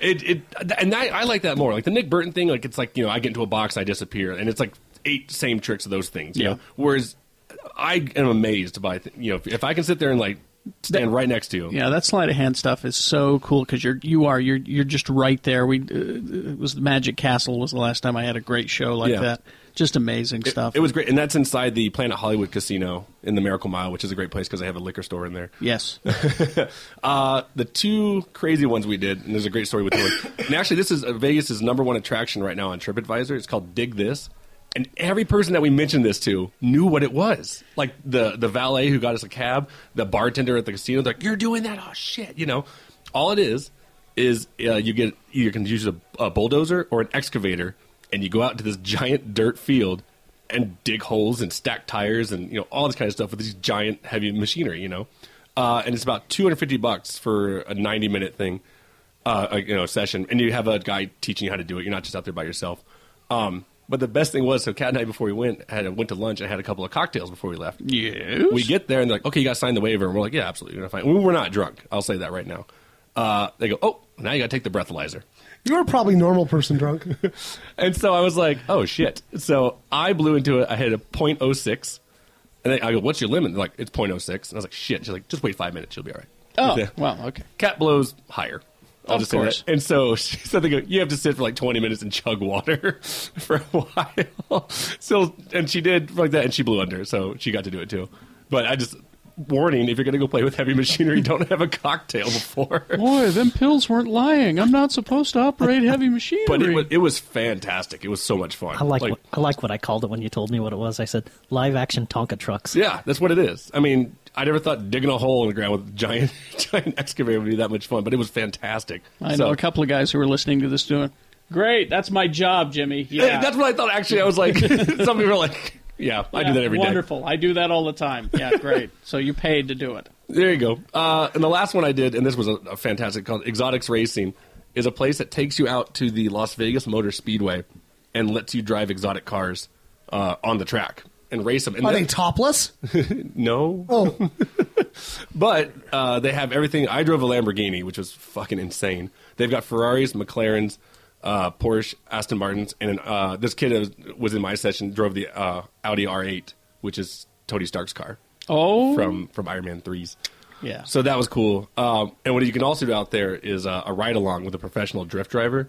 Speaker 4: It, it and I, I like that more. Like the Nick Burton thing, like it's like you know I get into a box, I disappear, and it's like eight same tricks of those things. You
Speaker 2: Yeah.
Speaker 4: Know? Whereas I am amazed by th- you know if, if I can sit there and like stand right next to you.
Speaker 2: Yeah, that sleight of hand stuff is so cool because you're you are you're you're just right there. We uh, it was the Magic Castle was the last time I had a great show like
Speaker 4: Yeah.
Speaker 2: that. Just amazing stuff.
Speaker 4: It was great, and that's inside the Planet Hollywood Casino in the Miracle Mile, which is a great place because they have a liquor store in there.
Speaker 2: yes.
Speaker 4: Uh, the two crazy ones we did, and there's a great story with the one. And actually, this is uh, Vegas' number one attraction right now on TripAdvisor. It's called Dig This. And every person that we mentioned this to knew what it was. Like the, the valet who got us a cab, the bartender at the casino, they're like, you're doing that? Oh, shit. You know, all it is is uh, you get you can use a, a bulldozer or an excavator, and you go out to this giant dirt field and dig holes and stack tires and you know all this kind of stuff with these giant heavy machinery, you know. Uh, and it's about 250 bucks for a 90 minute thing, uh, a, you know, session. And you have a guy teaching you how to do it. You're not just out there by yourself. Um, but the best thing was, so Cat and I before we went had went to lunch and had a couple of cocktails before we left.
Speaker 2: Yes.
Speaker 4: We get there and they're like, okay, you got to sign the waiver, and we're like, yeah, absolutely, you're fine. We were not drunk. I'll say that right now. Uh, they go, oh, now you got to take the breathalyzer.
Speaker 9: You were probably normal person drunk.
Speaker 4: And so I was like, oh shit. So I blew into it. I had a 0.06. And then I go, what's your limit? They're like, it's 0.06. And I was like, shit. She's like, just wait five minutes. She'll be all right.
Speaker 2: Oh,
Speaker 4: Yeah.
Speaker 2: wow, okay.
Speaker 4: Cat blows higher. I'll
Speaker 2: Of
Speaker 4: just say
Speaker 2: course.
Speaker 4: that. And so, she- so they go, you have to sit for like 20 minutes and chug water for a while. so, and she did like that and she blew under. So she got to do it too. But I just, warning, if you're going to go play with heavy machinery, don't have a cocktail before.
Speaker 2: Boy, them pills weren't lying. I'm not supposed to operate heavy machinery.
Speaker 4: But it was, it was fantastic. It was so much fun.
Speaker 3: I like, what, I like what I called it when you told me what it was. I said live action Tonka trucks.
Speaker 4: Yeah, that's what it is. I mean, I never thought digging a hole in the ground with a giant giant excavator would be that much fun, but it was fantastic.
Speaker 2: I
Speaker 4: So-
Speaker 2: know a couple of guys who were listening to this doing. Great, that's my job, Jimmy. Yeah.
Speaker 4: That's what I thought. Actually, I was like, some people are like, yeah, I do that every day.
Speaker 2: wonderful. I do that all the time. Yeah, great. so you paid to do it.
Speaker 4: There you go. Uh, and the last one I did, and this was a, a fantastic called Exotics Racing, is a place that takes you out to the Las Vegas Motor Speedway and lets you drive exotic cars uh, on the track and race them. And
Speaker 9: Are
Speaker 4: that-
Speaker 9: they topless?
Speaker 4: No.
Speaker 9: Oh.
Speaker 4: but uh, they have everything. I drove a Lamborghini, which was fucking insane. They've got Ferraris, McLarens, uh, Porsche, Aston Martins, and uh, this kid was, was in my session drove the uh, Audi R8, which is Tony Stark's car.
Speaker 2: Oh.
Speaker 4: from from Iron Man threes.
Speaker 2: Yeah.
Speaker 4: So that was cool. Um, and what you can also do out there is uh, a ride along with a professional drift driver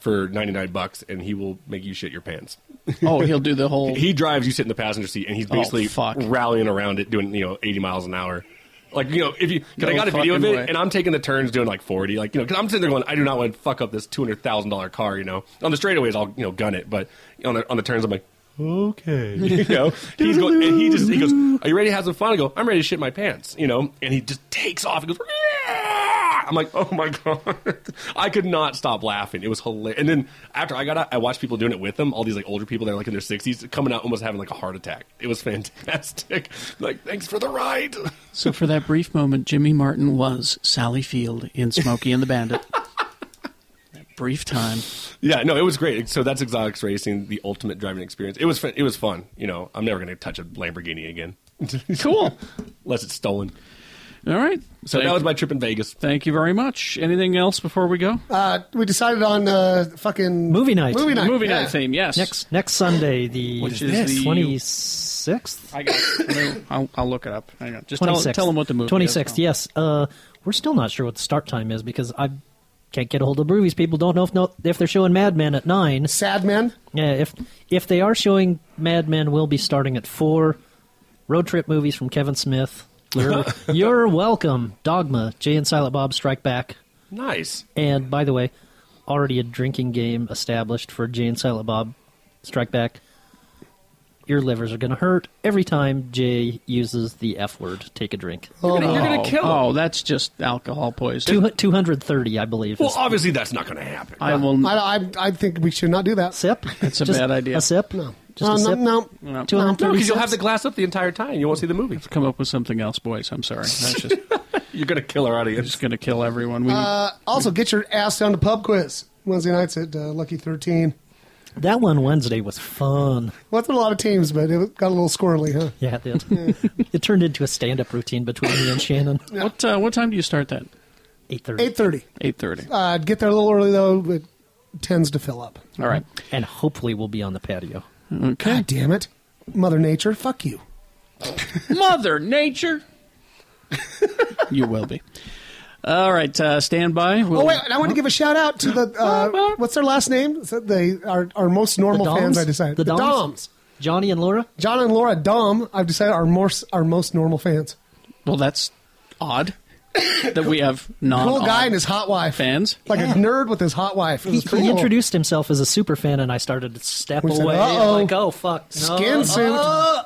Speaker 4: for ninety nine bucks, and he will make you shit your pants.
Speaker 2: Oh, he'll do the whole.
Speaker 4: He drives. You sit in the passenger seat, and he's
Speaker 2: Oh,
Speaker 4: basically
Speaker 2: fuck.
Speaker 4: rallying around it, doing you know eighty miles an hour. Like you know, if you because I
Speaker 2: No
Speaker 4: got a video of
Speaker 2: fucking
Speaker 4: it,
Speaker 2: way.
Speaker 4: and I'm taking the turns doing like forty, like you know, because I'm sitting there going, I do not want to fuck up this two hundred thousand dollar car. You know, on the straightaways I'll you know gun it, but on the on the turns I'm like,
Speaker 6: Okay.
Speaker 4: you know, he's going, and he just he goes, "Are you ready to have some fun?" I go, "I'm ready to shit my pants," you know, and he just takes off. He goes, "Ah!" "I'm like, oh my god!" I could not stop laughing. It was hilarious. And then after I got out, I watched people doing it with him. All these like older people that are like in their sixties coming out almost having like a heart attack. It was fantastic. Like, thanks for the ride.
Speaker 2: So for that brief moment, Jimmy Martin was Sally Field in Smokey and the Bandit. that brief time.
Speaker 4: Yeah, no, it was great. So that's exotics racing, the ultimate driving experience. It was fun. It was fun. You know, I'm never going to touch a Lamborghini again.
Speaker 2: cool.
Speaker 4: Unless it's stolen.
Speaker 2: All right.
Speaker 4: So that was my trip in Vegas.
Speaker 2: Thank you very much. Anything else before we go?
Speaker 9: Uh, we decided on uh, fucking
Speaker 3: Movie night.
Speaker 9: Movie night.
Speaker 2: Movie
Speaker 9: yeah.
Speaker 2: night theme. Yes.
Speaker 3: Next next Sunday, the
Speaker 2: Which is the-
Speaker 3: twenty sixth.
Speaker 2: I got. It. I'll, I'll look it up. Hang on. Just tell, tell them what the movie. is.
Speaker 3: Twenty sixth. Yes. Uh, we're still not sure what the start time is because I can't get a hold of movies. People don't know if no, if they're showing Mad Men at nine.
Speaker 9: Sad Men.
Speaker 3: Yeah. If if they are showing Mad Men, we'll be starting at four. Road trip movies from Kevin Smith. You're, you're welcome. Dogma. Jay and Silent Bob Strike Back.
Speaker 4: Nice.
Speaker 3: And by the way, already a drinking game established for Jay and Silent Bob Strike Back. Your livers are going to hurt every time Jay uses the F word. Take a drink.
Speaker 2: You're gonna- you're gonna kill Oh, that's just alcohol poisoning.
Speaker 3: Two, 230, I believe. is-
Speaker 9: oh,
Speaker 4: obviously that's not going to happen.
Speaker 2: I will.
Speaker 9: I, I, I think we should not do that.
Speaker 3: Sip.
Speaker 2: It's a bad idea.
Speaker 3: A sip?
Speaker 9: No.
Speaker 3: Just a
Speaker 9: no,
Speaker 3: sip?
Speaker 9: no, no.
Speaker 2: No.
Speaker 3: Two hundred
Speaker 4: No,
Speaker 3: thirty.
Speaker 4: because you'll have the glass up the entire time. You won't see the movie.
Speaker 2: Let's come up with something else, boys. I'm sorry. That's just
Speaker 4: You're going to kill our
Speaker 2: I'm
Speaker 4: audience.
Speaker 2: just gonna kill everyone. We
Speaker 9: Uh, also, get your ass down to pub quiz Wednesday nights at uh, Lucky Thirteen.
Speaker 3: That one Wednesday was fun.
Speaker 9: Wasn't a lot of teams, but it got a little squirrely, huh?
Speaker 3: Yeah, it did. it turned into a stand-up routine between me and Shannon.
Speaker 2: what uh, what time do you start that?
Speaker 3: Eight thirty.
Speaker 9: Eight thirty.
Speaker 2: Eight thirty.
Speaker 9: Uh, get there a little early though. It tends to fill up.
Speaker 2: All right.
Speaker 3: And hopefully we'll be on the patio.
Speaker 2: Okay.
Speaker 9: God damn it, Mother Nature, fuck you.
Speaker 2: Mother Nature. You will be. All right, uh, stand by. We'll-
Speaker 9: oh wait, and I want to give a shout out to the uh, what's their last name? Is that They are our most normal
Speaker 3: Doms?
Speaker 9: fans. I decided
Speaker 3: The Doms?
Speaker 9: Johnny and Laura. John and Laura Dom. I've decided are most our most normal fans.
Speaker 2: Well, that's odd that we have non
Speaker 9: cool guy and his hot wife
Speaker 2: fans,
Speaker 9: like
Speaker 3: Yeah.
Speaker 9: a nerd with his hot wife. It
Speaker 3: He,
Speaker 9: was pretty
Speaker 3: he
Speaker 9: cool.
Speaker 3: introduced himself as a super fan, and I started to step
Speaker 9: We said,
Speaker 3: away.
Speaker 9: "Uh-oh.
Speaker 3: like, oh fuck, no,
Speaker 9: Skin suit."
Speaker 3: uh."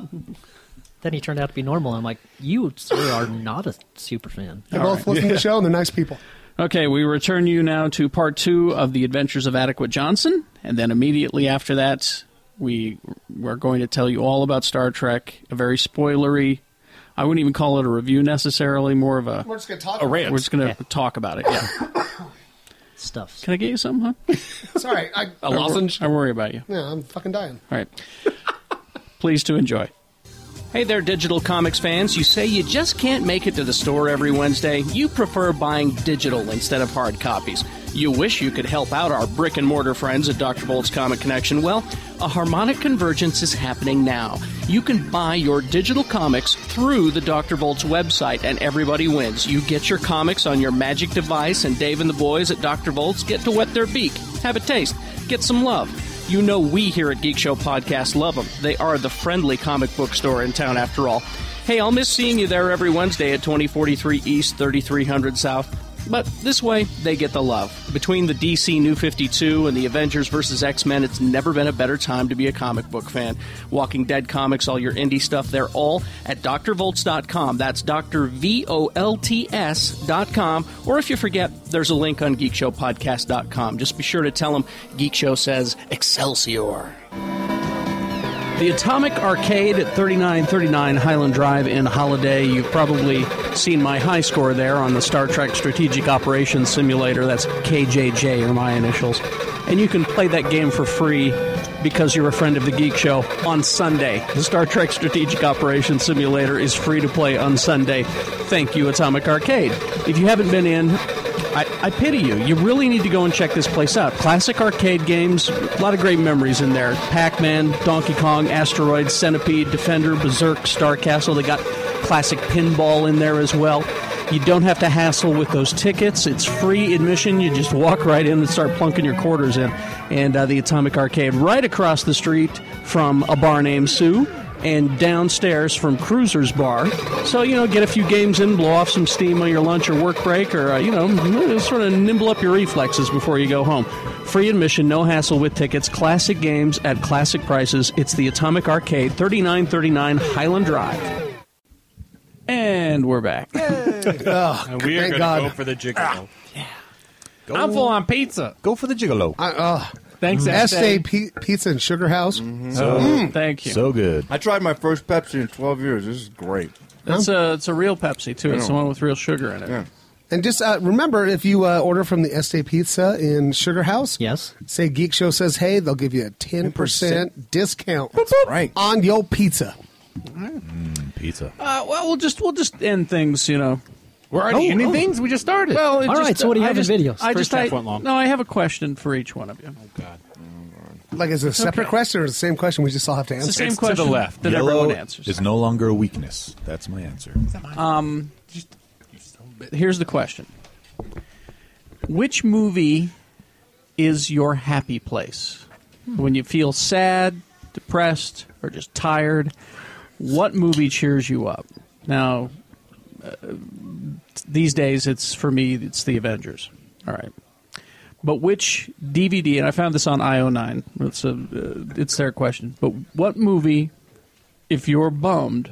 Speaker 3: Then he turned out to be normal. I'm like, you sir are not a super fan.
Speaker 9: They both listen to the show and they're nice people.
Speaker 2: Okay, we return you now to part two of the Adventures of Adequate Johnson, and then immediately after that, we we're going to tell you all about Star Trek. A very spoilery. I wouldn't even call it a review necessarily. More of a
Speaker 9: We're just gonna talk.
Speaker 2: We're just going to talk about it. Yeah.
Speaker 3: Stuff.
Speaker 2: Can I get you something?
Speaker 9: Sorry, I,
Speaker 2: A lozenge? I worry about you.
Speaker 9: Yeah, I'm fucking dying.
Speaker 2: All right. Please to enjoy. Hey there, digital comics fans. You say you just can't make it to the store every Wednesday. You prefer buying digital instead of hard copies. You wish you could help out our brick and mortar friends at Dr. Bolt's Comic Connection. Well, a harmonic convergence is happening now. You can buy your digital comics through the Dr. Bolt's website, and everybody wins. You get your comics on your magic device, and Dave and the boys at Dr. Bolt's get to wet their beak, have a taste, get some love. You know we here at Geek Show Podcast love them. They are the friendly comic book store in town after all. Hey, I'll miss seeing you there every Wednesday at 2043 East, 3300 South. But this way, they get the love. Between the DC New 52 and the Avengers vs. X Men, it's never been a better time to be a comic book fan. Walking Dead comics, all your indie stuff, they're all at drvolts.com. That's drvolts.com. Or if you forget, there's a link on geekshowpodcast.com. Just be sure to tell them Geek Show says Excelsior. The Atomic Arcade at 3939 Highland Drive in Holiday. You've probably seen my high score there on the Star Trek Strategic Operations Simulator. That's KJJ, are my initials. And you can play that game for free because you're a friend of the Geek Show on Sunday. The Star Trek Strategic Operations Simulator is free to play on Sunday. Thank you, Atomic Arcade. If you haven't been in, I, I pity you. You really need to go and check this place out. Classic arcade games, a lot of great memories in there. Pac Man, Donkey Kong, Asteroid, Centipede, Defender, Berserk, Star Castle. They got classic pinball in there as well. You don't have to hassle with those tickets. It's free admission. You just walk right in and start plunking your quarters in. And uh, the Atomic Arcade, right across the street from a bar named Sue and downstairs from Cruiser's Bar. So, you know, get a few games in, blow off some steam on your lunch or work break, or, uh, you know, sort of nimble up your reflexes before you go home. Free admission, no hassle with tickets, classic games at classic prices. It's the Atomic Arcade, 3939 Highland Drive. And we're back.
Speaker 1: Oh,
Speaker 13: and we are
Speaker 2: thank
Speaker 13: going
Speaker 2: God.
Speaker 13: to go for the gigolo.
Speaker 4: I'm full on pizza.
Speaker 1: Ah. Go for the gigolo.
Speaker 9: I, uh,
Speaker 4: Thanks,
Speaker 9: Estee
Speaker 4: Estee.
Speaker 9: P- Pizza and Sugar House.
Speaker 8: Mm-hmm.
Speaker 9: Mm.
Speaker 8: mm.
Speaker 2: thank you.
Speaker 1: So good.
Speaker 8: I tried my first Pepsi in 12 years. This is great.
Speaker 2: It's a, it's a real Pepsi, too. It's the one with real sugar in it.
Speaker 9: And just uh, remember, if you uh, order from the Estee Pizza uh, in Sugar House, yes, say Geek Show says hey, they'll give you a ten percent discount. right on your pizza.
Speaker 1: Pizza.
Speaker 2: Uh, well, we'll just we'll just end things. You know,
Speaker 4: we're already ending things? We just started.
Speaker 2: Oh, Well, it
Speaker 4: Oh, All
Speaker 2: just,
Speaker 4: right, so what do you
Speaker 2: I
Speaker 4: have in
Speaker 2: just,
Speaker 4: videos?
Speaker 2: I
Speaker 4: First
Speaker 2: just I,
Speaker 4: half went long. Oh,
Speaker 2: No, I have a question for each one of you.
Speaker 9: Like, is it a separate
Speaker 2: Okay.
Speaker 9: question or is it the same question we just all have to
Speaker 2: It's
Speaker 9: answer?
Speaker 2: the same It's to the question left. that
Speaker 1: Yellow
Speaker 2: everyone answers.
Speaker 1: is no longer a weakness. That's my answer.
Speaker 2: Um, here's the question: Which movie is your happy place when you feel sad, depressed, or just tired? What movie cheers you up? Now, uh, these days, it's for me, it's The Avengers. All right. But which DVD? And I found this on IO9. It's a, uh, it's their question. But what movie, if you're bummed,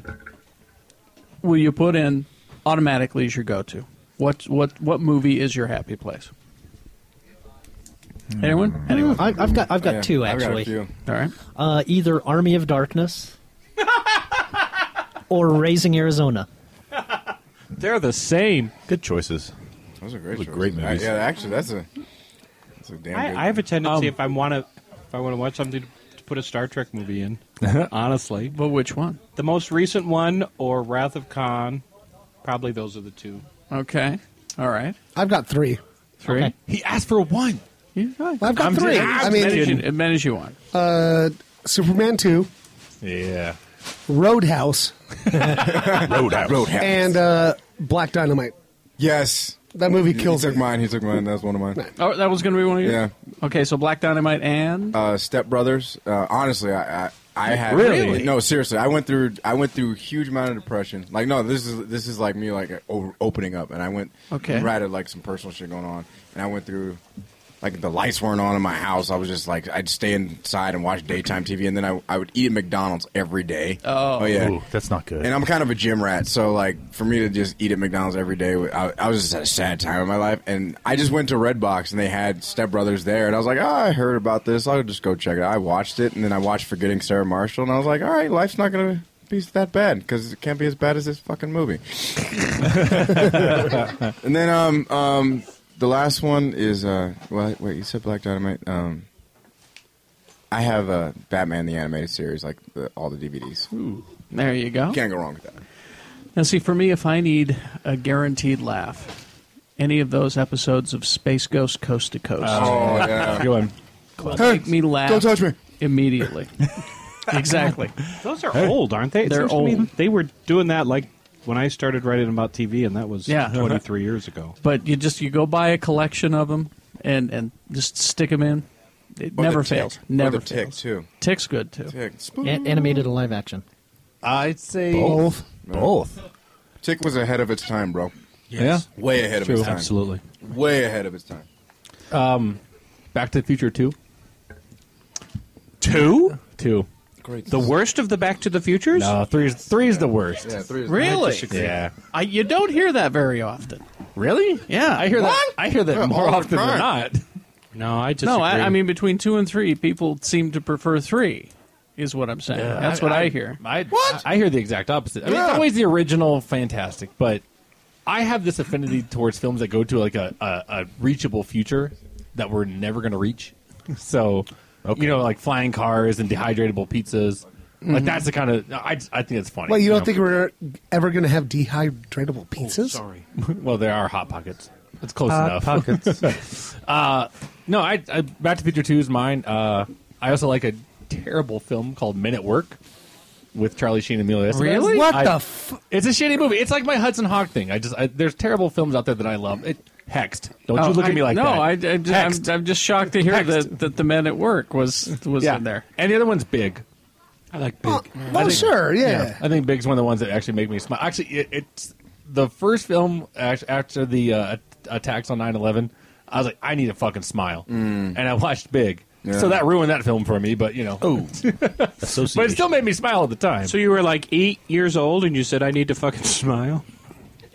Speaker 2: will you put in automatically as your go-to? What what what movie is your happy place? Anyone? Anyone?
Speaker 3: I, Mm-hmm. I've got Hmm. I've got two actually.
Speaker 2: All right.
Speaker 3: Uh, either Army of Darkness or Raising Arizona.
Speaker 1: They're the same. Good choices.
Speaker 8: Those are great.
Speaker 1: Those are great
Speaker 8: choices.
Speaker 1: movies.
Speaker 8: I- yeah, actually, that's a that's a damn. good Um,
Speaker 13: I, I have a
Speaker 2: Um,
Speaker 13: tendency if I want to if I want to watch something to put a Star Trek movie in. honestly,
Speaker 2: but which one?
Speaker 13: The most recent one or Wrath of Khan? Probably those are the two.
Speaker 2: Okay. All right.
Speaker 9: I've got three.
Speaker 2: Three.
Speaker 13: He asked for one.
Speaker 9: I've got
Speaker 2: I'm
Speaker 9: three.
Speaker 2: just-
Speaker 9: I
Speaker 2: as
Speaker 9: mean,
Speaker 2: many as you- as many as you want.
Speaker 9: Uh, Superman two,
Speaker 1: Yeah.
Speaker 9: Roadhouse,
Speaker 1: Roadhouse.
Speaker 9: and uh, Black Dynamite.
Speaker 8: Yes.
Speaker 9: That movie
Speaker 8: He-
Speaker 9: kills
Speaker 8: he took
Speaker 9: me.
Speaker 8: mine. He took mine. That was one of mine.
Speaker 2: Oh, that was going to be one of you.
Speaker 8: Yeah.
Speaker 2: Okay, so Black Dynamite and
Speaker 8: Uh, Step Brothers. Uh, honestly, I, I, I had
Speaker 2: Really?
Speaker 8: no seriously. I went through I went through a huge amount of depression. Like no, this is this is like me like uh, o- opening up, and I went
Speaker 2: Okay.
Speaker 8: right at like some personal shit going on, and I went through like the lights weren't on in my house. I was just like I'd stay inside and watch daytime TV, and then I I would eat at McDonald's every day.
Speaker 1: Oh.
Speaker 8: yeah,
Speaker 1: Ooh, that's not good.
Speaker 8: And I'm kind of a gym rat, so like for me to just eat at McDonald's every day, I, I was just at a sad time in my life. And I just went to Redbox and they had Step Brothers there, and I was like, oh, I heard about this. I'll just go check it. out. I watched it, and then I watched Forgetting Sarah Marshall, and I was like, all right, life's not gonna be that bad because it can't be as bad as this fucking movie. and then um um the last one is uh what wait you said Black Dynamite um. I have uh, Batman the animated series, like the, all the DVDs.
Speaker 2: There you go.
Speaker 8: Can't go wrong with that.
Speaker 2: Now, see, for me, if I need a guaranteed laugh, any of those episodes of Space Ghost Coast to Coast.
Speaker 8: Oh, yeah. Good one.
Speaker 2: Will
Speaker 8: Hey,
Speaker 2: make me laugh.
Speaker 8: don't touch me.
Speaker 2: Immediately. exactly.
Speaker 4: Those are old, aren't they? It
Speaker 2: They're
Speaker 4: seems to me
Speaker 2: old.
Speaker 4: they were doing that like when I started writing about TV, and that was
Speaker 2: Yeah.
Speaker 4: 23 years ago.
Speaker 2: But you just you go buy a collection of them and and just stick them in. It
Speaker 4: Or the
Speaker 2: never
Speaker 4: tick.
Speaker 2: fails.
Speaker 4: Or the
Speaker 2: Never
Speaker 4: tick,
Speaker 2: fails.
Speaker 8: too.
Speaker 2: Tick's good too.
Speaker 3: A- animated and live action.
Speaker 4: I'd say
Speaker 3: Both.
Speaker 8: Both. Tick was ahead of its time, bro.
Speaker 4: Yes. Yeah?
Speaker 8: Way ahead of
Speaker 4: True.
Speaker 8: its time.
Speaker 4: Absolutely.
Speaker 8: Way ahead of its time.
Speaker 4: Um, Back to the Future Two. Two. Two.
Speaker 8: Great.
Speaker 4: The worst of the Back to the Futures. No, three is three is the worst.
Speaker 8: Yeah, three is
Speaker 2: Really?
Speaker 4: Yeah.
Speaker 2: I, you don't hear that very often.
Speaker 4: Really?
Speaker 2: Yeah,
Speaker 4: I hear that. I hear that
Speaker 2: Yeah,
Speaker 4: more
Speaker 2: all the
Speaker 4: often
Speaker 2: time.
Speaker 4: than not. No, I
Speaker 2: no, I, I mean between two and three, people seem to prefer three. Is what I'm saying.
Speaker 4: Yeah,
Speaker 2: That's what I, hear.
Speaker 4: I, what? I, hear the exact opposite. I mean, it's
Speaker 2: Yeah.
Speaker 4: always the original fantastic, but I have this affinity towards films that go to like a, a, a reachable future that we're never going to reach. So, you know, like flying cars and dehydratable pizzas. Like
Speaker 9: Mhm.
Speaker 4: that's the kind of I, I think it's funny.
Speaker 9: Well, you don't
Speaker 4: know?
Speaker 9: think we're ever going to have dehydratable pizzas?
Speaker 4: Oh, sorry. well, there are hot pockets. It's close
Speaker 9: Hot
Speaker 4: enough.
Speaker 9: Pockets.
Speaker 4: uh, no, I, I Back to the Future Two is mine. Uh, I also like a terrible film called Men at Work with Charlie Sheen and Emilio Estevez.
Speaker 2: Really? What
Speaker 4: I-
Speaker 2: the
Speaker 4: it's a shitty movie. It's like my Hudson Hawk thing. I just I, there's terrible films out there that I love. It, Hexed. Don't
Speaker 2: Oh,
Speaker 4: you look
Speaker 2: I-
Speaker 4: at me like
Speaker 2: no,
Speaker 4: that.
Speaker 2: I, I just,
Speaker 4: Hexed.
Speaker 2: I'm, I'm just shocked to hear that, that the men at work was was
Speaker 4: Yeah.
Speaker 2: in there.
Speaker 4: And the other one's Big. I like Big.
Speaker 9: well, Oh, sure, yeah.
Speaker 4: I think Big's one of the ones that actually make me smile. Actually, it, it's the first film act- after the uh, attacks on 9-11, I was like, I need a fucking smile, and I watched Big.
Speaker 6: Yeah.
Speaker 4: So that ruined that film for me, but you know, oh, but it still made me smile at the time.
Speaker 6: So you were like eight years old, and you said, "I need to fucking smile."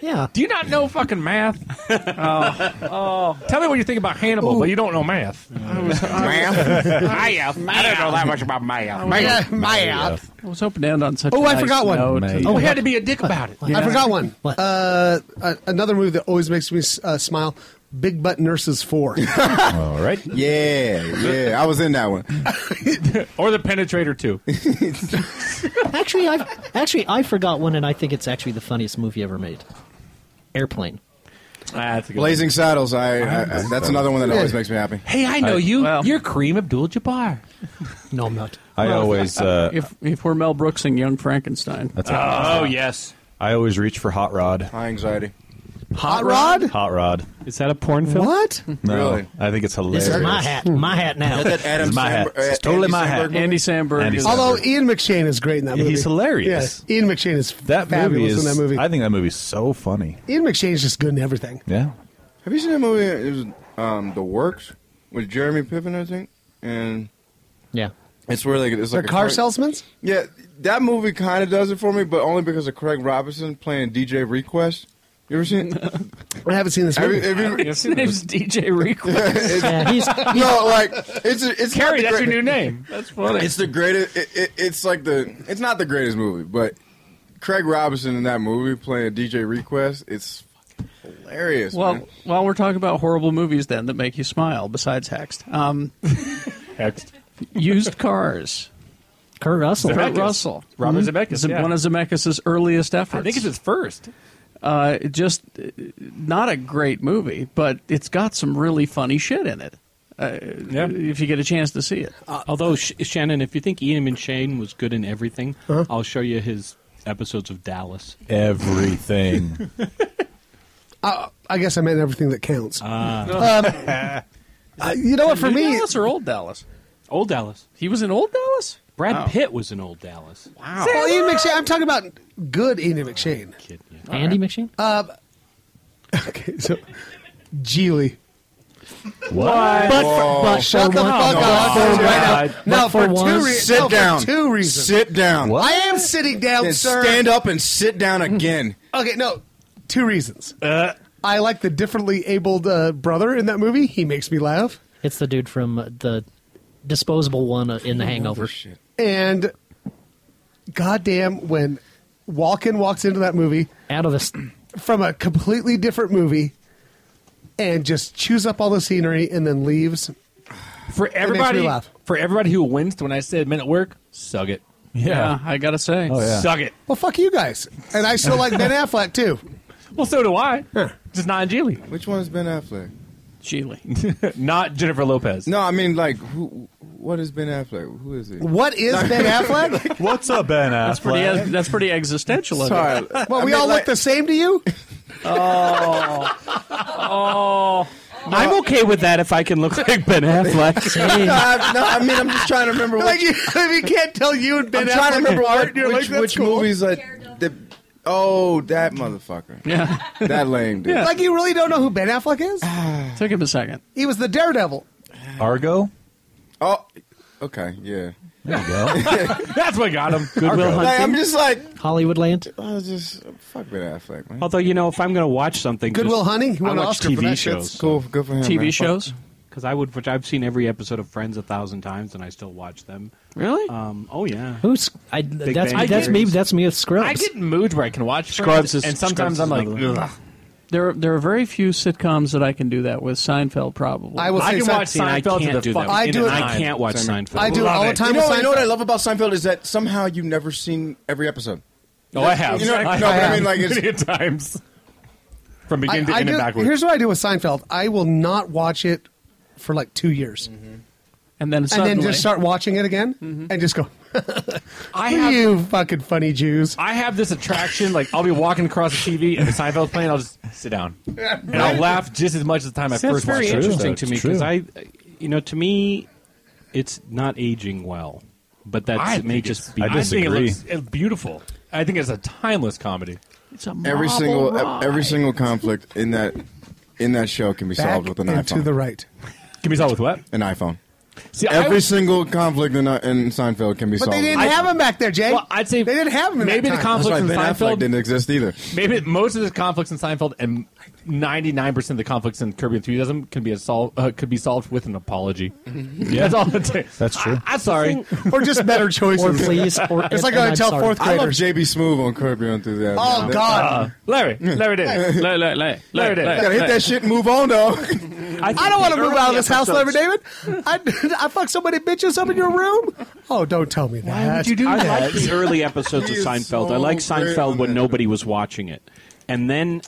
Speaker 3: Yeah.
Speaker 4: Do you not know fucking math? oh, Tell me what you think about Hannibal, but you don't know math.
Speaker 2: Math?
Speaker 4: math. I don't know that much about math.
Speaker 2: Math. I was hoping to end on such.
Speaker 9: Oh,
Speaker 2: a
Speaker 9: I
Speaker 2: nice
Speaker 9: forgot one.
Speaker 2: note.
Speaker 9: Oh,
Speaker 4: We had to be a dick about it.
Speaker 9: I forgot one. Uh, a- another movie that always makes me uh, smile: Big Butt Nurses Four.
Speaker 8: All right. Yeah, yeah. I was in that one.
Speaker 4: or the Penetrator too.
Speaker 3: actually, I actually I forgot one, and I think it's actually the funniest movie ever made. Airplane.
Speaker 8: Blazing Saddles. I, I, I- that's another one that always makes me happy.
Speaker 4: Hey, I know you. You're Kareem Abdul-Jabbar.
Speaker 3: No, I'm not.
Speaker 1: I always, uh,
Speaker 2: if if we're Mel Brooks and Young Frankenstein,
Speaker 1: That's
Speaker 2: Uh,
Speaker 1: oh
Speaker 4: yes.
Speaker 1: I always reach for hot rod.
Speaker 8: High anxiety.
Speaker 2: Hot Rod?
Speaker 1: Hot rod.
Speaker 4: Is that a porn film?
Speaker 9: What?
Speaker 1: No,
Speaker 4: Really?
Speaker 1: I think it's hilarious.
Speaker 3: This is my hat. My hat now.
Speaker 1: That Adam It's my hat. Sandberg- It's totally Andy my hat. Samberg movie?
Speaker 2: Andy Samberg.
Speaker 1: Andy
Speaker 2: is-
Speaker 9: Although Ian McShane is great in that
Speaker 1: Yeah,
Speaker 9: movie.
Speaker 1: he's hilarious.
Speaker 9: Yeah, Ian McShane is
Speaker 1: That movie
Speaker 9: fabulous
Speaker 1: is.
Speaker 9: in that movie.
Speaker 1: I think that movie's so funny.
Speaker 9: Ian McShane's just good in everything.
Speaker 1: Yeah.
Speaker 8: Have you seen that movie? It was um, The Works with Jeremy Piven, I think, and
Speaker 3: yeah,
Speaker 8: it's where they it's
Speaker 9: They're
Speaker 8: like a
Speaker 9: car salesmen.
Speaker 8: Yeah, that movie kind of does it for me, but only because of Craig Robinson playing DJ Request. You ever seen? it?
Speaker 9: I haven't seen this
Speaker 8: Have
Speaker 9: movie.
Speaker 8: you- have you-
Speaker 2: His name's DJ Request.
Speaker 8: no, like it's it's not the great-
Speaker 4: name. That's
Speaker 8: It's the greatest. It, it, it's like the. It's not the greatest movie, but Craig Robinson in that movie playing DJ Request. It's hilarious.
Speaker 2: Well,
Speaker 8: man.
Speaker 2: while we're talking about horrible movies, then that make you smile, besides Hexed, um,
Speaker 4: Hexed,
Speaker 2: used cars,
Speaker 3: Kurt Russell,
Speaker 2: Kurt
Speaker 4: Zemeckis.
Speaker 2: Russell,
Speaker 4: Robert
Speaker 2: Mhm.
Speaker 4: Zemeckis,
Speaker 2: It's
Speaker 4: yeah.
Speaker 2: one of Zemeckis' earliest efforts.
Speaker 4: I think it's his first.
Speaker 2: Uh, just uh, not a great movie, but it's got some really funny shit in it. Uh, If you get a chance to see it.
Speaker 4: Uh, although
Speaker 2: sh-
Speaker 4: Shannon, if you think Ian and Shane was good in everything,
Speaker 2: Huh?
Speaker 4: I'll show you his episodes of Dallas.
Speaker 1: Everything.
Speaker 9: Uh, I guess I meant everything that counts.
Speaker 4: Uh,
Speaker 2: Ah.
Speaker 9: Um, uh, you know what? For
Speaker 2: New
Speaker 9: me,
Speaker 2: Dallas or Old Dallas?
Speaker 4: Old Dallas.
Speaker 2: He was in Old Dallas.
Speaker 4: Brad
Speaker 6: Oh.
Speaker 2: Wow.
Speaker 4: Pitt was in Old Dallas.
Speaker 9: Oh. Wow. Well, Ian McShane. I'm talking about good Ian McShane.
Speaker 4: Andy
Speaker 9: McShane. Uh, okay, so Geely.
Speaker 4: What?
Speaker 9: But for,
Speaker 4: Whoa.
Speaker 9: but
Speaker 4: Shut
Speaker 9: shut
Speaker 4: the
Speaker 9: the
Speaker 4: fuck
Speaker 9: fuck
Speaker 4: up.
Speaker 9: up
Speaker 4: Oh,
Speaker 9: right
Speaker 4: God.
Speaker 9: now. Now
Speaker 4: But
Speaker 9: for,
Speaker 4: for
Speaker 9: two
Speaker 4: once-
Speaker 9: reasons.
Speaker 8: Sit
Speaker 9: no,
Speaker 8: down.
Speaker 9: For two reasons.
Speaker 8: Sit down. What?
Speaker 9: I am sitting down,
Speaker 8: Then
Speaker 9: sir.
Speaker 8: stand up and sit down again.
Speaker 9: Okay, no, two reasons.
Speaker 4: Uh.
Speaker 9: I like the differently abled uh, brother in that movie. He makes me laugh.
Speaker 3: It's the dude from uh, the disposable one uh,
Speaker 8: Oh,
Speaker 3: in The Hangover.
Speaker 9: And goddamn, when Walken walks into that movie
Speaker 3: out of this
Speaker 9: from a completely different movie and just chews up all the scenery and then leaves.
Speaker 4: For
Speaker 9: makes me
Speaker 4: everybody,
Speaker 9: laugh.
Speaker 4: for everybody who winced when I said men at work, suck it.
Speaker 9: Yeah,
Speaker 2: I gotta say,
Speaker 4: suck it.
Speaker 9: Well, fuck you guys. And I still like Ben Affleck too.
Speaker 4: Well, so do I. Just not in Geely.
Speaker 8: Which one's Ben Affleck?
Speaker 4: Geely, not Jennifer Lopez.
Speaker 8: No, I mean like who? What is Ben Affleck? Who is he?
Speaker 9: What is Ben Affleck?
Speaker 1: What's up, Ben Affleck?
Speaker 2: That's pretty. That's pretty existential. Of
Speaker 8: Sorry.
Speaker 2: you.
Speaker 8: Well,
Speaker 9: Well, we all look the same to you.
Speaker 2: Oh.
Speaker 4: oh.
Speaker 2: I'm okay with that if I can look like Ben
Speaker 8: no, I, no, I mean I'm just trying to remember. What,
Speaker 9: Like you, you can't tell you and Ben
Speaker 8: I'm trying
Speaker 9: Affleck
Speaker 8: to remember
Speaker 9: apart.
Speaker 8: what,
Speaker 9: You're like,
Speaker 8: which,
Speaker 9: that's
Speaker 8: which
Speaker 9: cool.
Speaker 8: movies like the. Oh, that motherfucker.
Speaker 2: Yeah,
Speaker 8: that lame dude.
Speaker 9: Like you really don't know who Ben Affleck is?
Speaker 2: Took him a second.
Speaker 9: He was the Daredevil.
Speaker 1: Argo.
Speaker 8: Oh, okay, yeah.
Speaker 1: There you go.
Speaker 4: That's what got him.
Speaker 6: Goodwill
Speaker 8: Like, I'm just like
Speaker 3: Hollywood Land.
Speaker 8: I was just fuck Ben Affleck, man.
Speaker 6: Although you know, if I'm going to watch something,
Speaker 9: Goodwill
Speaker 6: just-
Speaker 9: Hunting? He
Speaker 6: I
Speaker 9: won an
Speaker 6: watch
Speaker 9: Oscar
Speaker 6: TV
Speaker 9: for that.
Speaker 6: shows.
Speaker 9: That's cool.
Speaker 8: Good for him,
Speaker 2: TV man. shows?
Speaker 6: Because I would, which I've seen every episode of Friends a thousand times, and I still watch them.
Speaker 2: Really?
Speaker 6: Um, oh yeah.
Speaker 3: Who's I? that's me, that's me. That's me with Scrubs.
Speaker 4: I get in moods where I can watch
Speaker 6: Scrubs
Speaker 4: Scrubs,
Speaker 6: is-
Speaker 4: and sometimes
Speaker 6: Scrubs is
Speaker 4: I'm like,
Speaker 6: another one.
Speaker 4: Ugh.
Speaker 2: There, are, there are very few sitcoms that I can do that with. Seinfeld, probably.
Speaker 4: I will I say can Seinfeld- watch Seinfeld to the fuck-
Speaker 9: I do it-
Speaker 6: I can't watch Seinfeld.
Speaker 9: I do it all the time
Speaker 8: You
Speaker 9: with
Speaker 8: know, you know what I
Speaker 9: Seinfeld.
Speaker 8: love about Seinfeld is that somehow you've never seen every episode.
Speaker 4: No, Oh, I have.
Speaker 8: You know,
Speaker 4: I
Speaker 8: no,
Speaker 4: have.
Speaker 8: but I mean like it's
Speaker 4: many times from beginning to
Speaker 9: I
Speaker 4: end
Speaker 9: do-
Speaker 4: and backwards.
Speaker 9: Here's what I do with Seinfeld. I will not watch it for like two years,
Speaker 2: and then
Speaker 9: and then
Speaker 2: suddenly-
Speaker 9: just start watching it again, and just go. I you fucking funny Jews.
Speaker 4: I have this attraction. Like I'll be walking across the TV and the Seinfeld's playing. I'll just sit down and I'll laugh just as much as the time I
Speaker 6: See, that's
Speaker 4: first
Speaker 6: very
Speaker 4: watched it.
Speaker 6: interesting to me
Speaker 4: It's
Speaker 6: because
Speaker 4: true.
Speaker 6: I, you know, to me, it's not aging well, but that
Speaker 4: I
Speaker 6: may
Speaker 4: think
Speaker 6: just
Speaker 4: it's-
Speaker 6: be.
Speaker 4: I think it looks it's beautiful. I think it's a timeless comedy.
Speaker 2: It's a
Speaker 8: every single e, every single conflict in that in that show can be
Speaker 9: Back
Speaker 8: solved with an
Speaker 9: and
Speaker 8: iPhone.
Speaker 9: to the right.
Speaker 4: Can be solved with what?
Speaker 8: An iPhone.
Speaker 4: See, I
Speaker 8: every
Speaker 4: was-
Speaker 8: single conflict in, uh, in Seinfeld can be
Speaker 9: But
Speaker 8: solved.
Speaker 9: they
Speaker 8: with-
Speaker 9: didn't have him back there, Jay.
Speaker 4: Well, I'd say
Speaker 9: they didn't have him. in
Speaker 4: maybe
Speaker 9: that
Speaker 4: the
Speaker 9: time.
Speaker 8: That's
Speaker 4: conflict
Speaker 8: why Ben
Speaker 4: in Seinfeld
Speaker 8: Affleck didn't exist either.
Speaker 4: Maybe most of the conflicts in Seinfeld and 99% of the conflicts in Kirby Enthusiasm can be a sol- uh, could be solved with an apology.
Speaker 1: Yeah.
Speaker 4: That's all it takes.
Speaker 1: That's true.
Speaker 4: I'm sorry.
Speaker 9: or just better choices.
Speaker 3: Or please, or-
Speaker 9: it's like
Speaker 3: and
Speaker 9: I
Speaker 3: I'm
Speaker 9: tell
Speaker 3: sorry.
Speaker 9: fourth
Speaker 8: I love
Speaker 9: graders.
Speaker 8: JB Smoove on Curb Your Enthusiasm.
Speaker 9: Oh, God.
Speaker 4: Uh, Larry. Larry did. Larry, Larry, Larry. Larry did.
Speaker 8: Gotta hit that shit and move on, though.
Speaker 9: I, don't want to move out of this house, Larry David. I, I fucked so many bitches up in your room. Oh, don't tell me that. Why would you do
Speaker 6: I like the early episodes of
Speaker 8: He is
Speaker 6: Seinfeld.
Speaker 8: so
Speaker 6: I like
Speaker 8: great
Speaker 6: Seinfeld
Speaker 8: on
Speaker 6: when
Speaker 8: that.
Speaker 6: nobody was watching it. And then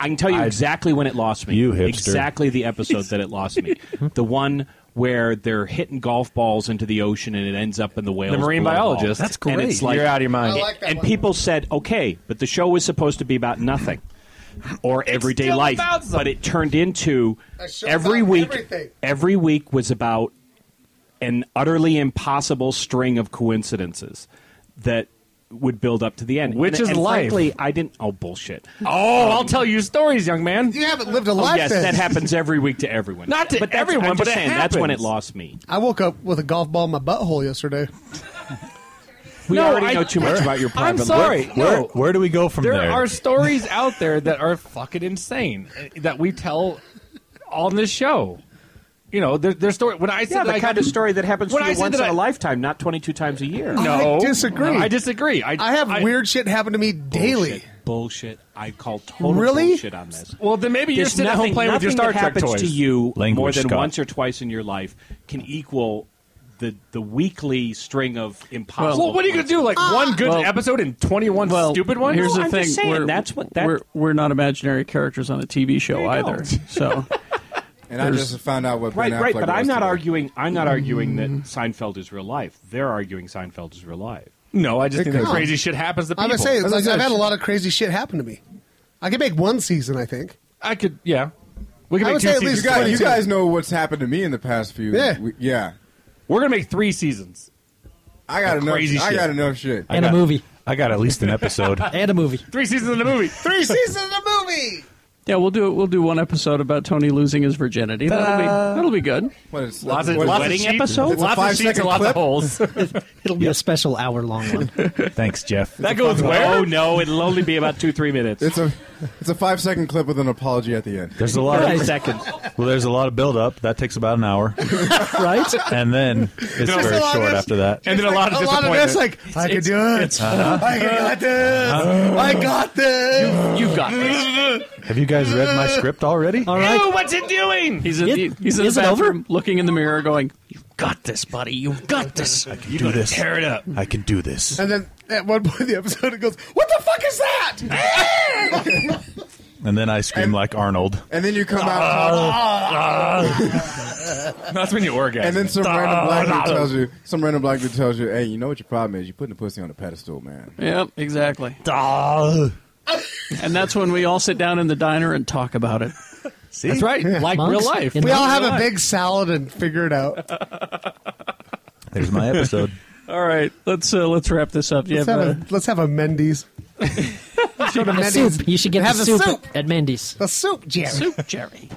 Speaker 6: I can tell you
Speaker 1: I-
Speaker 6: exactly when it lost me.
Speaker 1: You hipster.
Speaker 6: Exactly the episode that it lost me. the one where they're hitting golf balls into the ocean and it ends up in the whale.
Speaker 4: The marine biologist. That's
Speaker 6: And
Speaker 4: great.
Speaker 6: it's like,
Speaker 4: You're out of your mind. I like
Speaker 6: and people said, okay, but the show was supposed to be about nothing or everyday
Speaker 4: still
Speaker 6: life.
Speaker 4: about something.
Speaker 6: But it turned into
Speaker 9: A show
Speaker 6: every
Speaker 9: about
Speaker 6: week.
Speaker 9: everything.
Speaker 6: Every week was about an utterly impossible string of coincidences that would build up to the end.
Speaker 4: Which
Speaker 6: And-
Speaker 4: is
Speaker 6: and
Speaker 4: life.
Speaker 6: Frankly, I didn't. Oh bullshit!
Speaker 4: Oh, I'll tell you stories, young man.
Speaker 9: You haven't lived a
Speaker 6: Oh
Speaker 9: life
Speaker 6: yes,
Speaker 9: then.
Speaker 6: that happens every week to everyone.
Speaker 4: Not to
Speaker 6: but that's-
Speaker 4: everyone,
Speaker 6: I'm just
Speaker 4: but it
Speaker 6: saying, that's when it
Speaker 4: happens.
Speaker 6: lost me.
Speaker 9: I woke up with a golf ball in my butthole yesterday.
Speaker 6: We
Speaker 4: No,
Speaker 6: already
Speaker 4: I-
Speaker 6: know too much about your private
Speaker 4: I'm sorry.
Speaker 6: life.
Speaker 1: Where,
Speaker 4: No.
Speaker 1: where do we go from
Speaker 4: There
Speaker 1: there?
Speaker 4: are stories out there that are fucking insane uh, that we tell on this show. You know, there- there's story. When I said
Speaker 6: Yeah,
Speaker 4: that
Speaker 6: the
Speaker 4: I
Speaker 6: kind
Speaker 4: got-
Speaker 6: of story that happens
Speaker 4: when
Speaker 6: to
Speaker 4: I
Speaker 6: you
Speaker 4: said
Speaker 6: once
Speaker 4: that
Speaker 6: in
Speaker 4: I-
Speaker 6: a lifetime, not 22 times a year.
Speaker 4: No,
Speaker 9: I disagree.
Speaker 4: No, I disagree. I,
Speaker 9: I have weird shit happen to me daily.
Speaker 6: Bullshit. bullshit. I call total
Speaker 9: Really?
Speaker 6: bullshit on this.
Speaker 4: Well, then maybe you're
Speaker 6: There's
Speaker 4: sitting
Speaker 6: nothing,
Speaker 4: at home playing with your
Speaker 6: nothing
Speaker 4: Star
Speaker 6: that
Speaker 4: Trek
Speaker 6: happens
Speaker 4: toys.
Speaker 6: to you
Speaker 1: Language,
Speaker 6: more than
Speaker 1: Scott.
Speaker 6: once or twice in your life can equal the the weekly string of
Speaker 4: Well,
Speaker 6: impossible.
Speaker 4: what are you gonna do? Like one good episode and twenty one stupid ones?
Speaker 2: Here's the
Speaker 6: I'm
Speaker 2: thing:
Speaker 6: just saying,
Speaker 2: we're,
Speaker 6: that's what- that-
Speaker 2: we're we're not imaginary characters on a TV show either. So
Speaker 8: And I just found out what
Speaker 6: Right,
Speaker 8: Ben
Speaker 6: right,
Speaker 8: Affleck
Speaker 6: but I'm
Speaker 8: was
Speaker 6: not
Speaker 8: today. Mm-hmm.
Speaker 6: arguing. I'm not arguing that Seinfeld is real life. They're arguing Seinfeld is real life.
Speaker 4: No, I just think that
Speaker 9: could-
Speaker 4: crazy shit happens to
Speaker 9: I'm
Speaker 4: people.
Speaker 9: gonna say like,
Speaker 4: That's what I
Speaker 9: I've
Speaker 4: said.
Speaker 9: had a lot of crazy shit happen to me. I could make one season, I think.
Speaker 4: I could, yeah. We
Speaker 8: I
Speaker 4: can make
Speaker 8: would
Speaker 4: two
Speaker 8: say at
Speaker 4: seasons
Speaker 8: least you guys,
Speaker 4: together.
Speaker 8: you guys know what's happened to me in the past few.
Speaker 4: Yeah.
Speaker 8: we- yeah.
Speaker 4: We're gonna make three seasons.
Speaker 8: I got
Speaker 4: Of
Speaker 8: enough.
Speaker 4: crazy
Speaker 8: I
Speaker 4: shit.
Speaker 8: got enough shit.
Speaker 4: And a I got- movie.
Speaker 1: I got at least an episode.
Speaker 3: and a movie.
Speaker 4: Three seasons in a movie.
Speaker 8: Three seasons in a movie.
Speaker 2: Yeah, we'll do We'll do one episode about Tony losing his virginity. That'll be
Speaker 8: Ta-da.
Speaker 2: that'll be good.
Speaker 8: What is
Speaker 2: Lots of-
Speaker 8: what is
Speaker 2: lots
Speaker 8: it,
Speaker 2: of
Speaker 8: sheep?
Speaker 2: sheep? episode?
Speaker 8: It's
Speaker 2: Lots
Speaker 8: a
Speaker 2: of
Speaker 8: five
Speaker 2: sheep and
Speaker 8: second
Speaker 2: lots of
Speaker 8: clip?
Speaker 2: holes.
Speaker 3: It'll be a special hour long one.
Speaker 1: Thanks, Jeff.
Speaker 8: That goes where?
Speaker 6: Oh no, it'll only be about two three minutes.
Speaker 8: It's a it's a five second clip with an apology at the end.
Speaker 1: There's a lot of
Speaker 6: seconds.
Speaker 1: Well, there's a lot of build up. That takes about an hour,
Speaker 3: right?
Speaker 1: And then it's
Speaker 8: No,
Speaker 1: very
Speaker 8: it's a lot
Speaker 1: short
Speaker 8: of-
Speaker 1: after that.
Speaker 8: And then a lot of
Speaker 9: that's like I can do it.
Speaker 4: uh-huh.
Speaker 9: I can got this.
Speaker 4: uh,
Speaker 9: I got this.
Speaker 2: You, have got
Speaker 9: this.
Speaker 1: Have you guys read my script already?
Speaker 3: All
Speaker 2: right.
Speaker 4: what's it doing?
Speaker 2: He's in,
Speaker 3: It-
Speaker 2: he's in the
Speaker 3: is it
Speaker 2: bathroom,
Speaker 3: over?
Speaker 2: looking in the mirror, going, "You've got this, buddy. You've got this. I
Speaker 1: can do this. I can do this.
Speaker 9: And then at one point in the episode, it goes, "What the fuck is that?"
Speaker 1: And then I scream like Arnold. Ah,
Speaker 8: And "Ah." then you come out.
Speaker 4: That's when you orgasm.
Speaker 8: And then some random black dude tells you, some random black dude tells you, hey, you know what your problem is? You're putting the pussy on a pedestal, man.
Speaker 2: Yep, exactly. and that's when we all sit down in the diner and talk about it.
Speaker 1: See?
Speaker 4: That's right, like real life.
Speaker 9: We all have a big salad and figure it out.
Speaker 1: There's my episode.
Speaker 2: All right, let's uh, let's wrap this up. Do you
Speaker 9: Let's,
Speaker 2: have,
Speaker 9: have,
Speaker 2: uh,
Speaker 9: a, let's have a Mendy's. Let's go to
Speaker 3: The
Speaker 9: Mendy's.
Speaker 3: soup. You should get
Speaker 9: Have
Speaker 3: the
Speaker 9: a
Speaker 3: soup,
Speaker 9: soup.
Speaker 3: at Mendy's.
Speaker 9: The soup, Jerry.
Speaker 2: Soup, Jerry.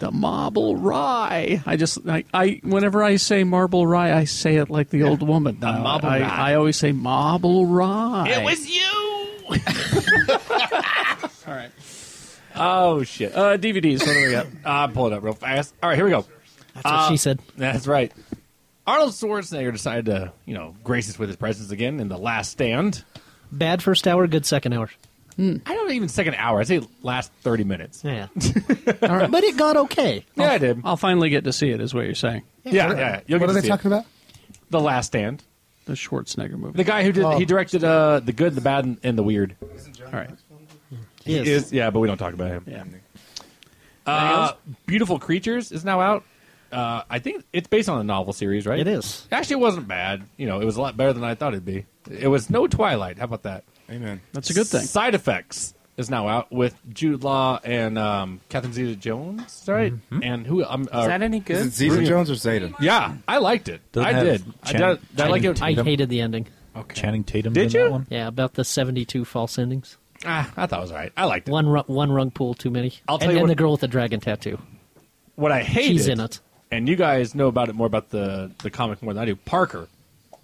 Speaker 2: The marble rye. I just I, I whenever I say marble rye, I say it like the old woman. now.
Speaker 13: marble
Speaker 2: I,
Speaker 13: rye.
Speaker 2: I always say marble rye.
Speaker 13: It was you.
Speaker 2: All right.
Speaker 4: Oh shit.
Speaker 2: Uh, DVDs. What do we got?
Speaker 4: uh, pull it up real fast. All right, here we go. That's
Speaker 3: what she said.
Speaker 4: That's right. Arnold Schwarzenegger decided to, you know, grace us with his presence again in the Last Stand. Hmm.
Speaker 3: Bad first hour, good second hour.
Speaker 4: I don't even second hour. I say last thirty minutes.
Speaker 3: Yeah. All right. But it got okay.
Speaker 4: Yeah, I did.
Speaker 2: I'll finally get to see it. Is what you're saying?
Speaker 4: Yeah, yeah. You'll
Speaker 9: what are
Speaker 4: get to
Speaker 9: they
Speaker 4: see it.
Speaker 9: talking about?
Speaker 4: The Last Stand.
Speaker 2: The Schwarzenegger movie.
Speaker 4: The guy who did
Speaker 2: Oh.
Speaker 4: he directed uh, the Good, the Bad, and, and the Weird.
Speaker 2: All right.
Speaker 4: He is- yeah, but we don't talk about him.
Speaker 2: Yeah.
Speaker 4: Uh, Beautiful Creatures is now out. Uh, I think it's based on a novel series, right?
Speaker 3: It is.
Speaker 4: Actually, it wasn't bad. You know, it was a lot better than I thought it'd be. It was no Twilight. How about that?
Speaker 8: Amen.
Speaker 2: That's a good thing.
Speaker 4: Side Effects is now out with Jude Law and um, Catherine Zeta-Jones, right? And who? Um, uh,
Speaker 13: Is that any
Speaker 8: Is
Speaker 13: good?
Speaker 8: it Zeta Jones or Zeta?
Speaker 4: Yeah, I liked it.
Speaker 1: Doesn't
Speaker 4: I
Speaker 1: have
Speaker 4: did. I
Speaker 1: Channing-
Speaker 4: did. I like it.
Speaker 3: I hated the ending.
Speaker 1: Channing Tatum
Speaker 4: Did
Speaker 1: in
Speaker 4: you?
Speaker 1: that one.
Speaker 3: Yeah, about the 72 false endings.
Speaker 4: Ah, I thought it was all right. I liked it.
Speaker 3: One rung, one rung pool too many.
Speaker 4: I'll tell
Speaker 3: and
Speaker 4: you
Speaker 3: then
Speaker 4: what-
Speaker 3: the girl with the dragon tattoo.
Speaker 4: What I hated.
Speaker 3: She's in it.
Speaker 4: and you guys know about it more about the the comic more than I do. Parker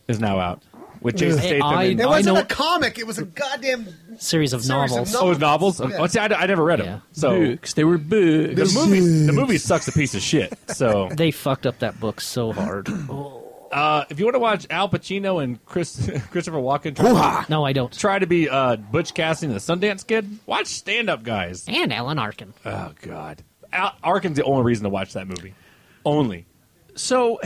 Speaker 4: is now out with
Speaker 3: Yeah.
Speaker 4: Jason
Speaker 3: Hey,
Speaker 4: Statham.
Speaker 3: I-
Speaker 4: and,
Speaker 9: It wasn't
Speaker 3: know-
Speaker 9: a comic. It was a goddamn
Speaker 3: Series of
Speaker 9: Series of
Speaker 3: novels.
Speaker 4: oh, his novels. Okay.
Speaker 9: Yeah.
Speaker 4: Oh, see, I, I never read them.
Speaker 3: Yeah.
Speaker 4: So
Speaker 2: Books. They were
Speaker 4: the
Speaker 2: books.
Speaker 4: movie the movie sucks a piece of shit. So
Speaker 3: They fucked up that book so hard. Oh,
Speaker 4: uh, if you want to watch Al Pacino and Chris Christopher Walken try,
Speaker 3: no, I don't.
Speaker 4: try to be uh, Butch Cassidy and the Sundance Kid, watch Stand Up Guys.
Speaker 3: And Alan Arkin.
Speaker 4: Oh God, Al, Arkin's the only reason to watch that movie. Only.
Speaker 2: So,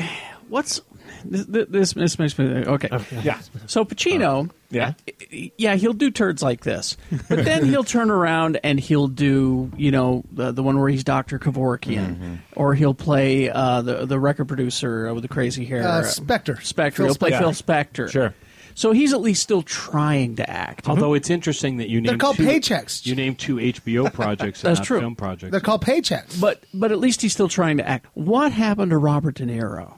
Speaker 2: what's this? This, this makes me okay.
Speaker 4: Yeah.
Speaker 2: So Pacino,
Speaker 4: Yeah.
Speaker 6: Mm-hmm.
Speaker 2: yeah, he'll do turds like this, but then he'll turn around and he'll do you know the, the one where he's Doctor Kevorkian, or he'll play uh, the the record producer with the crazy hair,
Speaker 9: uh, Spectre.
Speaker 2: Spectre.
Speaker 9: Phil
Speaker 2: he'll play
Speaker 9: Spector.
Speaker 2: Phil Spector.
Speaker 4: Sure.
Speaker 2: So he's at least still trying to act.
Speaker 6: Although it's interesting that you
Speaker 9: They're
Speaker 6: named
Speaker 9: called
Speaker 6: two,
Speaker 9: paychecks.
Speaker 6: You named two HBO projects. and
Speaker 2: That's
Speaker 6: not
Speaker 2: true.
Speaker 6: Film projects.
Speaker 9: They're called paychecks.
Speaker 2: But but at least he's still trying to act. What happened to Robert De Niro?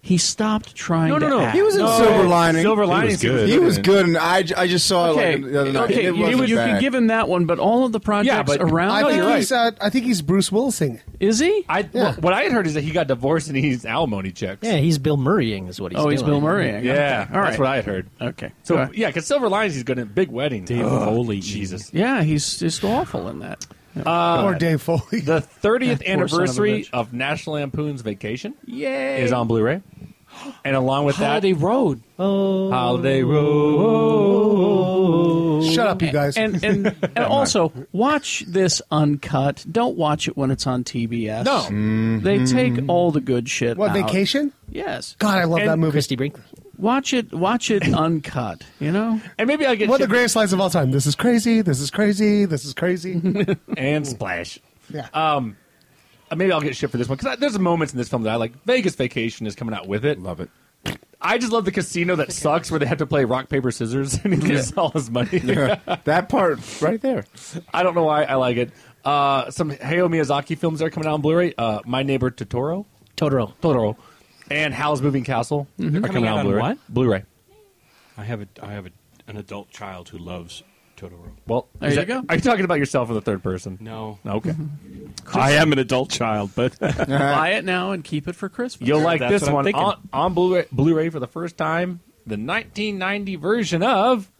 Speaker 2: He stopped trying.
Speaker 4: No, no,
Speaker 2: to
Speaker 4: no.
Speaker 2: act.
Speaker 8: He was in
Speaker 4: No,
Speaker 8: Silver Lining.
Speaker 4: Silver Lining.
Speaker 1: was good.
Speaker 8: He was good, and I, I just saw
Speaker 2: Okay,
Speaker 8: it like the other night.
Speaker 2: okay,
Speaker 8: It
Speaker 2: you,
Speaker 8: wasn't
Speaker 2: you can
Speaker 8: bad.
Speaker 2: give him that one, but all of the projects
Speaker 4: but-
Speaker 2: around.
Speaker 9: I
Speaker 2: No,
Speaker 9: think
Speaker 2: you're
Speaker 9: he's. Uh, I think he's Bruce Willising.
Speaker 2: right. Is he?
Speaker 4: I well, what I had heard is that he got divorced and he's alimony checks.
Speaker 3: Yeah, he's Bill Murraying is what he's
Speaker 2: oh,
Speaker 3: doing.
Speaker 2: he's Bill Murray.
Speaker 4: Yeah,
Speaker 2: Okay. all right.
Speaker 4: that's what I had heard.
Speaker 2: Okay,
Speaker 4: So
Speaker 2: All right.
Speaker 4: yeah, because Silver Linings he's good in Big Wedding. Dave
Speaker 6: Foley.
Speaker 4: Jesus. Uh,
Speaker 2: yeah, he's just awful in that. Uh,
Speaker 9: or Dave Foley.
Speaker 4: The 30th
Speaker 2: son of a
Speaker 4: anniversary
Speaker 2: bitch.
Speaker 4: of National Lampoon's Vacation
Speaker 2: Yay!
Speaker 4: is on Blu-ray, and along with that,
Speaker 6: Holiday Road.
Speaker 3: Oh,
Speaker 4: Holiday Road.
Speaker 9: Shut up, you guys.
Speaker 2: and and and also watch this uncut. Don't watch it when it's on TBS.
Speaker 4: No.
Speaker 2: they take all the good shit.
Speaker 9: what
Speaker 2: out.
Speaker 9: vacation?
Speaker 2: Yes,
Speaker 9: God, I love
Speaker 4: And
Speaker 9: that movie.
Speaker 3: Christy Brinkley.
Speaker 2: watch it. Watch it uncut. You know,
Speaker 4: And maybe I get
Speaker 9: One of the
Speaker 4: shit-
Speaker 9: greatest lines of all time. This is crazy. This is crazy. This is crazy.
Speaker 4: and splash.
Speaker 9: yeah.
Speaker 4: Uh, Maybe I'll get shit for this one because there's moments in this film that I like. Vegas Vacation is coming out with it.
Speaker 8: Love it.
Speaker 4: I just love the casino that sucks where they have to play rock paper scissors and he loses all his money.
Speaker 8: that part right there.
Speaker 4: I don't know why I like it. Uh, some Hayao Miyazaki films that are coming out on Blu-ray. Uh, My Neighbor Totoro.
Speaker 3: Totoro.
Speaker 4: Totoro. And Howl's Moving Castle
Speaker 13: Mhm.
Speaker 4: are
Speaker 13: They're
Speaker 4: coming, out on Blu-ray. Blu-ray.
Speaker 13: I have a I have a, an adult child who loves Totoro.
Speaker 4: Well,
Speaker 13: There
Speaker 4: is
Speaker 13: you
Speaker 4: that-
Speaker 13: go.
Speaker 4: Are you talking about yourself in the third person?
Speaker 13: No.
Speaker 4: Okay.
Speaker 6: I am an adult child, but
Speaker 2: Buy it now and keep it for Christmas.
Speaker 4: You'll like this one on, on Blu-ray, Blu-ray for the first time. The 1990 version of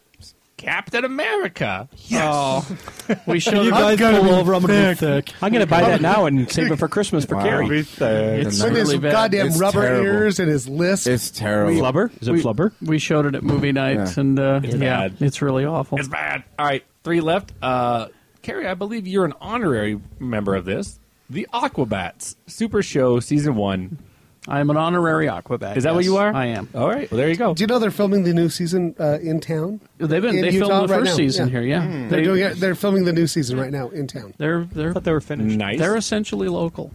Speaker 4: Captain America. Oh. Yes.
Speaker 2: we
Speaker 6: showed- You guys pull over, I'm gonna be thick. I'm gonna buy that now and save it for Christmas for Carrie.
Speaker 9: It's with his goddamn rubber ears and his list.
Speaker 8: It's terrible.
Speaker 2: we, We showed it at movie nights,
Speaker 4: Yeah.
Speaker 2: and uh,
Speaker 4: It's
Speaker 2: yeah,
Speaker 4: bad.
Speaker 2: it's really awful.
Speaker 4: It's bad. All right, three left. Uh, Carrie, I believe you're an honorary member of this. The Aquabats Super Show Season One.
Speaker 2: I am an honorary Aquabat.
Speaker 4: Is that what
Speaker 2: yes,
Speaker 4: you are?
Speaker 2: I am.
Speaker 4: All right. Well, there you go.
Speaker 9: Do you know they're filming the new season uh, in town?
Speaker 2: They've been-
Speaker 9: In
Speaker 2: they filmed
Speaker 9: Utah
Speaker 2: the
Speaker 9: right now.
Speaker 2: first
Speaker 9: Hmm.
Speaker 2: season here, yeah. Mm.
Speaker 9: they're
Speaker 2: They-
Speaker 9: doing it. They're filming the new season right now in town.
Speaker 2: They're they're
Speaker 6: they were finished.
Speaker 4: Nice.
Speaker 2: They're essentially local.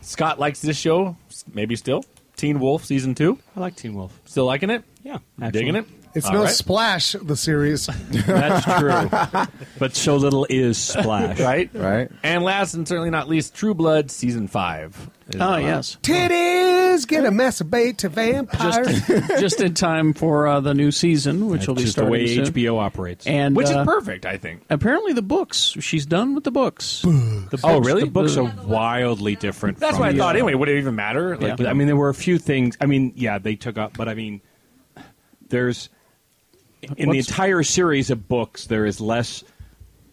Speaker 4: Scott likes this show. s- Maybe still Teen Wolf Season Two.
Speaker 6: I like Teen Wolf.
Speaker 4: Still liking it?
Speaker 6: Yeah,
Speaker 4: digging it.
Speaker 9: It's
Speaker 4: All
Speaker 9: no
Speaker 4: right.
Speaker 9: splash the series.
Speaker 6: That's true. but so little is splash.
Speaker 4: right? And last and certainly not least, True Blood Season Five. is
Speaker 2: Oh,
Speaker 4: out.
Speaker 2: yes.
Speaker 9: Titties get a masturbate to vampires.
Speaker 2: just in time for uh, the new season, which will be
Speaker 13: just the
Speaker 2: starting
Speaker 13: way
Speaker 2: soon.
Speaker 13: HBO operates.
Speaker 2: and
Speaker 4: Which
Speaker 2: uh,
Speaker 4: is perfect, I think.
Speaker 2: Apparently, the books. She's done with the books.
Speaker 6: The
Speaker 4: Oh, really?
Speaker 6: The books
Speaker 4: The-
Speaker 6: are wildly different.
Speaker 4: That's
Speaker 6: from
Speaker 4: what I
Speaker 6: the
Speaker 4: thought.
Speaker 6: show.
Speaker 4: Anyway, would it even matter? Like,
Speaker 6: But, I mean, there were a few things. I mean, yeah, they took up, but I mean, there's in the
Speaker 2: What's-
Speaker 6: entire series of books, there is less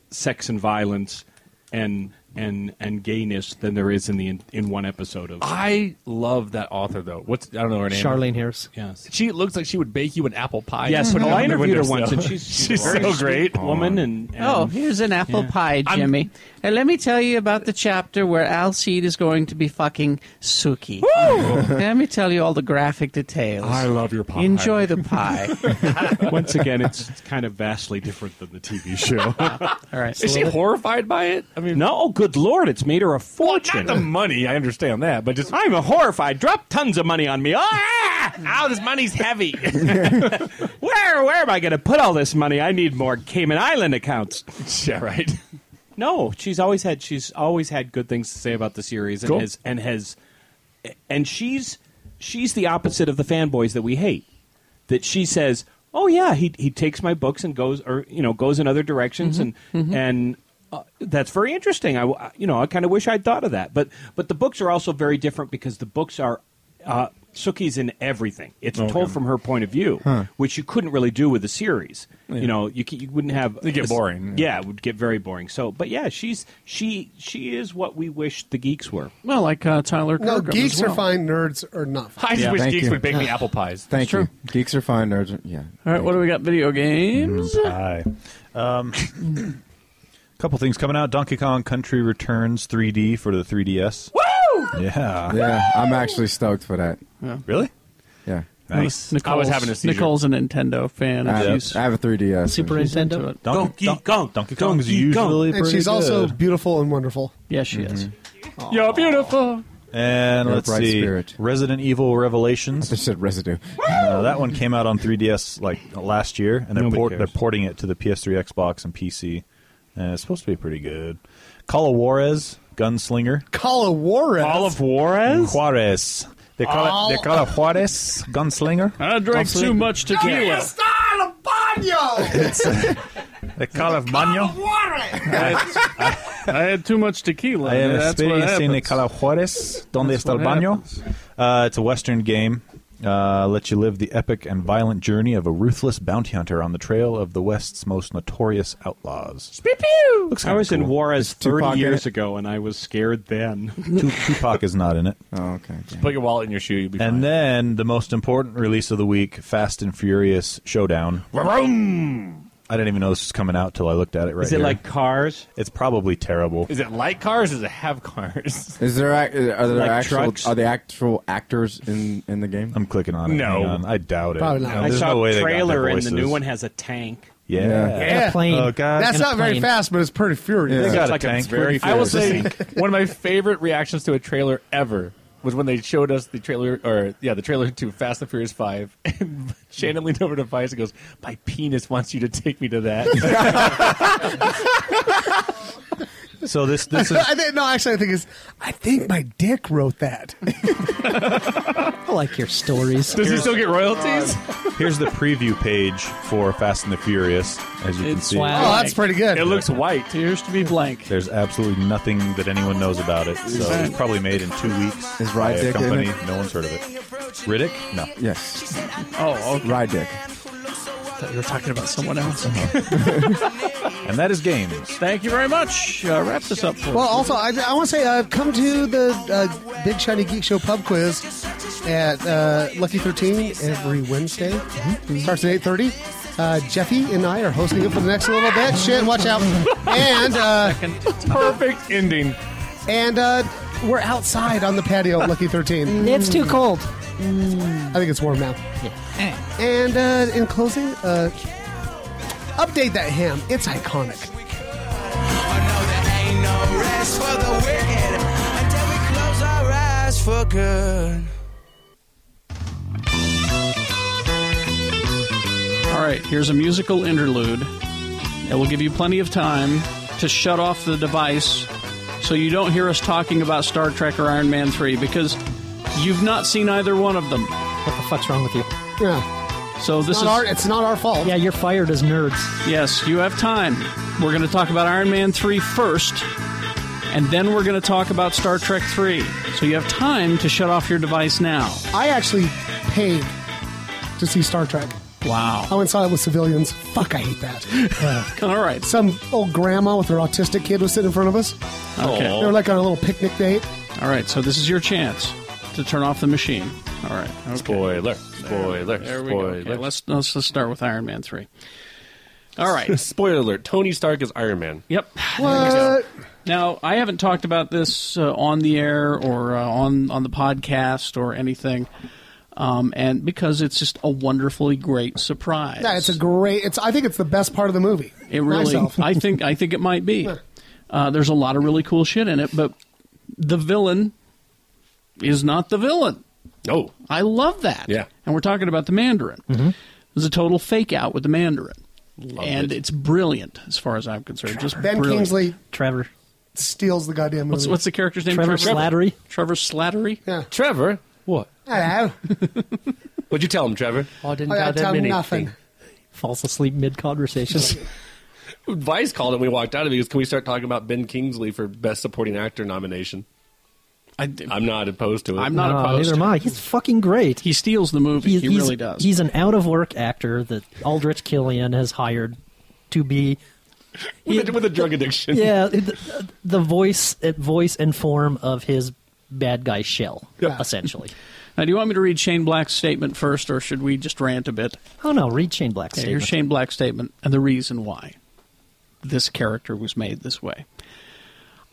Speaker 6: sex and violence and and and gayness than there is in the in one episode of.
Speaker 4: I love that author though. What's I don't know her name.
Speaker 6: Charlene
Speaker 3: Harris.
Speaker 6: Yes.
Speaker 4: She looks like she would bake you an apple pie.
Speaker 6: Yes,
Speaker 4: Put
Speaker 6: but
Speaker 4: it on
Speaker 6: I
Speaker 4: the
Speaker 6: interviewed her
Speaker 4: windowsill.
Speaker 6: once, and she's,
Speaker 4: so great
Speaker 6: woman. And,
Speaker 1: Um,
Speaker 2: Oh, here's an apple
Speaker 6: Yeah.
Speaker 2: pie, Jimmy. and let me tell you about the chapter where Alcide is going to be fucking Suki. let me tell you all the graphic details.
Speaker 6: I love your pie.
Speaker 2: Enjoy the pie.
Speaker 6: once again, it's it's kind of vastly different than the TV show.
Speaker 2: all right.
Speaker 4: Is she horrified by it? I mean,
Speaker 6: no, good lord, it's made her a fortune.
Speaker 4: the money, I understand that, but just
Speaker 6: I'm horrified. Drop tons of money on me. Ah!
Speaker 4: Ow, Oh, this money's heavy.
Speaker 6: Where where am I going to put all this money? I need more Cayman Island accounts.
Speaker 4: yeah, right.
Speaker 6: No, she's always had she's always had good things to say about the series and
Speaker 4: Cool.
Speaker 6: has and has and she's she's the opposite of the fanboys that we hate. That she says, "Oh yeah, he he takes my books and goes or you know goes in other
Speaker 4: Mm-hmm.
Speaker 6: directions and and uh, that's very interesting. I w- I- you know I kind of wish I'd thought of that. But but the books are also very different because the books are uh, Suki's in everything. It's
Speaker 13: Okay.
Speaker 6: told from her point of view,
Speaker 13: Huh.
Speaker 6: which you couldn't really do with the series. You know you c- you wouldn't have
Speaker 13: It'd get boring.
Speaker 6: Yeah, it would get very boring. So but yeah, she's she she is what we wish the geeks were.
Speaker 2: Well, like uh, Tyler
Speaker 9: no,
Speaker 2: Kirkham
Speaker 9: geeks
Speaker 2: as well.
Speaker 9: are fine. Nerds are not. Fine.
Speaker 4: I just
Speaker 2: Yeah.
Speaker 4: wish
Speaker 2: Thank
Speaker 4: geeks
Speaker 2: you.
Speaker 4: would bake me apple pies.
Speaker 2: Thank It's you. true.
Speaker 8: Geeks are fine. Nerds are, yeah.
Speaker 2: All right, what do we got? Video games.
Speaker 1: Mm, Hi. Um, couple things coming out. Donkey Kong Country Returns 3D for the 3DS. Woo! Yeah.
Speaker 8: Yeah, I'm actually stoked for that.
Speaker 2: Yeah.
Speaker 1: Really?
Speaker 8: Yeah.
Speaker 1: Nice.
Speaker 2: Nicole's, Nicole's a Nintendo fan.
Speaker 8: I
Speaker 2: and
Speaker 8: have,
Speaker 2: she's
Speaker 8: I have a uh, 3DS.
Speaker 2: Super
Speaker 8: She's
Speaker 2: Nintendo?
Speaker 8: into it.
Speaker 1: Donkey Kong. Donkey Kong is usually
Speaker 9: and
Speaker 1: pretty
Speaker 9: she's also
Speaker 1: good.
Speaker 9: beautiful and wonderful.
Speaker 2: Yes, she is.
Speaker 4: You're beautiful.
Speaker 1: And
Speaker 8: You're a
Speaker 1: let's
Speaker 8: bright
Speaker 1: see,
Speaker 8: spirit.
Speaker 1: Resident Evil Revelations. I
Speaker 8: said residue.
Speaker 1: that one came out on 3DS like last year, and they're
Speaker 6: Nobody
Speaker 1: port-
Speaker 6: cares.
Speaker 1: they're porting it to the PS3, Xbox, and PC. And it's supposed to be pretty good. Call of Juarez, Gunslinger.
Speaker 9: Call of Juarez.
Speaker 1: Call of Juarez. Juarez. They call it. They call
Speaker 9: Oh.
Speaker 1: it Juarez, Gunslinger.
Speaker 2: I drank
Speaker 1: Gunslinger.
Speaker 2: too much tequila.
Speaker 9: style of
Speaker 1: It's, uh, they call it Baño.
Speaker 2: I had too much tequila.
Speaker 1: I am
Speaker 2: That's what
Speaker 1: experiencing the
Speaker 2: happens.
Speaker 1: Cala Juarez. ¿Dónde está el
Speaker 2: what
Speaker 1: baño?
Speaker 2: happens.
Speaker 1: Uh, it's a Western game. Uh, lets you live the epic and violent journey of a ruthless bounty hunter on the trail of the West's most notorious outlaws.
Speaker 6: I was in Juarez
Speaker 1: Tupac
Speaker 6: 30
Speaker 1: in
Speaker 6: years
Speaker 1: it?
Speaker 6: ago, and I was scared then.
Speaker 1: Tu- Tupac is not in it.
Speaker 8: Oh, okay.
Speaker 4: Put your wallet in your shoe. You'll be
Speaker 1: And then the most important release of the week, Fast and Furious Showdown.
Speaker 4: Vroom.
Speaker 1: I didn't even know this was coming out till I looked at it right
Speaker 6: Is it
Speaker 1: here.
Speaker 6: like Cars?
Speaker 1: It's probably terrible.
Speaker 4: Is it light cars? Does it have cars?
Speaker 8: Is there ac- are there
Speaker 1: Like
Speaker 8: actual
Speaker 1: trucks?
Speaker 8: are the actual actors in in the game?
Speaker 1: I'm clicking on it.
Speaker 8: No.
Speaker 1: Hang on. I doubt it.
Speaker 8: Probably not.
Speaker 1: No,
Speaker 6: I
Speaker 1: there's
Speaker 6: saw
Speaker 1: no way
Speaker 6: a
Speaker 1: they got their
Speaker 6: trailer, and the
Speaker 1: voices.
Speaker 6: new one has a tank.
Speaker 1: Yeah.
Speaker 9: Yeah. plane.
Speaker 1: Oh, God.
Speaker 9: That's not very fast, but it's pretty furious.
Speaker 1: They
Speaker 9: It's
Speaker 1: got a
Speaker 9: like a
Speaker 1: tank.
Speaker 9: very
Speaker 4: I will
Speaker 9: furious
Speaker 4: say
Speaker 9: tank.
Speaker 4: one of my favorite reactions to a trailer ever was when they showed us the trailer, or yeah, the trailer to Fast and Furious Five, and Shannon leaned over to Vice and goes, "My penis wants you to take me to that."
Speaker 1: So this this is
Speaker 9: I think, no, actually, I think it's. I think my dick wrote that.
Speaker 3: I like your stories.
Speaker 1: Does he
Speaker 4: still get royalties?
Speaker 1: here's the preview page for Fast and the Furious. As you can see,
Speaker 8: Oh,
Speaker 4: Oh,
Speaker 9: pretty good.
Speaker 4: It looks white.
Speaker 2: Appears to be blank.
Speaker 1: There's absolutely nothing that anyone knows about it. So
Speaker 2: that-
Speaker 1: it's probably made in two weeks.
Speaker 8: Is Ride
Speaker 1: by a
Speaker 8: Dick in
Speaker 1: company.
Speaker 8: it?
Speaker 1: No one's heard of it. Riddick? No.
Speaker 8: Yes.
Speaker 2: Oh, okay.
Speaker 8: Ride Dick.
Speaker 2: thought you were talking about someone else.
Speaker 1: and that is games.
Speaker 2: Thank you very much. Uh, wrap this up for
Speaker 9: Well,
Speaker 2: us.
Speaker 9: also, I, I want to say, uh, come to the uh, Big Shiny Geek Show pub quiz at uh, Lucky 13 every Wednesday.
Speaker 1: Mm-hmm.
Speaker 9: Starts at 8.30. Uh, Jeffy and I are hosting it for the next little bit. Shit, watch out. And, uh,
Speaker 4: Perfect ending.
Speaker 9: and uh, we're outside on the patio at Lucky 13.
Speaker 3: It's too cold.
Speaker 9: I think it's warm now. And uh, in closing, uh, update that ham. It's iconic.
Speaker 15: Ain't no rest for the wicked until we close our eyes for good.
Speaker 2: All right, here's a musical interlude that will give you plenty of time to shut off the device so you don't hear us talking about Star Trek or Iron Man 3 because you've not seen either one of them. What
Speaker 3: the fuck's wrong with you?
Speaker 9: Yeah.
Speaker 2: So this
Speaker 3: not
Speaker 2: is
Speaker 3: our-
Speaker 9: it's not our fault.
Speaker 3: Yeah, you're fired as nerds.
Speaker 2: Yes, you have time. We're going to talk about Iron Man 3 first, and then we're going to talk about Star Trek 3. So you have time to shut off your device now.
Speaker 9: I actually paid to see Star Trek.
Speaker 2: Wow.
Speaker 9: I went and saw it with civilians. Fuck, I hate that.
Speaker 2: All right.
Speaker 9: Some old grandma with her autistic kid was sitting in front of us.
Speaker 2: Okay.
Speaker 9: They were like on a little picnic date.
Speaker 2: All right, so this is your chance to turn off the machine. All right. Okay.
Speaker 4: Spoiler. Spoiler.
Speaker 2: There we go.
Speaker 4: spoiler.
Speaker 2: Okay, let's, let's let's start with Iron Man 3. All right.
Speaker 4: Spoiler alert. Tony Stark is Iron Man.
Speaker 2: Yep.
Speaker 9: What?
Speaker 2: Now, I haven't talked about this uh, on the air or uh, on on the podcast or anything, um, and because it's just a wonderfully great surprise.
Speaker 9: Yeah, it's a great. It's. I think it's the best part of the movie.
Speaker 2: It really,
Speaker 9: Myself.
Speaker 2: I think, I think it might be. Uh, there's a lot of really cool shit in it, but the villain is not the villain.
Speaker 4: No,
Speaker 2: I love that.
Speaker 4: Yeah.
Speaker 2: and we're talking about the Mandarin. It was a total fake out with the Mandarin, and
Speaker 3: it.
Speaker 2: it's brilliant as far as I'm concerned. Just
Speaker 9: Ben
Speaker 2: brilliant.
Speaker 9: Kingsley
Speaker 3: Trevor.
Speaker 9: steals the goddamn movie.
Speaker 2: What's, what's the character's name?
Speaker 3: Trevor Slattery.
Speaker 2: Trevor Slattery.
Speaker 9: Yeah.
Speaker 4: Trevor. What?
Speaker 9: Hello.
Speaker 4: What'd you tell him, Trevor?
Speaker 2: Oh,
Speaker 3: I didn't
Speaker 9: I gotta tell him nothing.
Speaker 3: Falls asleep mid conversation.
Speaker 4: Vice called it. when We walked out of it because can we start talking about Ben Kingsley for Best Supporting Actor nomination?
Speaker 2: I,
Speaker 4: am not opposed to it.
Speaker 2: I'm not opposed.
Speaker 3: Neither am I. He's fucking great.
Speaker 2: He steals the movie. He really does.
Speaker 3: He's an out of work actor that Aldrich Killian has hired to be.
Speaker 4: with, a, with a drug addiction.
Speaker 3: Yeah, the, the voice, voice and form of his bad guy shell, essentially.
Speaker 2: Now, do you want me to read Shane Black's statement first, or should we just rant a bit?
Speaker 3: Oh no, read Shane Black's
Speaker 2: Okay, here's
Speaker 3: statement.
Speaker 2: Shane Black's statement and the reason why this character was made this way.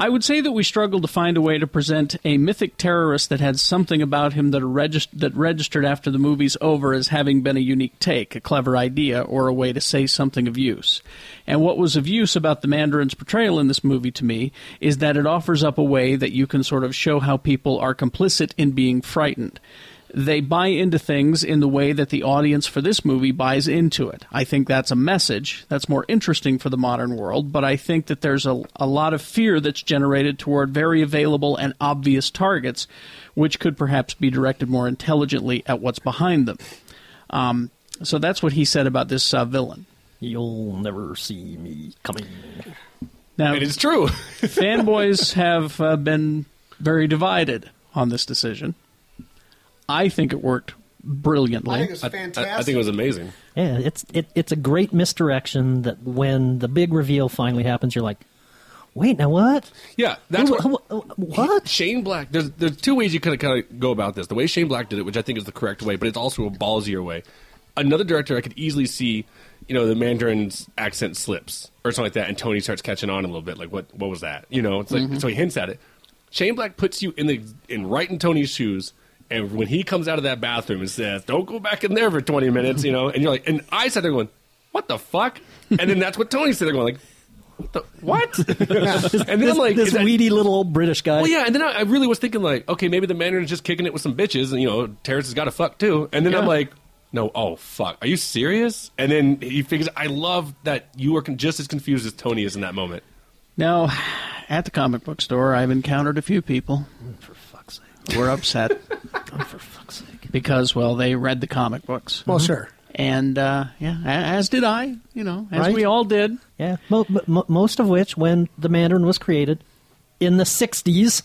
Speaker 2: I would say that we struggled to find a way to present a mythic terrorist that had something about him that, regis- that registered after the movie's over as having been a unique take, a clever idea, or a way to say something of use. And what was of use about the Mandarin's portrayal in this movie to me is that it offers up a way that you can sort of show how people are complicit in being frightened they buy into things in the way that the audience for this movie buys into it. I think that's a message that's more interesting for the modern world, but I think that there's a, a lot of fear that's generated toward very available and obvious targets, which could perhaps be directed more intelligently at what's behind them. Um, so that's what he said about this uh, villain.
Speaker 3: You'll never see me coming.
Speaker 2: Now,
Speaker 4: It is true.
Speaker 2: fanboys have uh, been very divided on this decision. I think it worked brilliantly.
Speaker 4: I, I think it was amazing.
Speaker 3: Yeah, it's it, it's a great misdirection that when the big reveal finally happens, you're like, wait, now what?
Speaker 4: Yeah, that's what.
Speaker 3: uh, What
Speaker 4: Shane Black? There's there's two ways you kind of kind of go about this. The way Shane Black did it, which I think is the correct way, but it's also a ballsier way. Another director, I could easily see, you know, the Mandarin's accent slips or something like that, and Tony starts catching on a little bit. Like, what what was that? You know, it's like
Speaker 3: Mm-hmm.
Speaker 4: so he hints at it. Shane Black puts you in the in right in Tony's shoes. And when he comes out of that bathroom and says, "Don't go back in there for twenty minutes," you know, and you're like, and I sat there going, "What the fuck?" And then that's what Tony said. They're going like, "What the what?" and then
Speaker 3: this,
Speaker 4: like
Speaker 3: this
Speaker 4: is that-
Speaker 3: weedy little old British guy.
Speaker 4: well, yeah, and then I, I really was thinking like, okay, maybe the Mandarin's just kicking it with some bitches, and you know, Terrence has got to fuck too. And then I'm
Speaker 2: Yeah.
Speaker 4: like, no, oh fuck, are you serious? And then he figures. I love that you are con- just as confused as Tony is in that moment.
Speaker 2: Now, at the comic book store, I've encountered a few people. For fuck's sake. We're upset. for fuck's sake. Because, well, they read the comic books.
Speaker 4: Mm-hmm.
Speaker 9: Well, sure.
Speaker 2: And, uh, yeah, a- as did I, you know, as
Speaker 3: Right.
Speaker 2: we all did.
Speaker 3: Yeah, mo- mo- mo- most of which when the Mandarin was created in the 60s.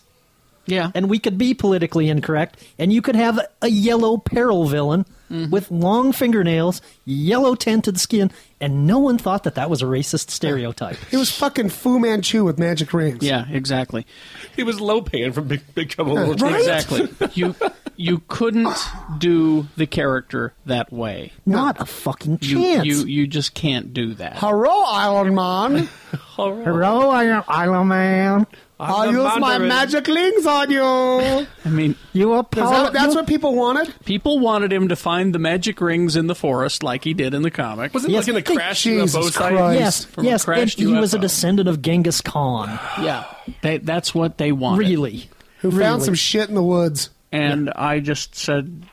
Speaker 2: Yeah.
Speaker 3: And we could be politically incorrect, and you could have a yellow peril villain
Speaker 2: Mm-hmm.
Speaker 3: with long fingernails, yellow tinted skin, and no one thought that that was a racist stereotype.
Speaker 9: It was fucking Fu Manchu with magic rings.
Speaker 2: Yeah, exactly.
Speaker 13: He was low paying from Big, big Trouble in Little China.
Speaker 2: Exactly. you you couldn't do the character that way.
Speaker 3: Not a fucking
Speaker 2: You,
Speaker 3: chance.
Speaker 2: you you just can't do that.
Speaker 9: Hello, Island Man. Hello, I- Island Man. i
Speaker 2: the
Speaker 9: use my
Speaker 2: Mandarin.
Speaker 9: magic rings on you.
Speaker 2: I mean,
Speaker 3: you are
Speaker 9: Is that- that's what people wanted.
Speaker 2: People wanted him to find the magic rings in the forest, like he did in the comic.
Speaker 13: Wasn't it like in the crash UFO site?
Speaker 3: Yes,
Speaker 2: From a
Speaker 3: yes, and
Speaker 2: crashed
Speaker 3: he was a
Speaker 2: UFO.
Speaker 3: descendant of Genghis Khan.
Speaker 2: Yeah, they, that's what they wanted.
Speaker 3: Really,
Speaker 9: who found some shit in the woods?
Speaker 2: And I just said,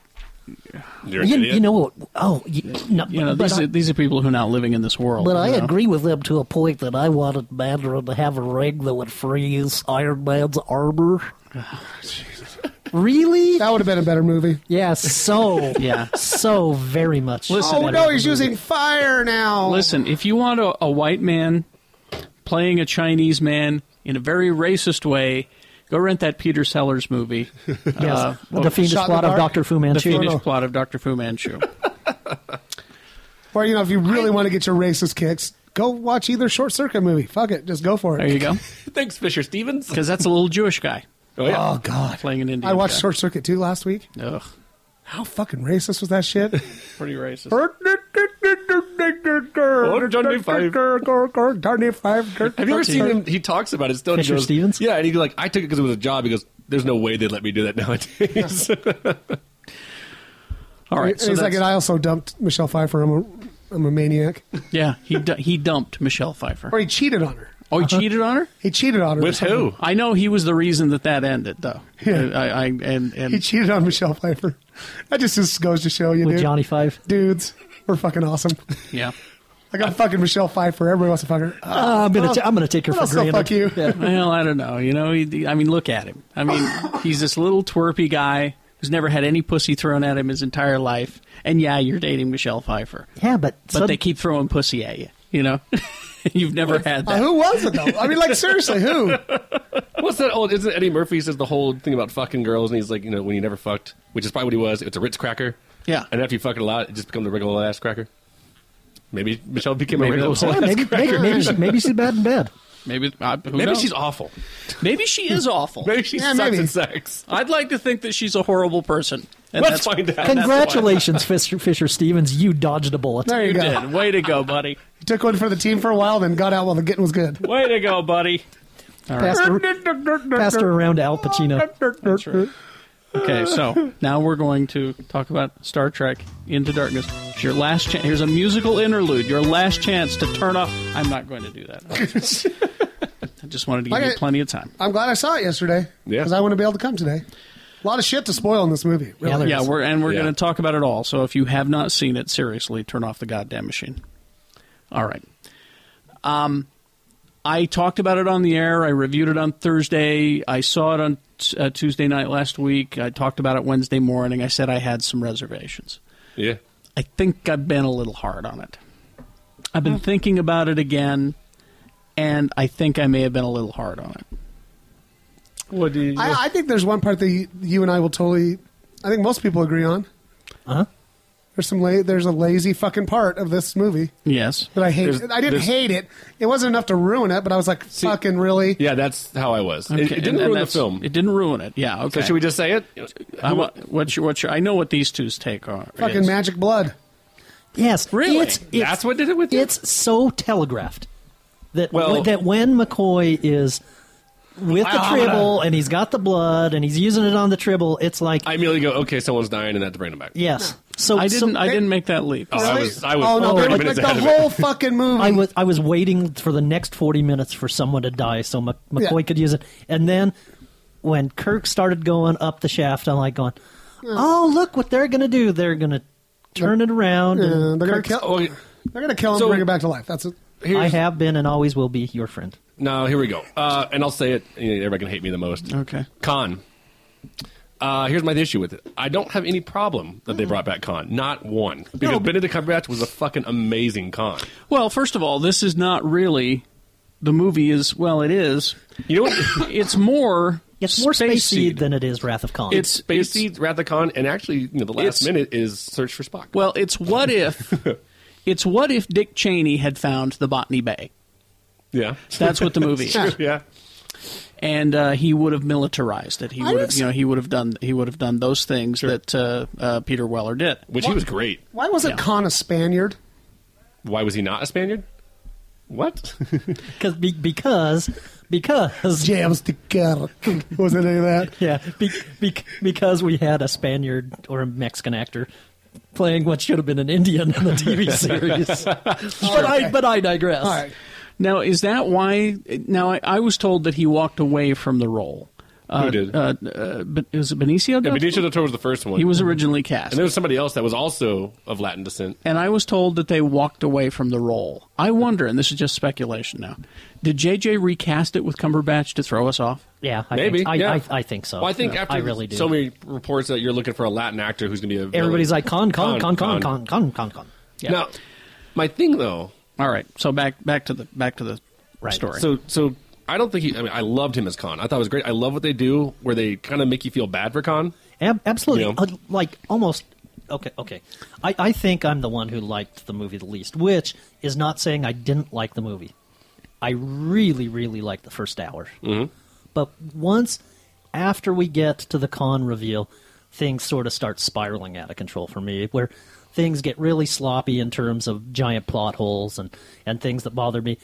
Speaker 13: You're
Speaker 3: You, you know, oh, you, no,
Speaker 2: you know,
Speaker 3: but
Speaker 2: these
Speaker 3: I-
Speaker 2: are these are people who are not living in this world.
Speaker 3: But I
Speaker 2: you know?
Speaker 3: agree with them to a point that I wanted Mandarin to have a ring that would freeze Iron Man's armor. really?
Speaker 9: That would have been a better movie.
Speaker 3: Yes, so
Speaker 2: Yeah.
Speaker 3: so very much.
Speaker 2: Listen,
Speaker 9: oh no, he's using fire now.
Speaker 2: Listen, if you want a, a white man playing a Chinese man in a very racist way, go rent that Peter Sellers movie. Uh, yes,
Speaker 3: The Fiendish Shot in the Plot of Dark? Dr. Fu Manchu.
Speaker 2: The Fiendish
Speaker 3: No, no.
Speaker 2: Plot of Dr. Fu Manchu.
Speaker 9: Or you know, if you really want to get your racist kicks, go watch either Short Circuit movie. Fuck it, just go for it.
Speaker 2: There you go.
Speaker 13: Thanks, Fisher Stevens.
Speaker 2: Because that's a little Jewish guy.
Speaker 13: Oh, yeah.
Speaker 9: God,
Speaker 2: playing an Indian.
Speaker 9: I watched
Speaker 2: guy.
Speaker 9: Short Circuit too last week.
Speaker 2: Ugh,
Speaker 9: How fucking racist was that shit?
Speaker 2: pretty racist.
Speaker 13: Johnny Five.
Speaker 9: Darn five.
Speaker 13: Have you ever seen him? He talks about it still. and he
Speaker 3: Fisher
Speaker 13: goes,
Speaker 3: Stevens?
Speaker 13: Yeah, and he's like, I took it because it was a job. He goes, There's no way they'd let me do that nowadays.
Speaker 2: All right. So
Speaker 9: he's like,
Speaker 2: that's-
Speaker 9: and I also dumped Michelle Pfeiffer. I'm a, I'm a maniac.
Speaker 2: yeah, he du- he dumped Michelle Pfeiffer.
Speaker 9: Or he cheated on her. Uh-huh.
Speaker 2: Oh, he cheated on her.
Speaker 9: He cheated on her. or
Speaker 13: With
Speaker 9: something.
Speaker 13: who?
Speaker 2: I know he was the reason that that ended, though.
Speaker 9: Yeah.
Speaker 2: I, I, I and
Speaker 9: He
Speaker 2: and
Speaker 9: cheated on Michelle Pfeiffer. That just, just goes to show you,
Speaker 3: with
Speaker 9: dude.
Speaker 3: Johnny Five.
Speaker 9: Dudes, we're fucking awesome.
Speaker 2: yeah.
Speaker 9: I got fucking Michelle Pfeiffer. Everybody wants to fuck her. Uh,
Speaker 3: Uh, I'm gonna ta- I'm gonna take her
Speaker 9: I'll
Speaker 3: for
Speaker 9: still
Speaker 3: granted.
Speaker 9: fuck you.
Speaker 2: Well, I don't know. You know, he, I mean, look at him. I mean, he's this little twerpy guy who's never had any pussy thrown at him his entire life. And yeah, you're dating Michelle Pfeiffer,
Speaker 3: Yeah, but
Speaker 2: but they keep throwing pussy at you. You know, you've never had
Speaker 9: Uh,
Speaker 2: that.
Speaker 9: who was it though? I mean, like seriously, who?
Speaker 13: What's that old? Isn't Eddie Murphy says the whole thing about fucking girls, and he's like, you know, when you never fucked, which is probably what he was. It's a Ritz cracker.
Speaker 2: Yeah.
Speaker 13: And after you fuck it a lot, it just becomes a regular old ass ccker. Maybe Michelle became
Speaker 2: Maybe
Speaker 13: a regular
Speaker 2: that
Speaker 13: old
Speaker 2: was-
Speaker 13: ass
Speaker 2: Yeah,
Speaker 3: maybe maybe, maybe, she- maybe she's bad in bed.
Speaker 2: Maybe I, who
Speaker 13: Maybe
Speaker 2: knows?
Speaker 13: she's awful.
Speaker 2: maybe she is awful.
Speaker 13: Maybe she
Speaker 9: Yeah,
Speaker 13: sucks
Speaker 9: maybe.
Speaker 13: at sex.
Speaker 2: I'd like to think that she's a horrible person. And
Speaker 13: Let's
Speaker 2: that's why
Speaker 13: find out.
Speaker 3: Congratulations, Fisher, Fisher Stevens. You dodged a bullet.
Speaker 9: There you,
Speaker 2: you
Speaker 9: go.
Speaker 2: did. Way to go, buddy.
Speaker 9: He took one for the team for a while, then got out while the getting was good.
Speaker 2: Way to go, buddy.
Speaker 3: Passed her, passed her around to Al Pacino.
Speaker 2: Okay, so now we're going to talk about Star Trek Into Darkness. It's your last chance. Here's a musical interlude. Your last chance to turn off. I'm not going to do that. I just wanted to give you
Speaker 9: Okay.
Speaker 2: plenty of time.
Speaker 9: I'm glad I saw it yesterday.
Speaker 13: Yeah.
Speaker 9: Because I wouldn't be able to come today. A lot of shit to spoil in this movie. Really.
Speaker 3: there
Speaker 2: Yeah,
Speaker 3: is.
Speaker 2: we're and we're
Speaker 13: Yeah.
Speaker 2: going to talk about it all. So if you have not seen it, seriously, turn off the goddamn machine. All right. Um, I talked about it on the air. I reviewed it on Thursday. I saw it on t- uh, Tuesday night last week. I talked about it Wednesday morning. I said I had some reservations.
Speaker 13: Yeah.
Speaker 2: I think I've been a little hard on it. I've
Speaker 9: Mm.
Speaker 2: been thinking about it again, and I think I may have been a little hard on it.
Speaker 13: What do you?
Speaker 9: I, I think there's one part that you, you and I will totally. I think most people agree on.
Speaker 3: Huh?
Speaker 9: There's some. La- there's a lazy fucking part of this movie
Speaker 2: Yes.
Speaker 9: that I hate.
Speaker 13: There's-
Speaker 9: I didn't
Speaker 13: there's-
Speaker 9: hate it. It wasn't enough to ruin it, but I was like, fucking really.
Speaker 13: yeah, that's how I was. It- It,
Speaker 2: Okay, and-
Speaker 13: didn't
Speaker 2: and
Speaker 13: ruin the
Speaker 2: that's-
Speaker 13: film.
Speaker 2: It didn't ruin it. Yeah. Okay.
Speaker 13: So should we just say it?
Speaker 2: I want, what's your, what's your, I know what these two's take are.
Speaker 9: Fucking
Speaker 2: is.
Speaker 9: magic blood.
Speaker 3: Yes,
Speaker 2: Really?
Speaker 3: It's, it's,
Speaker 13: That's what did it with you?
Speaker 3: It's so telegraphed that
Speaker 13: Well- Ah,
Speaker 3: that when McCoy is with the
Speaker 13: Wow, I'm
Speaker 3: tribble and he's got the blood and he's using it on the tribble, it's like
Speaker 13: I immediately go, okay, someone's dying, and that's bringing it back.
Speaker 3: yes. So
Speaker 2: I
Speaker 3: so-
Speaker 2: didn't. I didn't make that leap.
Speaker 13: Oh, I was. I was.
Speaker 9: oh no!
Speaker 13: 30
Speaker 9: They, like,
Speaker 13: minutes
Speaker 9: the
Speaker 13: ahead of it.
Speaker 9: whole fucking movie.
Speaker 3: I was I was waiting for the next forty minutes for someone to die so Mc, McCoy
Speaker 9: Yeah.
Speaker 3: could use it, and then when Kirk started going up the shaft, I'm like going, "Oh, look what they're gonna do! They're gonna turn it around."
Speaker 9: Yeah,
Speaker 3: and
Speaker 9: they're gonna
Speaker 3: Kirk's-
Speaker 9: kill.
Speaker 13: Okay.
Speaker 9: They're gonna kill him
Speaker 13: Oh, So-
Speaker 9: and bring him back to life. That's it.
Speaker 13: Here's-
Speaker 3: I have been and always will be your friend.
Speaker 4: No, here we go. Uh, and I'll say it. you know, Everybody can hate me the most.
Speaker 2: Okay.
Speaker 4: Con. Uh, here's my issue with it. I don't have any problem
Speaker 3: Mm.
Speaker 4: that they brought back Con. Not one. Because Benedict Cumberbatch was a fucking amazing Con.
Speaker 2: Well, first of all, this is not really the movie. Is well, it is.
Speaker 4: You know, what?
Speaker 2: it's more.
Speaker 3: It's more
Speaker 2: space
Speaker 3: spacey
Speaker 2: seed.
Speaker 3: than it is Wrath of Khan.
Speaker 4: It's Spacey, Wrath of Khan, and actually, you know, the
Speaker 2: It's-
Speaker 4: last minute is Search for Spock.
Speaker 2: Well, it's what if. it's what if Dick Cheney had found the Botany Bay.
Speaker 4: Yeah.
Speaker 2: That's what the movie
Speaker 4: true,
Speaker 2: is.
Speaker 4: yeah.
Speaker 2: And uh, he would have militarized it. He
Speaker 4: I
Speaker 2: would have,
Speaker 4: was-
Speaker 2: you know, he would have done, he would have done those things that uh, uh, Peter Weller did,
Speaker 4: Which he was great.
Speaker 9: Why wasn't Khan a Spaniard?
Speaker 4: Why was he not a Spaniard? What?
Speaker 3: Because be, because because
Speaker 9: James the Garrick was it any of that?
Speaker 3: Yeah, be, be, because we had a Spaniard or a Mexican actor playing what should have been an Indian in the TV series. but I but I digress.
Speaker 2: Now, is that why? Now, I, I was told that he walked away from the role. Uh,
Speaker 4: Who did?
Speaker 2: Uh, uh, but is it Benicio?
Speaker 4: Yeah,
Speaker 2: del-
Speaker 4: Benicio del Toro was the first one.
Speaker 2: He was originally cast.
Speaker 4: And there was somebody else that was also of Latin descent.
Speaker 2: and I was told that they walked away from the role. I wonder, and this is just speculation now, did JJ recast it with Cumberbatch to throw us off?
Speaker 3: Yeah, I
Speaker 4: Maybe.
Speaker 3: Think, I,
Speaker 4: yeah.
Speaker 3: I, I think so.
Speaker 4: Well, I think after
Speaker 3: I really do.
Speaker 4: so many reports that you're looking for a Latin actor who's going to be a villain.
Speaker 3: Everybody's like con con con con con con con con.
Speaker 4: Now, my thing though.
Speaker 2: All right. So back back to the back to the story.
Speaker 4: So so I don't think he. I mean, I loved him as Khan. I thought it was great. I love what they do where they kind of make you feel bad for Khan.
Speaker 3: Ab- absolutely,
Speaker 4: You know?
Speaker 3: Uh, like almost. Okay, okay. I, I think I'm the one who liked the movie the least, which is not saying I didn't like the movie. I really, really liked the first hour.
Speaker 15: Mm-hmm.
Speaker 3: But once after we get to the con reveal, things sort of start spiraling out of control for me, where things get really sloppy in terms of giant plot holes and, and things that bother me.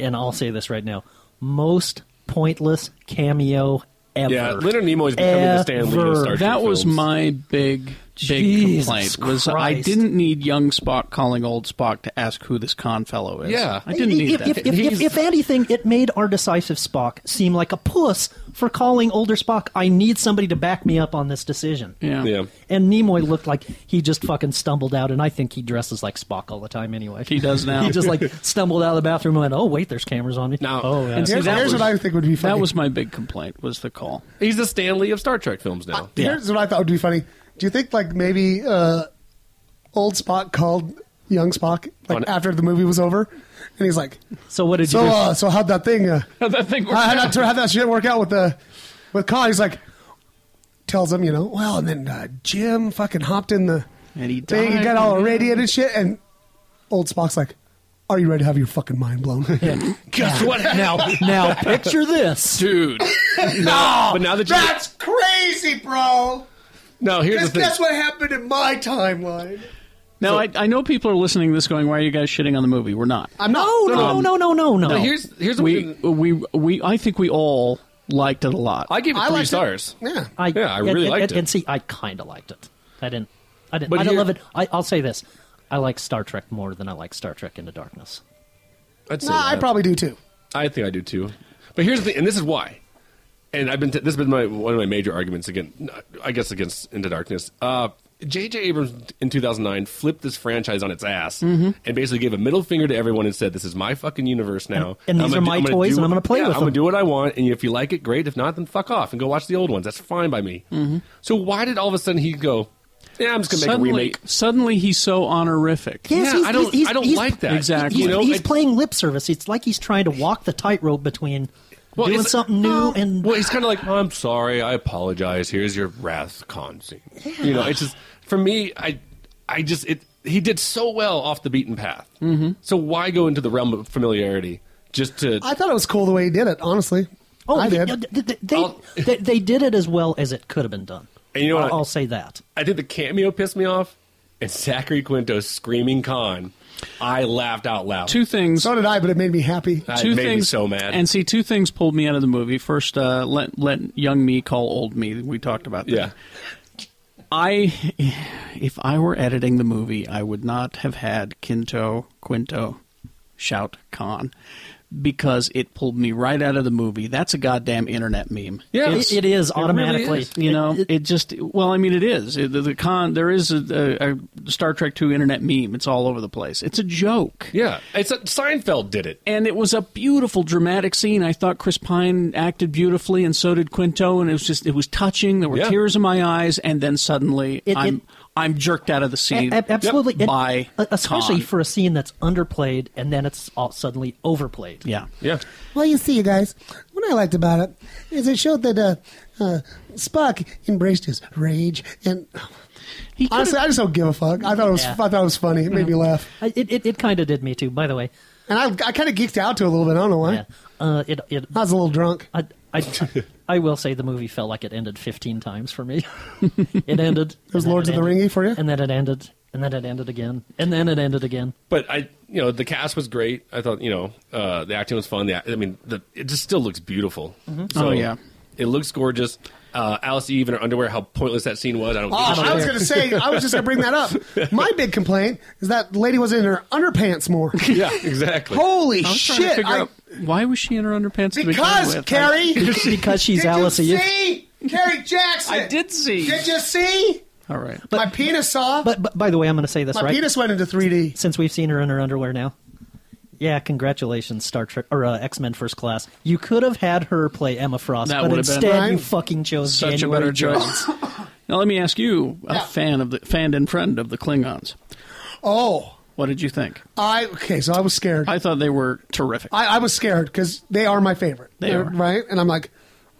Speaker 3: And I'll say this right now most pointless cameo ever.
Speaker 4: Yeah, Leonard Nemo is becoming the Stan Lee of Star
Speaker 3: Ever.
Speaker 4: Trek
Speaker 2: that was
Speaker 4: films.
Speaker 2: my big big
Speaker 3: Jesus
Speaker 2: complaint was I
Speaker 3: Christ.
Speaker 2: didn't need young Spock calling old Spock to ask who this con fellow is.
Speaker 3: Yeah.
Speaker 2: I didn't need
Speaker 3: if,
Speaker 2: that.
Speaker 3: If, if, if, if anything, it made our decisive Spock seem like a puss for calling older Spock, I need somebody to back me up on this decision.
Speaker 2: Yeah. Yeah.
Speaker 3: And Nimoy looked like he just fucking stumbled out, and I think he dresses like Spock all the time anyway.
Speaker 2: He does now.
Speaker 3: he just like stumbled out of the bathroom and went, oh, wait, there's cameras on me. No. Oh, yeah.
Speaker 2: And see, that was-
Speaker 9: think would be funny.
Speaker 2: That was my big complaint was the call.
Speaker 4: He's the Stan Lee of Star Trek films
Speaker 3: Uh,
Speaker 4: now.
Speaker 9: Here's what I thought would be funny. Do you think like maybe uh, old Spock called young Spock like after the movie was over, and he's like,
Speaker 3: "So what did
Speaker 9: so,
Speaker 3: you do?"
Speaker 9: Uh, so how'd that thing? Uh,
Speaker 4: how'd that thing?
Speaker 9: Work how'd, that, how'd that shit work out with the with Khan? He's like, tells him, you know, well, and then uh, Jim fucking hopped in the
Speaker 2: and he
Speaker 9: thing, he
Speaker 2: died,
Speaker 9: got all
Speaker 2: yeah.
Speaker 9: irradiated and shit, and old Spock's like, are you ready to have your fucking mind blown?
Speaker 4: Guess what?
Speaker 3: Now, now picture this,
Speaker 4: dude.
Speaker 9: No,
Speaker 4: but now that you
Speaker 9: that's crazy, bro.
Speaker 4: no, here's
Speaker 9: Because
Speaker 4: the thing.
Speaker 9: guess what happened in my timeline.
Speaker 2: Now I, I know people are listening to this going, "Why are you guys shitting on the movie?" We're not.
Speaker 9: I'm not.
Speaker 3: No, no, no, no, no, no.
Speaker 2: No,
Speaker 4: here's- here's what
Speaker 2: we we we. I think we all liked it a lot.
Speaker 4: I gave it three stars.
Speaker 9: Yeah,
Speaker 3: I,
Speaker 4: Yeah, I
Speaker 3: and-
Speaker 4: really
Speaker 3: and,
Speaker 4: liked
Speaker 3: and,
Speaker 4: it.
Speaker 3: And see, I kind of liked it. I didn't. I didn't.
Speaker 4: But
Speaker 3: I didn't
Speaker 4: here-
Speaker 3: love it. I, I'll say this: I like Star Trek more than I like Star Trek Into Darkness.
Speaker 4: I'd say
Speaker 9: No, I
Speaker 4: that.
Speaker 9: probably do too.
Speaker 4: I think I do too. But here's the thing, and this is why. And I've been t- this has been my one of my major arguments again. I guess against Into Darkness. Uh, J.J. Abrams in 2009 flipped this franchise on its ass
Speaker 3: Mhm.
Speaker 4: and basically gave a middle finger to everyone and said, "This is my fucking universe now,
Speaker 3: And- and these
Speaker 4: I'm
Speaker 3: are
Speaker 4: gonna
Speaker 3: my
Speaker 4: do- I'm gonna
Speaker 3: toys
Speaker 4: do-
Speaker 3: and I'm gonna play
Speaker 4: yeah,
Speaker 3: with
Speaker 4: I'm gonna
Speaker 3: them."
Speaker 4: do what I want, and if you like it, great. If not, then fuck off and go watch the old ones. That's fine by me."
Speaker 3: Mm-hmm.
Speaker 4: So why did all of a sudden he go? Yeah, I'm just gonna
Speaker 2: suddenly,
Speaker 4: make a remake.
Speaker 2: Suddenly, he's so honororific.
Speaker 3: Yes, he's,
Speaker 4: I don't-
Speaker 3: He's,
Speaker 4: I don't
Speaker 3: he's-
Speaker 4: like that.
Speaker 2: Exactly.
Speaker 3: He's,
Speaker 2: You know,
Speaker 3: he's
Speaker 2: I-
Speaker 3: playing lip service. It's like he's trying to walk the tightrope between
Speaker 4: Well,
Speaker 3: doing
Speaker 4: it's-
Speaker 3: something new
Speaker 4: well,
Speaker 3: and
Speaker 4: well, he's kind of like, I'm sorry, I apologize. Here's your wrath con scene. You know, it's just for me. I, I just it. He did so well off the beaten path. Mm-hmm. So why go into the realm of familiarity just to?
Speaker 9: I thought it was cool the way he did it. Honestly,
Speaker 3: Oh,
Speaker 9: I
Speaker 3: they-
Speaker 9: did.
Speaker 3: They, they, they, they did it as well as it could have been done.
Speaker 4: And you know what?
Speaker 3: I'll, I'll say that.
Speaker 4: I think the cameo pissed me off, and Zachary Quinto screaming con. I laughed out loud.
Speaker 2: Two things.
Speaker 9: So did I, but it made me happy.
Speaker 4: That
Speaker 2: two
Speaker 4: made me
Speaker 2: things
Speaker 4: so mad.
Speaker 2: And see, two things pulled me out of the movie. First, uh, let let young me call old me. We talked about that.
Speaker 4: Yeah.
Speaker 2: I, if I were editing the movie, I would not have had Kinto Quinto shout Khan because it pulled me right out of the movie. That's a goddamn internet meme.
Speaker 3: Yeah.
Speaker 2: It's-
Speaker 3: It- it is
Speaker 2: really
Speaker 3: automatically.
Speaker 2: is, you know, it, just well, I mean, it is It- the, the con. There is a, a, a Star Trek Two internet meme. It's all over the place. It's a joke.
Speaker 13: Yeah, it's a, Seinfeld did it.
Speaker 2: And it was a beautiful dramatic scene. I thought Chris Pine acted beautifully, and so did Quinto. And it was just it was touching. There were
Speaker 3: Yeah.
Speaker 2: tears in my eyes, and then suddenly
Speaker 3: It-
Speaker 2: I'm
Speaker 3: it-
Speaker 2: I'm jerked out of the scene.
Speaker 3: A- ab- absolutely. And uh,
Speaker 2: by
Speaker 3: especially
Speaker 2: Khan.
Speaker 3: for a scene that's underplayed and then it's all suddenly overplayed.
Speaker 2: Yeah.
Speaker 13: Yeah.
Speaker 16: Well, you see, you guys, what I liked about it is it showed that uh, uh, Spock embraced his rage, and
Speaker 9: Honestly, I just don't give a fuck. I thought it was,
Speaker 3: Yeah. Mm-hmm.
Speaker 9: I thought it was funny. It made me laugh.
Speaker 3: I- It, it, it kind of did me too, by the way.
Speaker 9: And I, I kind of geeked out to it a little bit. I don't know why.
Speaker 3: Uh, it, it, I
Speaker 9: was a little drunk.
Speaker 3: I, I, will say the movie felt like it ended 15 times for me. it ended. It
Speaker 9: was Lords of the
Speaker 3: Ringy for you? And then it ended. And then it ended again. And then it ended again.
Speaker 13: But I, you know, the cast was great. I thought, you know, uh, the acting was fun. The, I mean, the, it just still looks beautiful.
Speaker 3: Mhm.
Speaker 2: Oh, yeah.
Speaker 13: it looks gorgeous. Uh, Alice Eve in her underwear. How pointless that scene was. I don't.
Speaker 9: Oh,
Speaker 13: give a
Speaker 9: I was
Speaker 13: shit.
Speaker 9: going to say, I was just going to bring that up. My big complaint is that lady was in her underpants more.
Speaker 13: yeah, exactly.
Speaker 9: Holy
Speaker 2: I was trying to
Speaker 9: shit!
Speaker 2: figure
Speaker 9: I-
Speaker 2: out why was she in her underpants? to begin
Speaker 9: Because,
Speaker 2: with?
Speaker 9: Carrie!
Speaker 2: I-
Speaker 9: Because she's Did you Alice Eve. see? Carrie Jackson.
Speaker 2: I did see.
Speaker 9: Did you see?
Speaker 2: All right.
Speaker 9: my penis saw.
Speaker 3: But, but by the way, I'm going to say this
Speaker 9: My
Speaker 3: right.
Speaker 9: penis went into 3D
Speaker 3: since we've seen her in her underwear now. Yeah, congratulations, Star Trek or uh, X Men First Class. You could have had her play Emma Frost,
Speaker 2: That
Speaker 3: but
Speaker 2: would've been-
Speaker 3: instead you
Speaker 2: I'm
Speaker 3: fucking chose
Speaker 2: such a
Speaker 3: January
Speaker 2: better
Speaker 3: Jones.
Speaker 2: Now let me ask you, a fan of the fan and friend of the Klingons.
Speaker 9: Oh,
Speaker 2: what did you think?
Speaker 9: I okay, so I was scared.
Speaker 2: I thought they were terrific.
Speaker 9: I, I was scared because they are my favorite.
Speaker 2: They
Speaker 9: They're-
Speaker 2: are.
Speaker 9: right, and I'm like,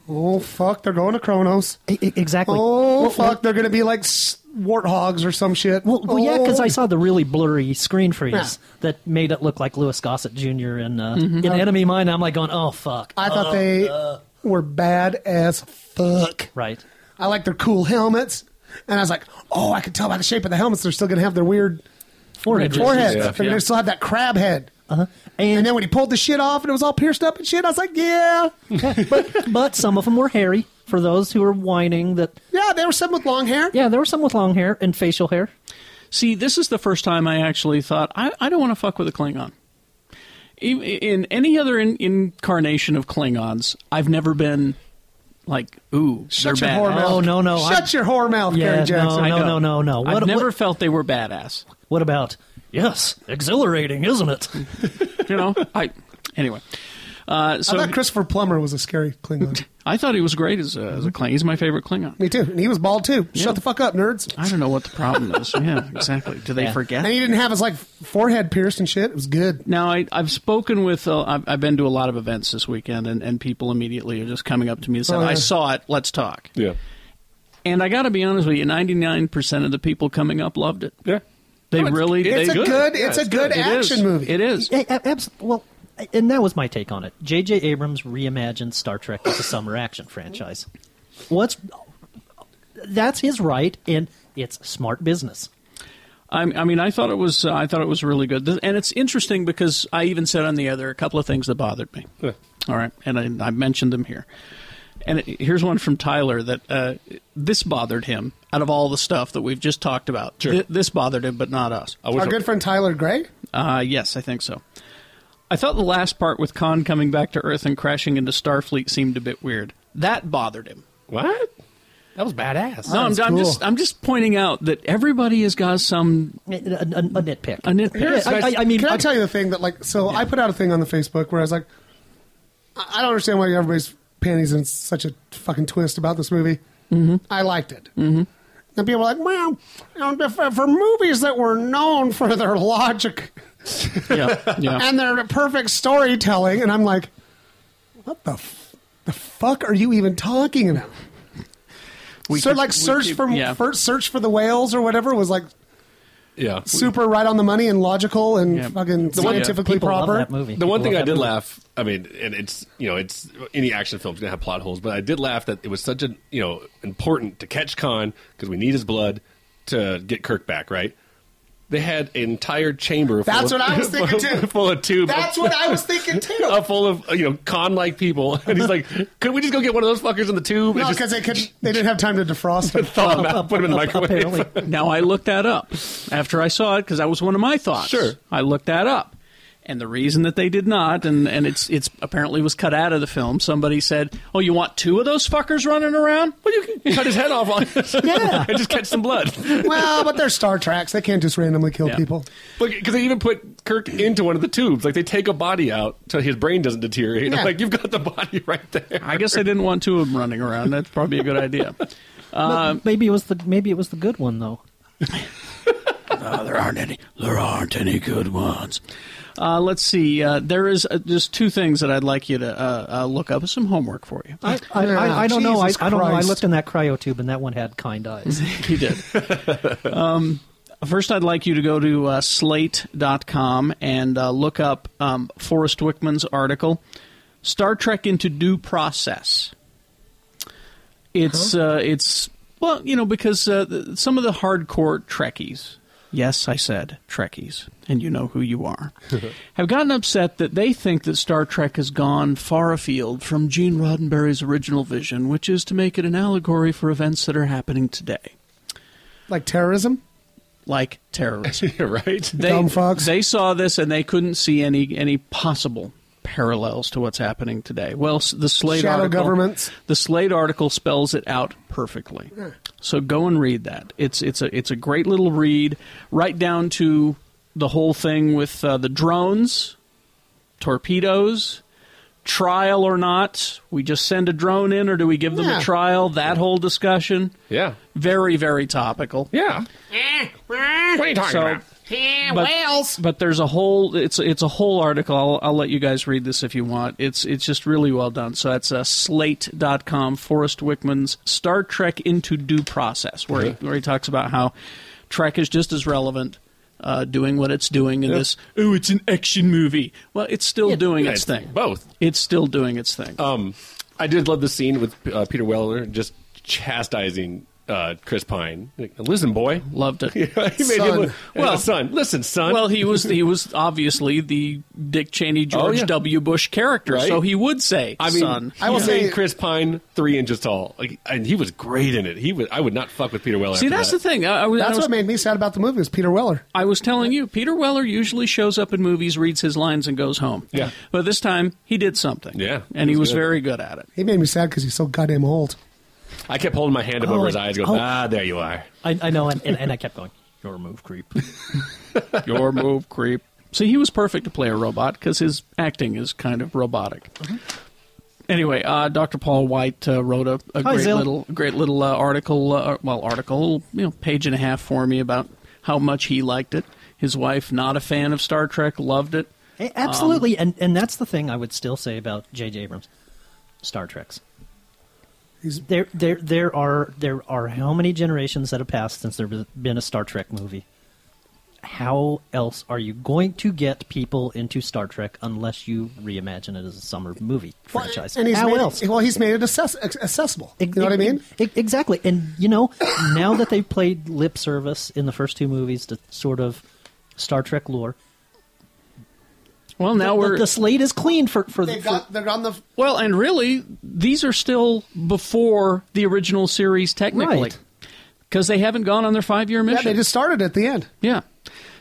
Speaker 9: oh fuck, they're going to Kronos.
Speaker 3: E, exactly.
Speaker 9: Oh
Speaker 3: Well,
Speaker 9: fuck,
Speaker 3: well-
Speaker 9: they're going to be like s- warthogs or some shit.
Speaker 3: Well, well yeah, because
Speaker 9: Oh.
Speaker 3: I saw the really blurry screen freeze
Speaker 9: Yeah.
Speaker 3: that made it look like Lewis Gossett Jr. in uh,
Speaker 9: Mhm.
Speaker 2: Mm-hmm.
Speaker 3: in Enemy Mine. I'm like going, oh fuck.
Speaker 9: I thought
Speaker 3: Oh,
Speaker 9: they
Speaker 3: uh,
Speaker 9: were bad as fuck.
Speaker 3: Right.
Speaker 9: I like their cool helmets, and I was like, oh, I could tell by the shape of the helmets, they're still going to have their weird
Speaker 3: Forehead
Speaker 9: foreheads.
Speaker 3: ridges.
Speaker 9: I figured
Speaker 3: Yeah.
Speaker 9: They still have that crab head.
Speaker 3: Uh-huh.
Speaker 9: And, then when he pulled the shit off and it was all pierced up and shit, I was like, yeah.
Speaker 3: but but some of them were hairy. For those who were whining that
Speaker 9: yeah, there were some with long hair.
Speaker 3: Yeah, there were some with long hair and facial hair.
Speaker 2: See, this is the first time I actually thought I, I don't want to fuck with a Klingon. In, in any other in, incarnation of Klingons, I've never been like, ooh,
Speaker 9: Shut
Speaker 2: they're
Speaker 9: your
Speaker 2: bad.
Speaker 9: whore mouth. Oh. Shut your whore mouth,
Speaker 2: Yeah,
Speaker 9: Gary Jackson.
Speaker 2: I
Speaker 3: no,
Speaker 2: know.
Speaker 3: no, no, no.
Speaker 2: I've
Speaker 3: What-
Speaker 2: never felt they were badass.
Speaker 3: What about? Yes, exhilarating, isn't it?
Speaker 2: you know, I anyway. Uh, so
Speaker 9: I thought Christopher Plummer was a scary Klingon.
Speaker 2: I thought he was great as a, as a Klingon. He's my favorite Klingon.
Speaker 9: Me too. And he was bald too.
Speaker 2: Yeah.
Speaker 9: Shut the fuck up, nerds.
Speaker 2: I don't know what the problem is. Yeah, exactly. Do they forget?
Speaker 9: And he didn't have his like forehead pierced and shit. It was good.
Speaker 2: Now I, I've spoken with uh, I've, I've been to a lot of events this weekend, and, and people immediately are just coming up to me and saying,
Speaker 9: Oh, yeah.
Speaker 2: "I saw it. Let's talk."
Speaker 13: Yeah.
Speaker 2: And I got to be honest with you, ninety nine percent of the people coming up loved it.
Speaker 13: Yeah.
Speaker 2: They
Speaker 3: No, it's-
Speaker 2: really.
Speaker 3: it's
Speaker 2: they-
Speaker 3: a good- Yeah, it's a it's good. good
Speaker 2: It is.
Speaker 3: action movie.
Speaker 2: It is.
Speaker 3: Yeah, ab- abs- well, and that was my take on it. J.J. Abrams reimagined Star Trek as a summer action franchise. What's that's his right, and it's smart business.
Speaker 2: I, I mean, I thought it was. Uh, I thought it was really good, Th- and it's interesting because I even said on the other a couple of things that bothered me. All right, and I, I mentioned them here. And it, here's one from Tyler that uh, this bothered him out of all the stuff that we've just talked about. Thi- this bothered him, but not us.
Speaker 9: Our good friend Tyler Gray.
Speaker 2: Uh, yes, I think so. I thought the last part with Khan coming back to Earth and crashing into Starfleet seemed a bit weird. That bothered him.
Speaker 13: What? That was badass.
Speaker 2: No, I'm,
Speaker 3: That's
Speaker 2: I'm
Speaker 3: cool.
Speaker 2: just I'm just pointing out that everybody has got some
Speaker 3: a, nitpick.
Speaker 2: A nitpick.
Speaker 9: can I tell you the thing that like? So I put out a thing on the Facebook where I was like, I I don't understand why everybody's panties in such a fucking twist about this movie. I liked it. Mm-hmm. And people were like, well, you know, for, for movies that were known for their logic
Speaker 2: yeah,
Speaker 9: and their perfect storytelling, and I'm like, what the f- the fuck are you even talking about?
Speaker 2: We
Speaker 9: so
Speaker 2: could-
Speaker 9: like
Speaker 2: we
Speaker 9: search
Speaker 2: could-
Speaker 9: for,
Speaker 2: yeah.
Speaker 9: for search for the whales or whatever was like
Speaker 13: Yeah.
Speaker 9: super right on the money and logical and fucking scientifically proper.
Speaker 13: The one thing I did laugh, I mean, and it's you know, it's any action film's gonna have plot holes, but I did laugh that it was such an you know important to catch Khan because we need his blood to get Kirk back, right? They had an entire chamber.
Speaker 9: That's
Speaker 13: full
Speaker 9: what
Speaker 13: of,
Speaker 9: I was thinking, too.
Speaker 13: full of tube.
Speaker 9: That's what I was thinking too.
Speaker 13: Uh, full of you know con-like people, and he's like, "Could we just go get one of those fuckers in the tube?"
Speaker 9: No,
Speaker 13: and just
Speaker 9: because they could they didn't have time to defrost it.
Speaker 13: thaw them out, put them in the microwave."
Speaker 2: now I looked that up after I saw it because that was one of my thoughts. Sure, I looked that up, And the reason that they did not, and, and it's it's apparently was cut out of the film. Somebody said, "Oh, you want two of those fuckers running around? Well, you can cut his head off on
Speaker 13: yeah, just catch some blood.
Speaker 9: well, but they're Star Treks. They can't just randomly kill
Speaker 13: Yeah.
Speaker 9: people.
Speaker 13: Because they even put Kirk into one of the tubes. Like they take a body out so his brain doesn't deteriorate.
Speaker 2: Yeah.
Speaker 13: I'm like you've got the body right there.
Speaker 2: I guess I didn't want two of them running around. That's probably a good idea. Um,
Speaker 3: maybe it was the maybe it was the good one though.
Speaker 2: Uh, there aren't any. There aren't any good ones. Uh, let's see. Uh, there is uh, just two things that I'd like you to uh, uh, look up. Some homework for you.
Speaker 3: I, I, I, I don't know. I,
Speaker 2: Jesus
Speaker 3: I don't know. I
Speaker 2: Christ.
Speaker 3: looked in that cryo tube, and that one had kind eyes.
Speaker 2: he did. um, first, I'd like you to go to uh, slate.com and uh, look up um, Forrest Wickman's article, Star Trek into Due Process. It's, uh, it's well, you know, because uh, th- some of the hardcore Trekkies, yes, I said Trekkies, and you know who you are, have gotten upset that they think that Star Trek has gone far afield from Gene Roddenberry's original vision, which is to make it an allegory for events that are happening today
Speaker 9: Like terrorism?
Speaker 2: like terrorism.
Speaker 13: right?
Speaker 2: They,
Speaker 9: Dumb fucks.
Speaker 2: they saw this and they couldn't see any any possible parallels to what's happening today. Well, s- the Slate
Speaker 9: Shadow
Speaker 2: article,
Speaker 9: governments.
Speaker 2: The Slate article spells it out perfectly. So go and read that. It's it's a it's a great little read, right down to the whole thing with uh, the drones, torpedoes. Trial or not? We just send a drone in, or do we give them
Speaker 13: Yeah.
Speaker 2: a trial? That whole discussion,
Speaker 13: Yeah.
Speaker 2: very, very topical.
Speaker 13: Yeah.
Speaker 15: What are
Speaker 2: you talking So- about? But- But there's a whole it's it's a whole article. I'll, I'll let you guys read this if you want. It's it's just really well done. So that's uh, slate.com Forrest Wickman's Star Trek into Due Process where
Speaker 13: Uh-huh.
Speaker 2: he, where he talks about how Trek is just as relevant uh, doing what it's doing in
Speaker 13: Yeah.
Speaker 2: this oh it's an action movie. Well, it's still doing
Speaker 13: Yeah,
Speaker 2: its thing.
Speaker 13: Both.
Speaker 2: It's still doing its thing.
Speaker 13: Um, I did love the scene with uh, Peter Weller just chastising uh, Chris Pine. Like, listen, boy,
Speaker 2: loved it.
Speaker 13: he made
Speaker 2: Son.
Speaker 13: him look,
Speaker 2: Well-
Speaker 13: well, son, listen, son.
Speaker 2: Well, he was he was obviously the Dick Cheney George
Speaker 13: Oh, yeah.
Speaker 2: W. Bush character,
Speaker 13: Right?
Speaker 2: so he would say,
Speaker 13: I mean,
Speaker 2: "Son."
Speaker 13: I will
Speaker 2: Yeah.
Speaker 13: say Chris Pine three inches tall, like, and he was great in it. He would, I would not fuck with Peter Weller.
Speaker 2: See,
Speaker 13: after
Speaker 2: that's
Speaker 13: that.
Speaker 2: the thing. I, I was,
Speaker 9: That's
Speaker 2: I was,
Speaker 9: what made me sad about the movie was Peter Weller.
Speaker 2: I was telling you, Peter Weller usually shows up in movies, reads his lines, and goes home.
Speaker 9: Yeah.
Speaker 2: But this time, he did something. Yeah. And he was very good at it.
Speaker 9: He made me sad because he's so goddamn old.
Speaker 13: I kept holding my hand up
Speaker 9: Oh,
Speaker 13: over his eyes, going,
Speaker 9: oh.
Speaker 13: "Ah, there you are."
Speaker 3: I, I know, and, and, and I kept going. Your move, creep.
Speaker 2: Your move, creep. See, he was perfect to play a robot because his acting is kind of robotic. Anyway, uh, Dr. Paul White uh, wrote a, a
Speaker 3: Hi,
Speaker 2: great
Speaker 3: Zil.
Speaker 2: little, great little uh, article. Uh, well, article, you know, page and a half for me about how much he liked it. His wife, not a fan of Star Trek, loved it.
Speaker 3: A- Absolutely, and and that's the thing I would still say about J.J. Abrams, Star Trek's. There, there, there are there are how many generations that have passed since there's been a Star Trek movie? How else are you going to get people into Star Trek unless you reimagine it as a summer movie franchise?
Speaker 9: And he's
Speaker 3: how
Speaker 9: made
Speaker 3: else?
Speaker 9: It, well, he's made it assess- ac- accessible. You know what I mean?
Speaker 3: E- Exactly. And, you know, now that they've played lip service in the first two movies to sort of Star Trek lore.
Speaker 2: Well, now
Speaker 3: the,
Speaker 2: we're-
Speaker 3: The, the slate is clean for, for,
Speaker 9: They've
Speaker 3: for
Speaker 9: got, they're on the.
Speaker 2: Well, and really, these are still before the original series, technically,
Speaker 9: Right.
Speaker 2: because they haven't gone on their five-year
Speaker 9: Yeah,
Speaker 2: mission.
Speaker 9: they just started at the end.
Speaker 2: Yeah.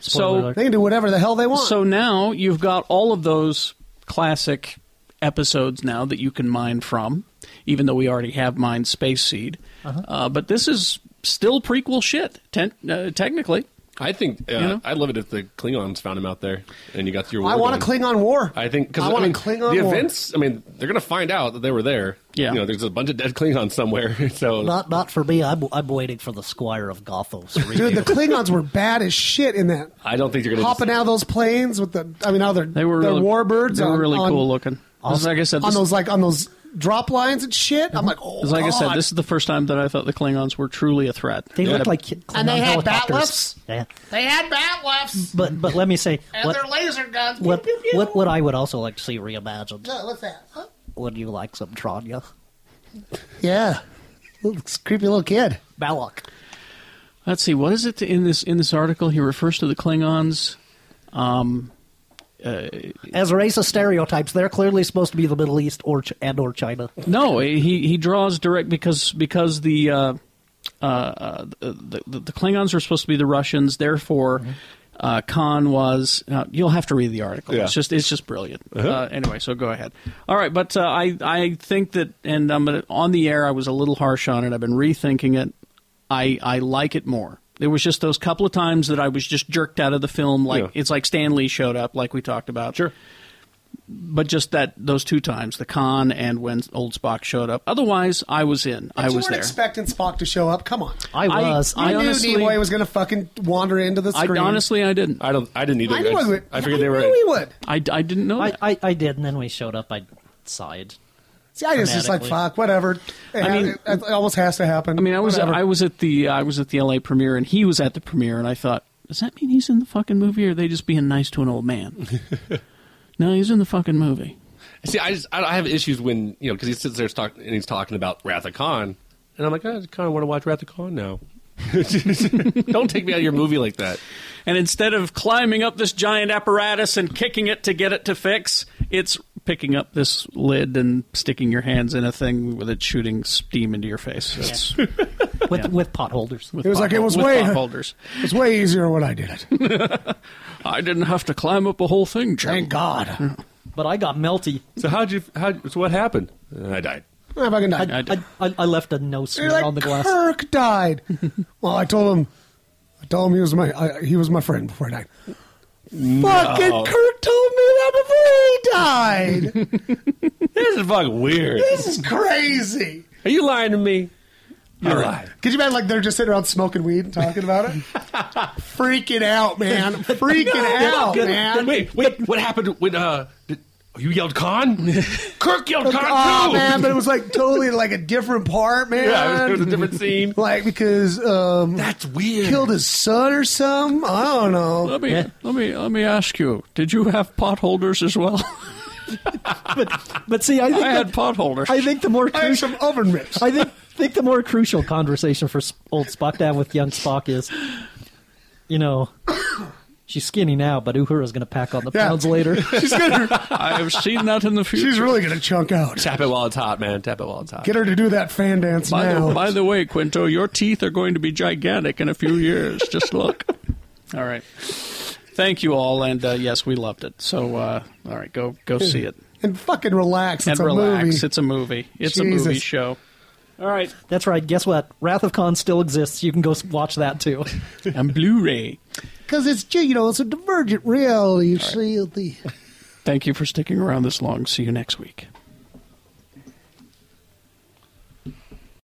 Speaker 9: Spoiler
Speaker 2: so
Speaker 9: alert. They can do whatever the hell they want.
Speaker 2: So now you've got all of those classic episodes now that you can mine from, even though we already have mined Space Seed.
Speaker 9: Uh-huh.
Speaker 2: uh but this is still prequel shit, ten- uh, technically.
Speaker 13: I think uh,
Speaker 2: You know?
Speaker 13: I'd love it if the Klingons found him out there, and you got your.
Speaker 9: I
Speaker 13: word
Speaker 9: want a
Speaker 13: on.
Speaker 9: Klingon war.
Speaker 13: I think because
Speaker 9: I
Speaker 13: I,
Speaker 9: want a
Speaker 13: mean,
Speaker 9: Klingon
Speaker 13: the
Speaker 9: war.
Speaker 13: events. I mean, they're going to find out that they were there.
Speaker 3: Yeah.
Speaker 13: you know, there's a bunch of dead Klingons somewhere. So
Speaker 3: not, not for me. I'm, I'm waiting for the Squire of Gothos.
Speaker 9: Dude, the Klingons were bad as shit in that.
Speaker 13: I don't think you're going to
Speaker 9: Hopping out of those planes with the. I mean, now they're they were
Speaker 2: really-
Speaker 9: warbirds.
Speaker 2: they were
Speaker 9: on-
Speaker 2: really
Speaker 9: on-
Speaker 2: cool looking.
Speaker 9: On,
Speaker 2: Like I said,
Speaker 9: on
Speaker 2: this-
Speaker 9: those like on those drop lines and shit. I'm like, oh,
Speaker 2: 'Cause like I said,
Speaker 9: God.
Speaker 2: this is the first time that I thought the Klingons were truly a threat.
Speaker 3: They looked like
Speaker 9: And they had
Speaker 3: helicopters. Yeah.
Speaker 15: They had bat lefts
Speaker 3: But, but let me say, what,
Speaker 15: laser guns.
Speaker 3: what, what, what I would also like to see reimagined.
Speaker 15: No, what's that? Huh?
Speaker 3: Would you like some Tranya?
Speaker 9: yeah, Little creepy little kid.
Speaker 3: Balak.
Speaker 2: Let's see. What is it in this in this article? He refers to the Klingons. Um, uh,
Speaker 3: As a race of stereotypes, they're clearly supposed to be the Middle East or Ch- and or China.
Speaker 2: no, he he draws direct because because
Speaker 9: Mm-hmm.
Speaker 2: the uh, uh, uh, the, the the Klingons are supposed to be the Russians. Therefore, uh, Khan was. Uh, you'll have to read the article.
Speaker 5: Yeah.
Speaker 2: It's just it's just brilliant.
Speaker 5: Uh-huh.
Speaker 2: Uh, anyway, so go ahead. All right, but uh, I I think that, and I'm gonna, on the air. I was a little harsh on it. I've been rethinking it. I I like it more. There was just those couple of times that I was just jerked out of the film. Like
Speaker 5: Yeah.
Speaker 2: it's like Stan Lee showed up, like we talked about. Sure. But just that those two times, the con and when old Spock showed up. Otherwise, I was in.
Speaker 9: But
Speaker 2: I
Speaker 9: you
Speaker 2: was
Speaker 9: weren't
Speaker 2: there.
Speaker 9: expecting Spock to show up. Come on,
Speaker 2: I was. I
Speaker 9: I, knew
Speaker 2: honestly-
Speaker 9: Nimoy was going to fucking wander into the
Speaker 2: I
Speaker 9: screen.
Speaker 2: honestly I didn't.
Speaker 4: I don't. I didn't
Speaker 9: either. I knew I just- I would. I figured they I were- knew he would.
Speaker 2: I, I didn't know.
Speaker 3: I, I I did, and then we showed up. I sighed.
Speaker 9: See, I just, just like
Speaker 3: Dramatically.
Speaker 9: fuck, whatever.
Speaker 2: I
Speaker 9: I
Speaker 2: mean-
Speaker 9: mean, it, it almost has to happen.
Speaker 2: I mean, I was
Speaker 9: Whatever.
Speaker 2: I was at the I was at the LA premiere, and he was at the premiere, and I thought, does that mean he's in the fucking movie, or are they just being nice to an old man? no, he's in the fucking movie.
Speaker 13: See, I just I, I have issues when you know because he sits there talk, and he's talking about Wrath of Khan, and I'm like, I kind of want to watch Wrath of Khan now. Don't take me out of your movie like that.
Speaker 2: And instead of climbing up this giant apparatus and kicking it to get it to fix, it's picking up this lid and sticking your hands in a thing with it shooting steam into your face. That's,
Speaker 3: with with potholders.
Speaker 2: With
Speaker 9: it was like it
Speaker 2: pothol-
Speaker 9: was
Speaker 2: with
Speaker 9: way
Speaker 2: potholders.
Speaker 9: It's way easier when I did it.
Speaker 2: I didn't have to climb up a whole thing. Jim.
Speaker 9: Thank God.
Speaker 3: But I got melty.
Speaker 13: So how'd you? How? So what happened? I died.
Speaker 9: I fucking died.
Speaker 3: I, I, I left a no smear
Speaker 9: You're like,
Speaker 3: on the glass.
Speaker 9: Kirk died. well, I told him. I told him he was my I, he was my friend before I died. Fucking Kirk told me that before he died.
Speaker 13: This is fucking weird.
Speaker 9: this is crazy.
Speaker 13: Are you lying to me? You're lying.
Speaker 9: Could you imagine like they're just sitting around smoking weed and talking about it? Freaking out, man. Freaking out, man.
Speaker 13: Wait, wait. What happened when uh? Did, you yelled Khan? Kirk yelled Khan
Speaker 9: Oh,
Speaker 13: too.
Speaker 9: man, but it was like totally like a different part, man.
Speaker 13: Yeah, it was a different scene.
Speaker 9: Like because um,
Speaker 13: that's weird.
Speaker 9: Killed his son or something. I don't know.
Speaker 2: Let me let me let me ask you: Did you have potholders as well?
Speaker 3: But see, I think
Speaker 2: I had
Speaker 3: that-
Speaker 2: potholders.
Speaker 3: I think the more
Speaker 9: I have
Speaker 3: crucial,
Speaker 9: some oven rips.
Speaker 3: I think think the more crucial conversation for Sp- old Spock to have with young Spock is, you know, she's skinny now, but Uhura's going to pack on the
Speaker 9: Yeah.
Speaker 3: pounds later.
Speaker 9: She's gonna.
Speaker 2: I have seen that in the future.
Speaker 9: She's really gonna chunk out.
Speaker 13: Tap it while it's hot, man. Tap it while it's hot.
Speaker 9: Get her to do that fan dance
Speaker 2: By
Speaker 9: now.
Speaker 2: the, by the way, Quinto, your teeth are going to be gigantic in a few years. Just look. all right. Thank you all, and uh, yes, we loved it. So, uh, all right, go go see it
Speaker 9: and fucking relax.
Speaker 2: and
Speaker 9: it's a
Speaker 2: relax.
Speaker 9: movie.
Speaker 2: It's a movie. It's a movie
Speaker 9: Jesus.
Speaker 2: show.
Speaker 3: All right, that's right. Guess what? Wrath of Khan still exists. You can go s- watch that too.
Speaker 2: And Blu-ray.
Speaker 16: Because it's, you know, it's a divergent reality. You see, the.
Speaker 2: Thank you for sticking around this long. See you next week.